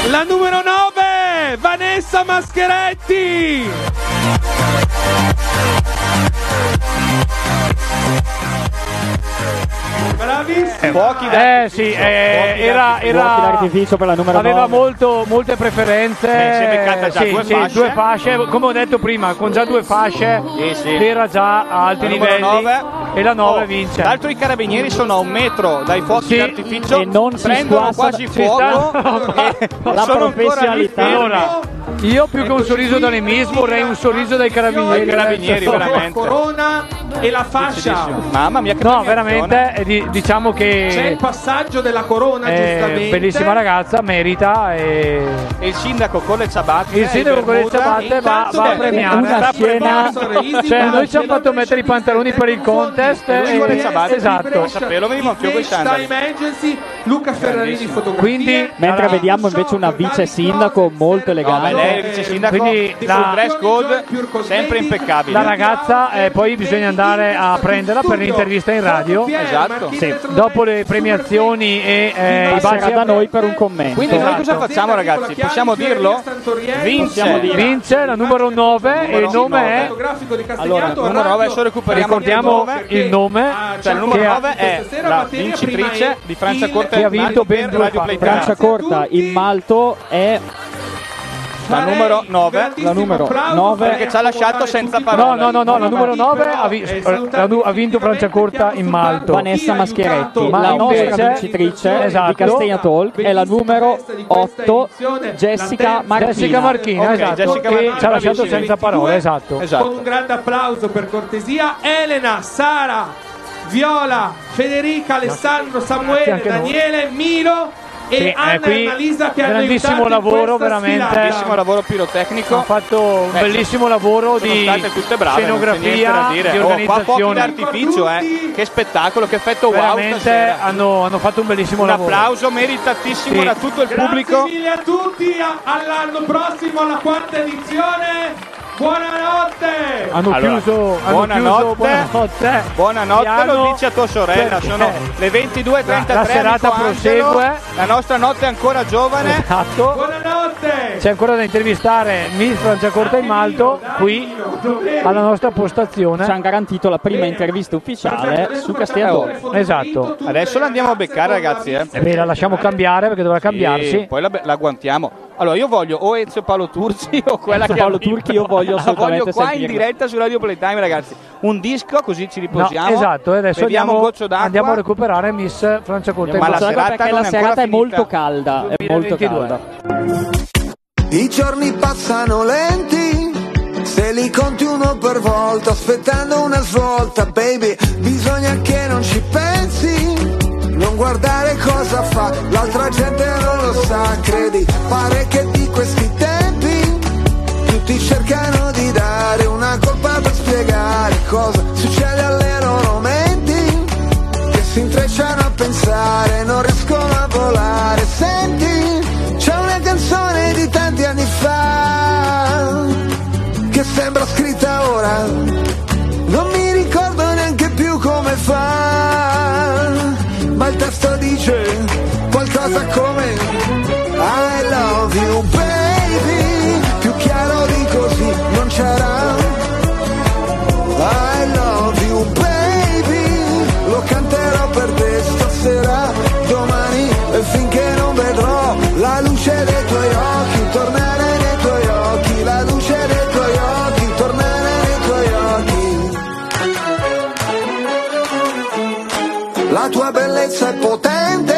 La numero 9, Vanessa Mascheretti! Bravissima!
Pochi
Eh sì, eh, era,
fuochi
era
d'artificio per la numero
aveva
nove.
molto, molte preferenze.
Eh, si è beccata già
Sì,
due
sì,
fasce.
due fasce, Come ho detto prima, con già due fasce
sì.
era già a alti
La numero
livelli.
nove.
E la 9
Oh,
vince.
Tra l'altro i carabinieri sono a un metro dai fuochi
Sì.
d'artificio
E non si
prendono
squassano-
quasi
si
fuoco.
stanno-
e sono ancora lì fermi.
Allora, io più che un sorriso da Nemis vorrei un sorriso dai carabinieri.
Dai carabinieri, veramente.
Corona e la fascia.
Mamma mia, che
No, veramente, eh, di- diciamo che...
C'è il passaggio della corona,
Eh,
giustamente.
bellissima ragazza, merita e...
il sindaco con le ciabatte. eh,
Il sindaco con le
Bermuda.
ciabatte va,
Intanto
va a
una
premiare
scena-
Cioè, noi ci abbiamo fatto mettere i pantaloni per il contest.
Lui con le ciabatte,
esatto.
a saperlo, veniva anch'io con i sandali.
Emergency, Luca Ferrarini fotografo.
Quindi,
Mentre vediamo invece una vice sindaco
No,
molto
ma
elegante.
lei è il vice sindaco
Quindi
sul
la-
dress code sempre impeccabile.
La ragazza, eh, poi bisogna andare a prenderla per l'intervista in radio.
Esatto.
Sì. Dopo le premiazioni e eh, i baci
Passerà da noi per un commento.
Quindi noi cosa
Esatto.
facciamo ragazzi? Possiamo dirlo?
Vince,
Vince.
vince la numero 9 e il nome è
Allora, il numero 9 adesso recuperiamo
ricordiamo
il nome.
il nome
Cioè, il numero
che ha-
9 è la vincitrice di Francia Corta
che ha
Animali
vinto ben
per
due
Radio
fa-
Play Terra.
Francia corta in Malto è
La numero 9.
la numero 9
Perché ci ha lasciato senza
No,
parole.
no, no, no, la numero 9 ha, vi- la nu- ha vinto Franciacorta in Malto.
Vanessa Mascheretti,
Ma
la nostra
invece-
vincitrice
Esatto.
di Castegna Talk è la numero 8
eh,
Jessica Marchina.
Jessica Marchina, esatto, che ci ha lasciato senza parole, esatto.
Con un grande applauso per cortesia, Elena, Sara, Viola, Federica, Alessandro, Samuele,
anche a noi.
Daniele, Milo e
Sì, eh,
Anna
qui
e Annalisa che hanno
grandissimo
aiutato in questa
lavoro, veramente.
sfilata.
Bellissimo lavoro pirotecnico.
Ha fatto un bellissimo lavoro
sono
di
state tutte brave, non c'è niente
scenografia,
da dire.
di
Oh, qua fuochi
organizzazione.
d'artificio, eh. Che spettacolo, che effetto wow
Veramente
stasera.
hanno, hanno fatto un bellissimo
Un
lavoro.
applauso meritatissimo
Sì.
da tutto il
Grazie
pubblico.
Grazie mille a tutti, a- all'anno prossimo, alla quarta edizione. Buonanotte!
Hanno chiuso- hanno
buonanotte,
chiuso, buonanotte.
Buonanotte,
Piano,
lo dici a tua sorella.
perché
Sono le 22.33.
la serata
amico Angelo.
prosegue.
La nostra notte è ancora giovane.
Esatto.
Buonanotte!
C'è ancora da intervistare Miss Franciacorta in Malto qui alla nostra postazione.
Ci hanno garantito la prima intervista ufficiale su Castigliatore.
Esatto.
Adesso la andiamo a beccare, ragazzi. Eh.
Beh, la lasciamo cambiare perché dovrà
Sì,
cambiarsi.
poi la, la guantiamo. Allora, io voglio o Ezio Paolo Turci o quella
Ezio
che
Paolo
arriva.
Turchi io voglio
La
assolutamente
voglio qua in
sentirla.
diretta su Radio Playtime, ragazzi. Un disco così ci riposiamo.
No, esatto, e adesso
Beviamo un
andiamo,
goccio d'acqua.
andiamo a recuperare Miss Franciacorta in
Ma la
Malto.
serata, la serata è molto calda, è molto
2022.
calda.
I giorni passano lenti, se li conti uno per volta, aspettando una svolta, baby, bisogna che non ci pensi. Non guardare cosa fa, l'altra gente non lo sa, credi, pare che di questi tempi tutti cercano di dare una colpa per spiegare cosa succede alle loro menti, che si intrecciano a pensare, non riescono a volare, senti, c'è una canzone di tanti anni fa, che sembra scritta ora, non mi ricordo neanche più come fa, ma il testo dice qualcosa come I love you baby, più chiaro di così non c'era. I love you baby, lo canterò per te stasera, domani e finché non vedrò la luce dei tuoi occhi, tornare nei tuoi occhi, la luce dei tuoi occhi, tornare nei tuoi occhi. La tua bellezza è potente,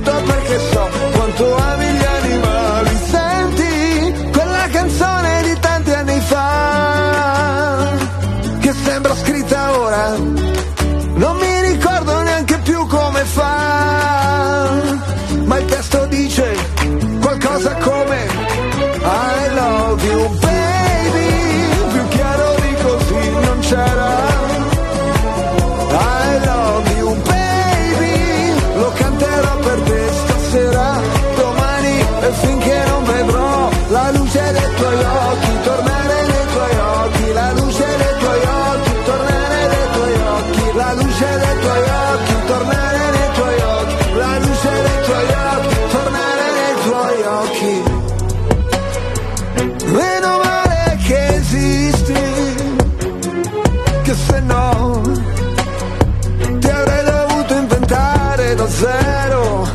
perché so quanto ami gli animali Senti quella canzone di tanti anni fa Che sembra scritta ora non mi ricordo neanche più come fa, ma il testo dice qualcosa come I love you baby, più chiaro di così non c'era. I love you baby, lo canterò per te stasera, domani e finché non vedrò la luce dei tuoi occhi, tornare nei tuoi occhi, la luce dei tuoi occhi, tornare nei tuoi occhi, la luce dei tuoi occhi, tornare nei tuoi occhi, la luce dei tuoi occhi, tornare nei tuoi occhi. Meno male che esisti, che se no ti avrei dovuto inventare da zero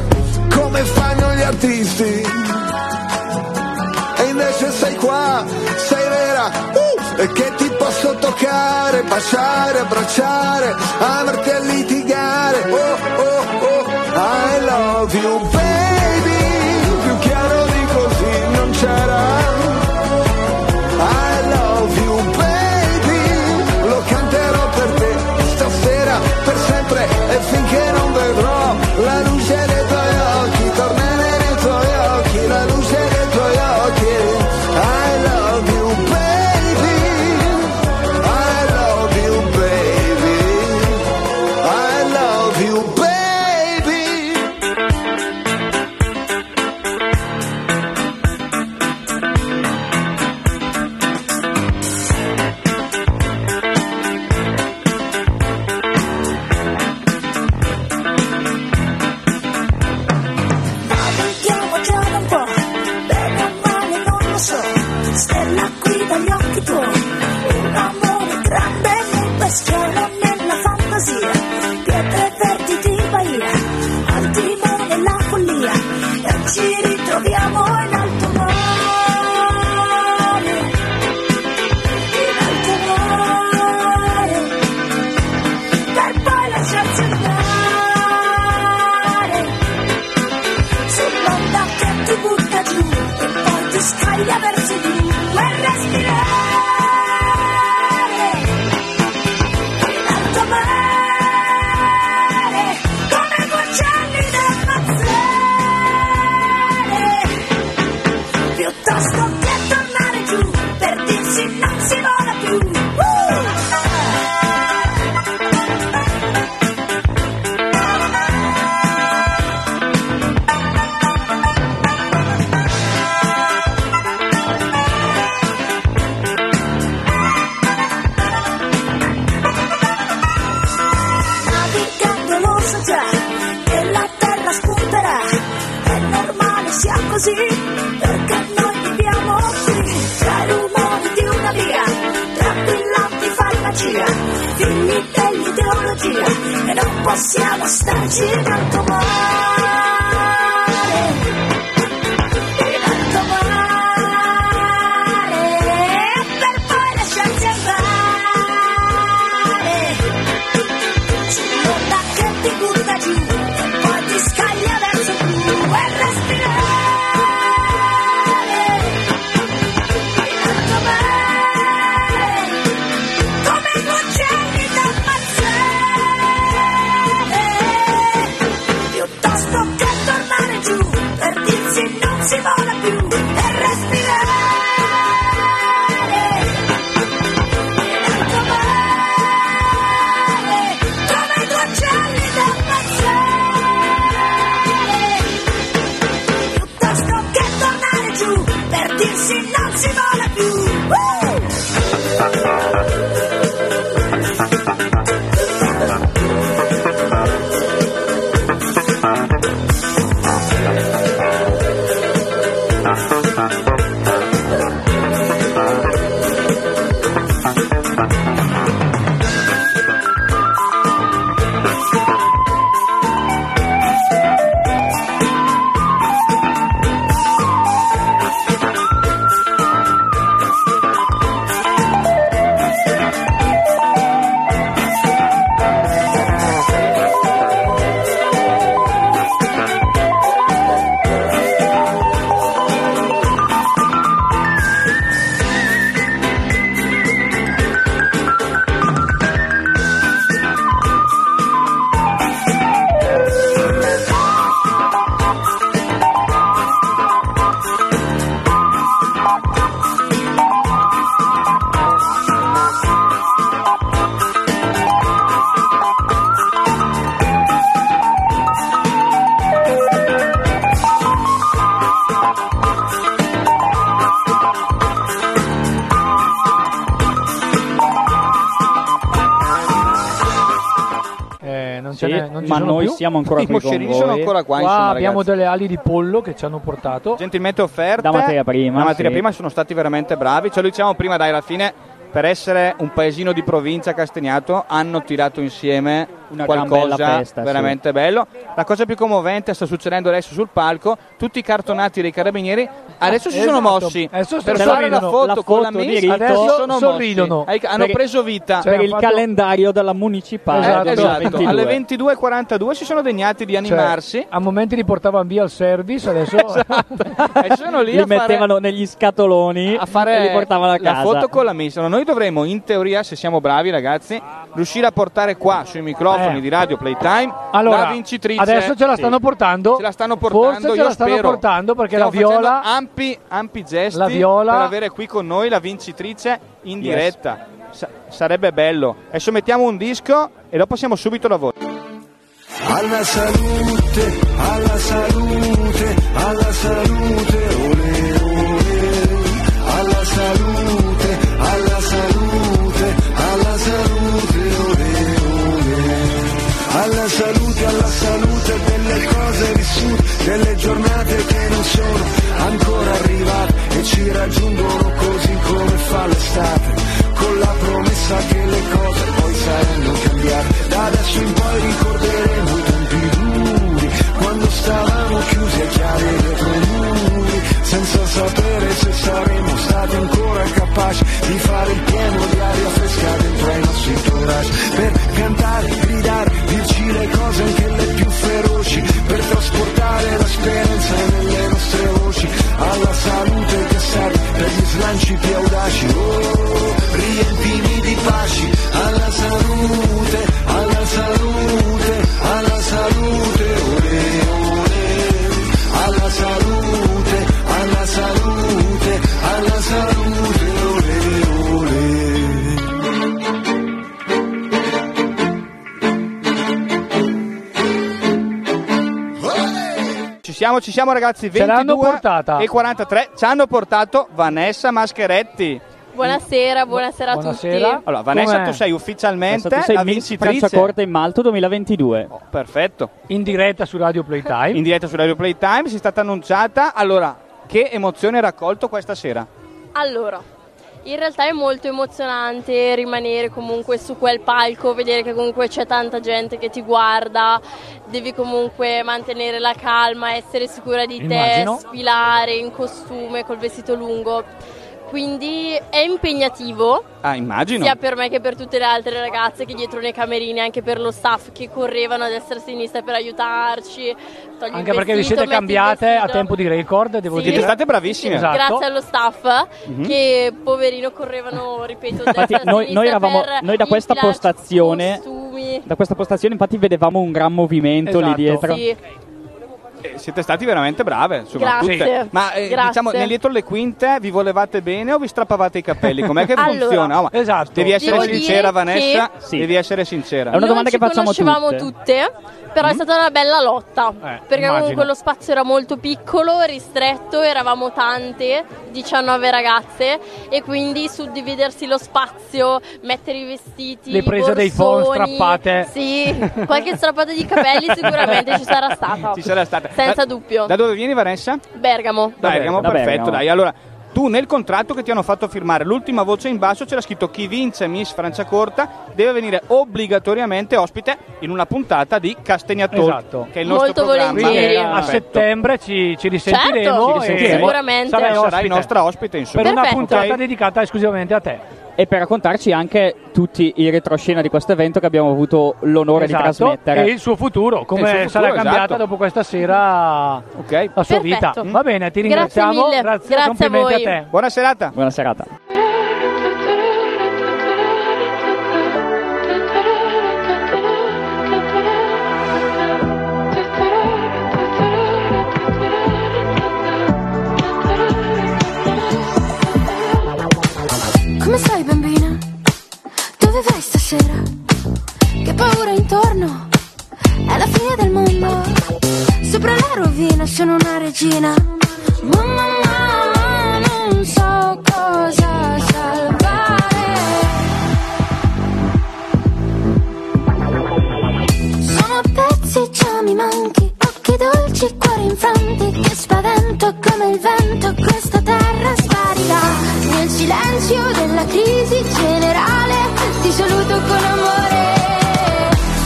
come fanno gli artisti giocare, baciare, abbracciare, amarti a litigare. Oh, oh, oh, I love you, baby. Più chiaro di così non c'era. I love you, baby. Lo canterò per te stasera, per sempre e finché non vedrò la luce dei tuoi occhi. Tornare nei tuoi occhi, la luce dei tuoi occhi. I love you, baby. I love you, baby. I love you, baby.
Andiamo già da un po', bene o male non lo so, stella qui dagli occhi tuoi, un amore grande e bestiola nella fantasia, pietre verdi di Bahia, al timone la follia, e ci ritroviamo in alto mare, in alto mare, per poi lasciarci andare sull'onda che ti butta giù e poi ti scaglia verso giù e respirare in alto mare come uccelli da ammazzare piuttosto che tornare giù per dirsi non si vola più Uh! Navigando lo so già che la terra spunterà, è normale sia così, perché noi viviamo qui, tra i rumori di una via, tranquilla di farmacia, figli dell'ideologia, e non possiamo starci in alto mare, in alto mare, per poi lasciarci andare. Sull'onda che ti butta giù e poi ti scaglia verso il blu e respirare in alto mare come i uccelli da ammazzare piuttosto che tornare giù per dirsi non si vola più e respirare in alto mare come due uccelli da ammazzare piuttosto che tornare giù per dirsi non si vola più
Eh, non
Sì,
ce n'è- non ci
ma
sono
noi
più.
siamo ancora
I
qui con
moscerini
voi.
sono ancora qua.
Qua
abbiamo
abbiamo
delle ali di pollo che ci hanno portato.
Gentilmente offerte.
Da materia prima,
Da materia
sì.
prima sono stati veramente bravi. Ce lo diciamo prima, dai, alla fine, per essere un paesino di provincia castagnato, hanno tirato insieme
Una gran bella
qualcosa
festa, sì.
veramente bello. La cosa più commovente sta succedendo adesso sul palco, tutti i cartonati dei carabinieri adesso si sono
Esatto.
mossi.
Adesso
per
stanno-
fare la
sorridono.
foto,
La
con la
foto di
miss,
Rito.
adesso sono
Sorridono. Cioè,
mossi. Hai- Hanno
Per-
preso vita
per il calendario della
Eh,
municipale
esatto,
del 22.
alle 22.42 si sono degnati di
Cioè,
animarsi
a momenti li portavano via al service, adesso
Esatto. e sono lì
li
a fare
mettevano negli scatoloni
a fare
e li portavano a
la
casa.
foto con la miss. Allora, Noi dovremmo, in teoria, se siamo bravi, ragazzi, riuscire a portare qua sui microfoni
Eh.
di Radio Playtime
Allora,
la vincitrice.
adesso ce la stanno portando.
Ce la stanno portando,
Forse ce
io
la stanno
spero.
portando perché
Stiamo
la Viola-
facendo Ampi, ampi gesti
La Viola-
per avere qui con noi la vincitrice in
Yes.
diretta. Sa- sarebbe bello. Adesso mettiamo un disco e lo passiamo subito da voi.
Alla salute, alla salute, alla salute, ole ole. Alla salute, alla salute, alla salute, ole ole. Alla salute, alla salute delle cose vissute, delle giornate che non sono ancora arrivate e ci raggiungono così come fa l'estate, con la promessa che le cose poi saranno cambiate. Da adesso in poi ricorderemo i tempi duri, quando stavamo chiusi a chiave dietro i muri, senza sapere se saremmo stati ancora capaci di fare il pieno di aria fresca dentro ai nostri toraci, per cantare, gridare, dirci le cose anche le più feroci, per trasportare la speranza nelle nostre voci, alla salute che serve per gli slanci più audaci, oh, riempimi di paci, alla salute, alla salute, alla salute, ole, ole alla salute, alla salute, alla salute, ole, ole.
Ci siamo, ci siamo ragazzi,
Ce l'hanno
22
portata.
e 43 ci hanno portato Vanessa Mascheretti.
Buonasera, buonasera, a tutti.
Allora, Vanessa,
Com'è?
tu sei ufficialmente
Vanessa, tu sei
la
Miss
vincitrice. Oh,
Franciacorta in Malto 2022.
Perfetto.
In diretta su Radio Playtime.
In diretta su Radio Playtime, sei stata annunciata. Allora, che emozione ha raccolto questa sera?
Allora, in realtà è molto emozionante rimanere comunque su quel palco, vedere che comunque c'è tanta gente che ti guarda, devi comunque mantenere la calma, essere sicura di
Immagino.
te, sfilare in costume, col vestito lungo. Quindi è impegnativo,
Ah, immagino.
sia per me che per tutte le altre ragazze che dietro nei camerini, anche per lo staff che correvano a destra e a sinistra per aiutarci. Togli il
Anche perché vi
vestito,
siete
metti il
cambiate a
vestito.
tempo di record, devo
Sì.
dire.
Siete state
bravissime.
Esatto.
Grazie allo staff
Mhm.
che poverino correvano, ripeto, a
Infatti,
destra e a
noi,
sinistra
noi eravamo
per
noi da questa
infilarci
postazione.
costumi.
Da questa postazione, infatti, vedevamo un gran movimento lì
Esatto.
dietro.
Sì.
Eh, Siete stati veramente brave. Insomma,
Grazie.
tutte. Ma eh,
Grazie.
diciamo, nel dietro le quinte vi volevate bene o vi strappavate i capelli? Com'è che
Allora,
funziona? Oh, ma
esatto.
Devi essere
Devo dire
sincera,
che-
Vanessa. Devi essere sincera.
Non ci conoscevamo tutte, però è stata una bella lotta, perché
immagino.
comunque lo spazio era molto piccolo, ristretto, eravamo tante, 19 ragazze e quindi suddividersi lo spazio, mettere i vestiti,
Le prese
i
dei phone
borsoni,
strappate.
Sì, qualche strappata di capelli sicuramente ci sarà stata.
Ci sarà stata.
Senza
Da-
dubbio.
Da dove vieni, Vanessa?
Bergamo.
Da Bergamo,
da
perfetto,
Bergamo.
dai. Allora, tu nel contratto che ti hanno fatto firmare, l'ultima voce in basso c'era scritto chi vince Miss Franciacorta deve venire obbligatoriamente ospite in una puntata di Castagnator,
Esatto.
che è il nostro programma.
Quindi a
Perfetto.
settembre ci, ci risentiremo.
Certo, Ci risentiremo.
e
sicuramente.
Sarai,
Sarai
ospite.
nostra ospite, insomma.
Per una
Perfetto.
puntata
Ok.
dedicata esclusivamente a te.
E per raccontarci anche tutti i retroscena di questo evento che abbiamo avuto l'onore
Esatto,
di trasmettere.
E il suo futuro, come
E il suo
sarà
futuro,
cambiata
esatto.
dopo questa sera la sua vita.
Perfetto.
Va bene,
Grazie
ti ringraziamo.
mille,
Grazie,
grazie a
complimenti
voi.
a te.
Buona serata.
Buona serata.
Come stai bambina? Dove vai stasera? Che paura intorno, è la fine del mondo Sopra la rovina sono una regina Mamma mia, non so cosa salvare Sono a pezzi, già mi manchi Occhi dolci, cuori infanti Che spavento come il vento Questa terra sparirà Nel silenzio della crisi generale Ti saluto con amore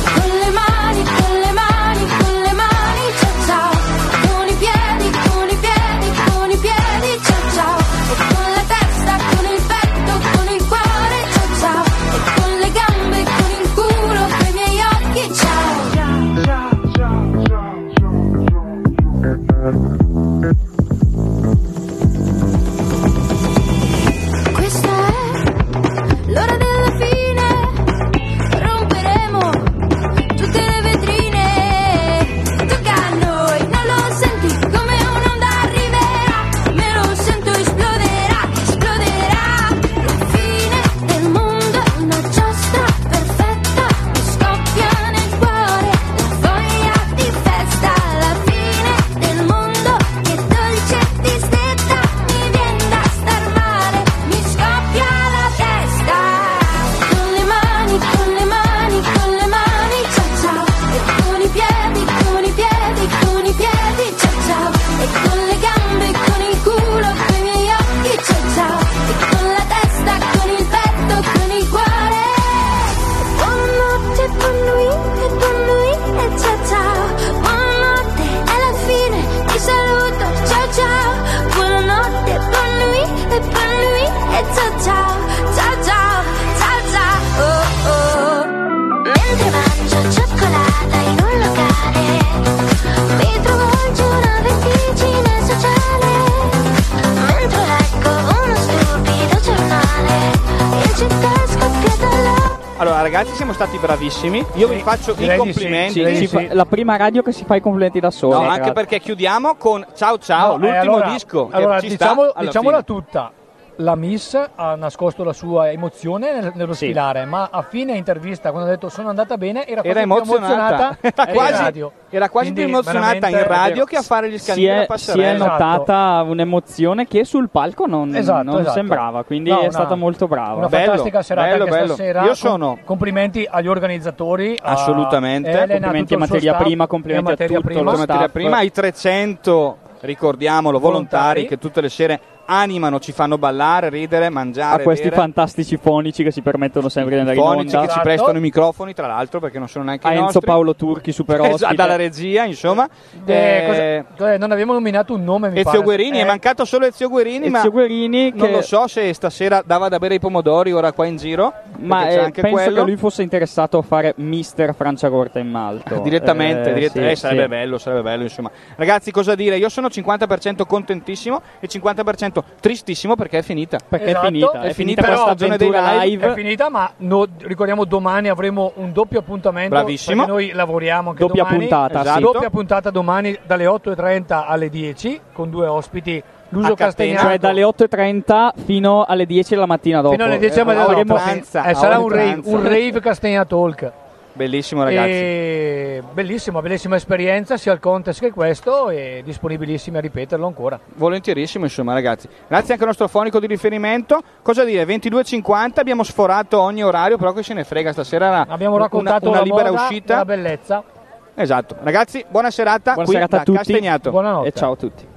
Con
Questa è l'ora della fine. Romperemo tutte le vetrine. Tocca a noi, non lo senti come un'onda arriverà. Me lo sento esploderà, esploderà. La fine del mondo è una giostra perfetta. Mi scoppia nel cuore la voglia di festa. La fine del mondo che dolce distetta. Mi viene da star male, mi scoppia la testa. Con le mani, con le mani, con le mani, ciao ciao E con i piedi, con i piedi, con i piedi, ciao ciao E con le gambe, con il culo, con gli occhi, ciao ciao E con la testa, con il petto, con il cuore Buonanotte, buonanotte, buonanotte, ciao ciao Buonanotte, alla fine ti saluto, ciao ciao Buonanotte, buonanotte, buonanotte, ciao ciao Ciao ciao, ciao ciao, oh oh Mentre mangio cioccolata in un locale Mi travolge una vertigine sociale Mentre leggo uno stupido giornale In città scoppia dalla
Allora, ragazzi, siamo stati bravissimi. Io vi faccio i
Direi di sì,
complimenti.
direi di sì. La prima radio che si fa i complimenti da
No,
sola. tra
anche
l'altro.
perché chiudiamo con Ciao Ciao,
No, eh,
l'ultimo
allora-
disco. che
Allora,
ci
diciamo,
sta alla
diciamola
fine.
tutta. La Miss ha nascosto la sua emozione nel- nello sfilare, ma a fine intervista, quando ha detto sono andata bene, era,
Era
quasi più
emozionata. Era
che in
quasi-
radio.
era quasi più
Quindi,
emozionata in
veramente- eh,
radio che a fare gli
Si
scandini Esatto.
è,
alla
si
passerella.
è notata un'emozione che sul palco non,
Esatto,
non
esatto.
sembrava, quindi
No,
è
una-
stata molto brava.
Una fantastica serata anche stasera.
Io
Com-
sono
Complimenti agli organizzatori. a
Assolutamente.
Ah, Elena,
Complimenti
tutto
a
il suo
Materia
staff
Prima,
e
complimenti a
Materia
tutto lo
Prima.
Materia Prima, ai 300 ricordiamolo volontari,
Volontari.
che tutte le sere animano, ci fanno ballare, ridere, mangiare,
a questi
bere.
fantastici fonici che si permettono sempre di andare in
fonici
onda.
che ci prestano i microfoni, tra l'altro, perché non sono neanche
a
i
Enzo
nostri.
Paolo Turchi, super
Esatto,
ospite.
dalla regia, insomma.
Eh,
Eh,
cosa- eh, non abbiamo nominato un nome, mi
Ezio
pare.
Guerini,
Eh,
è mancato solo Ezio Guerini, ma
Ezio Guerini
non
che-
lo so se stasera dava da bere i pomodori ora qua in giro,
Ma
perché c'è
eh,
anche
penso
quello.
che lui fosse interessato a fare Mister Franciacorta in Malto.
Direttamente,
Eh,
dirett-
sì,
eh, sarebbe
sì.
bello, sarebbe bello, insomma. Ragazzi, cosa dire? Io sono 50% contentissimo e 50% tristissimo perché è finita.
Esatto.
È finita la stagione dei live.
È finita, ma no- ricordiamo domani avremo un doppio appuntamento.
Bravissimo.
Perché noi lavoriamo anche
Doppia
domani.
puntata,
Esatto.
sì.
Doppia puntata domani dalle 8.30 alle 10 con due ospiti. L'uso
A catena.
Castagnano.
Cioè dalle 8.30 fino alle 10 della mattina dopo. ecco,
Fino alle 10 ma avremo- eh, sarà un rave, un rave Eh, Castagna Talk.
Bellissimo, ragazzi.
E bellissima, bellissima esperienza sia il contest che questo e disponibilissimi a ripeterlo ancora.
Volentierissimo, insomma, ragazzi. Grazie anche al nostro fonico di riferimento. Cosa dire? 22.50, abbiamo sforato ogni orario, però che se ne frega stasera. era
Abbiamo
una-
raccontato
una,
la
libera
moda e
uscita.
La bellezza.
Esatto. Ragazzi, buona serata.
Buona
qui
serata a
da
tutti.
Castagnato.
Buonanotte. E ciao a tutti.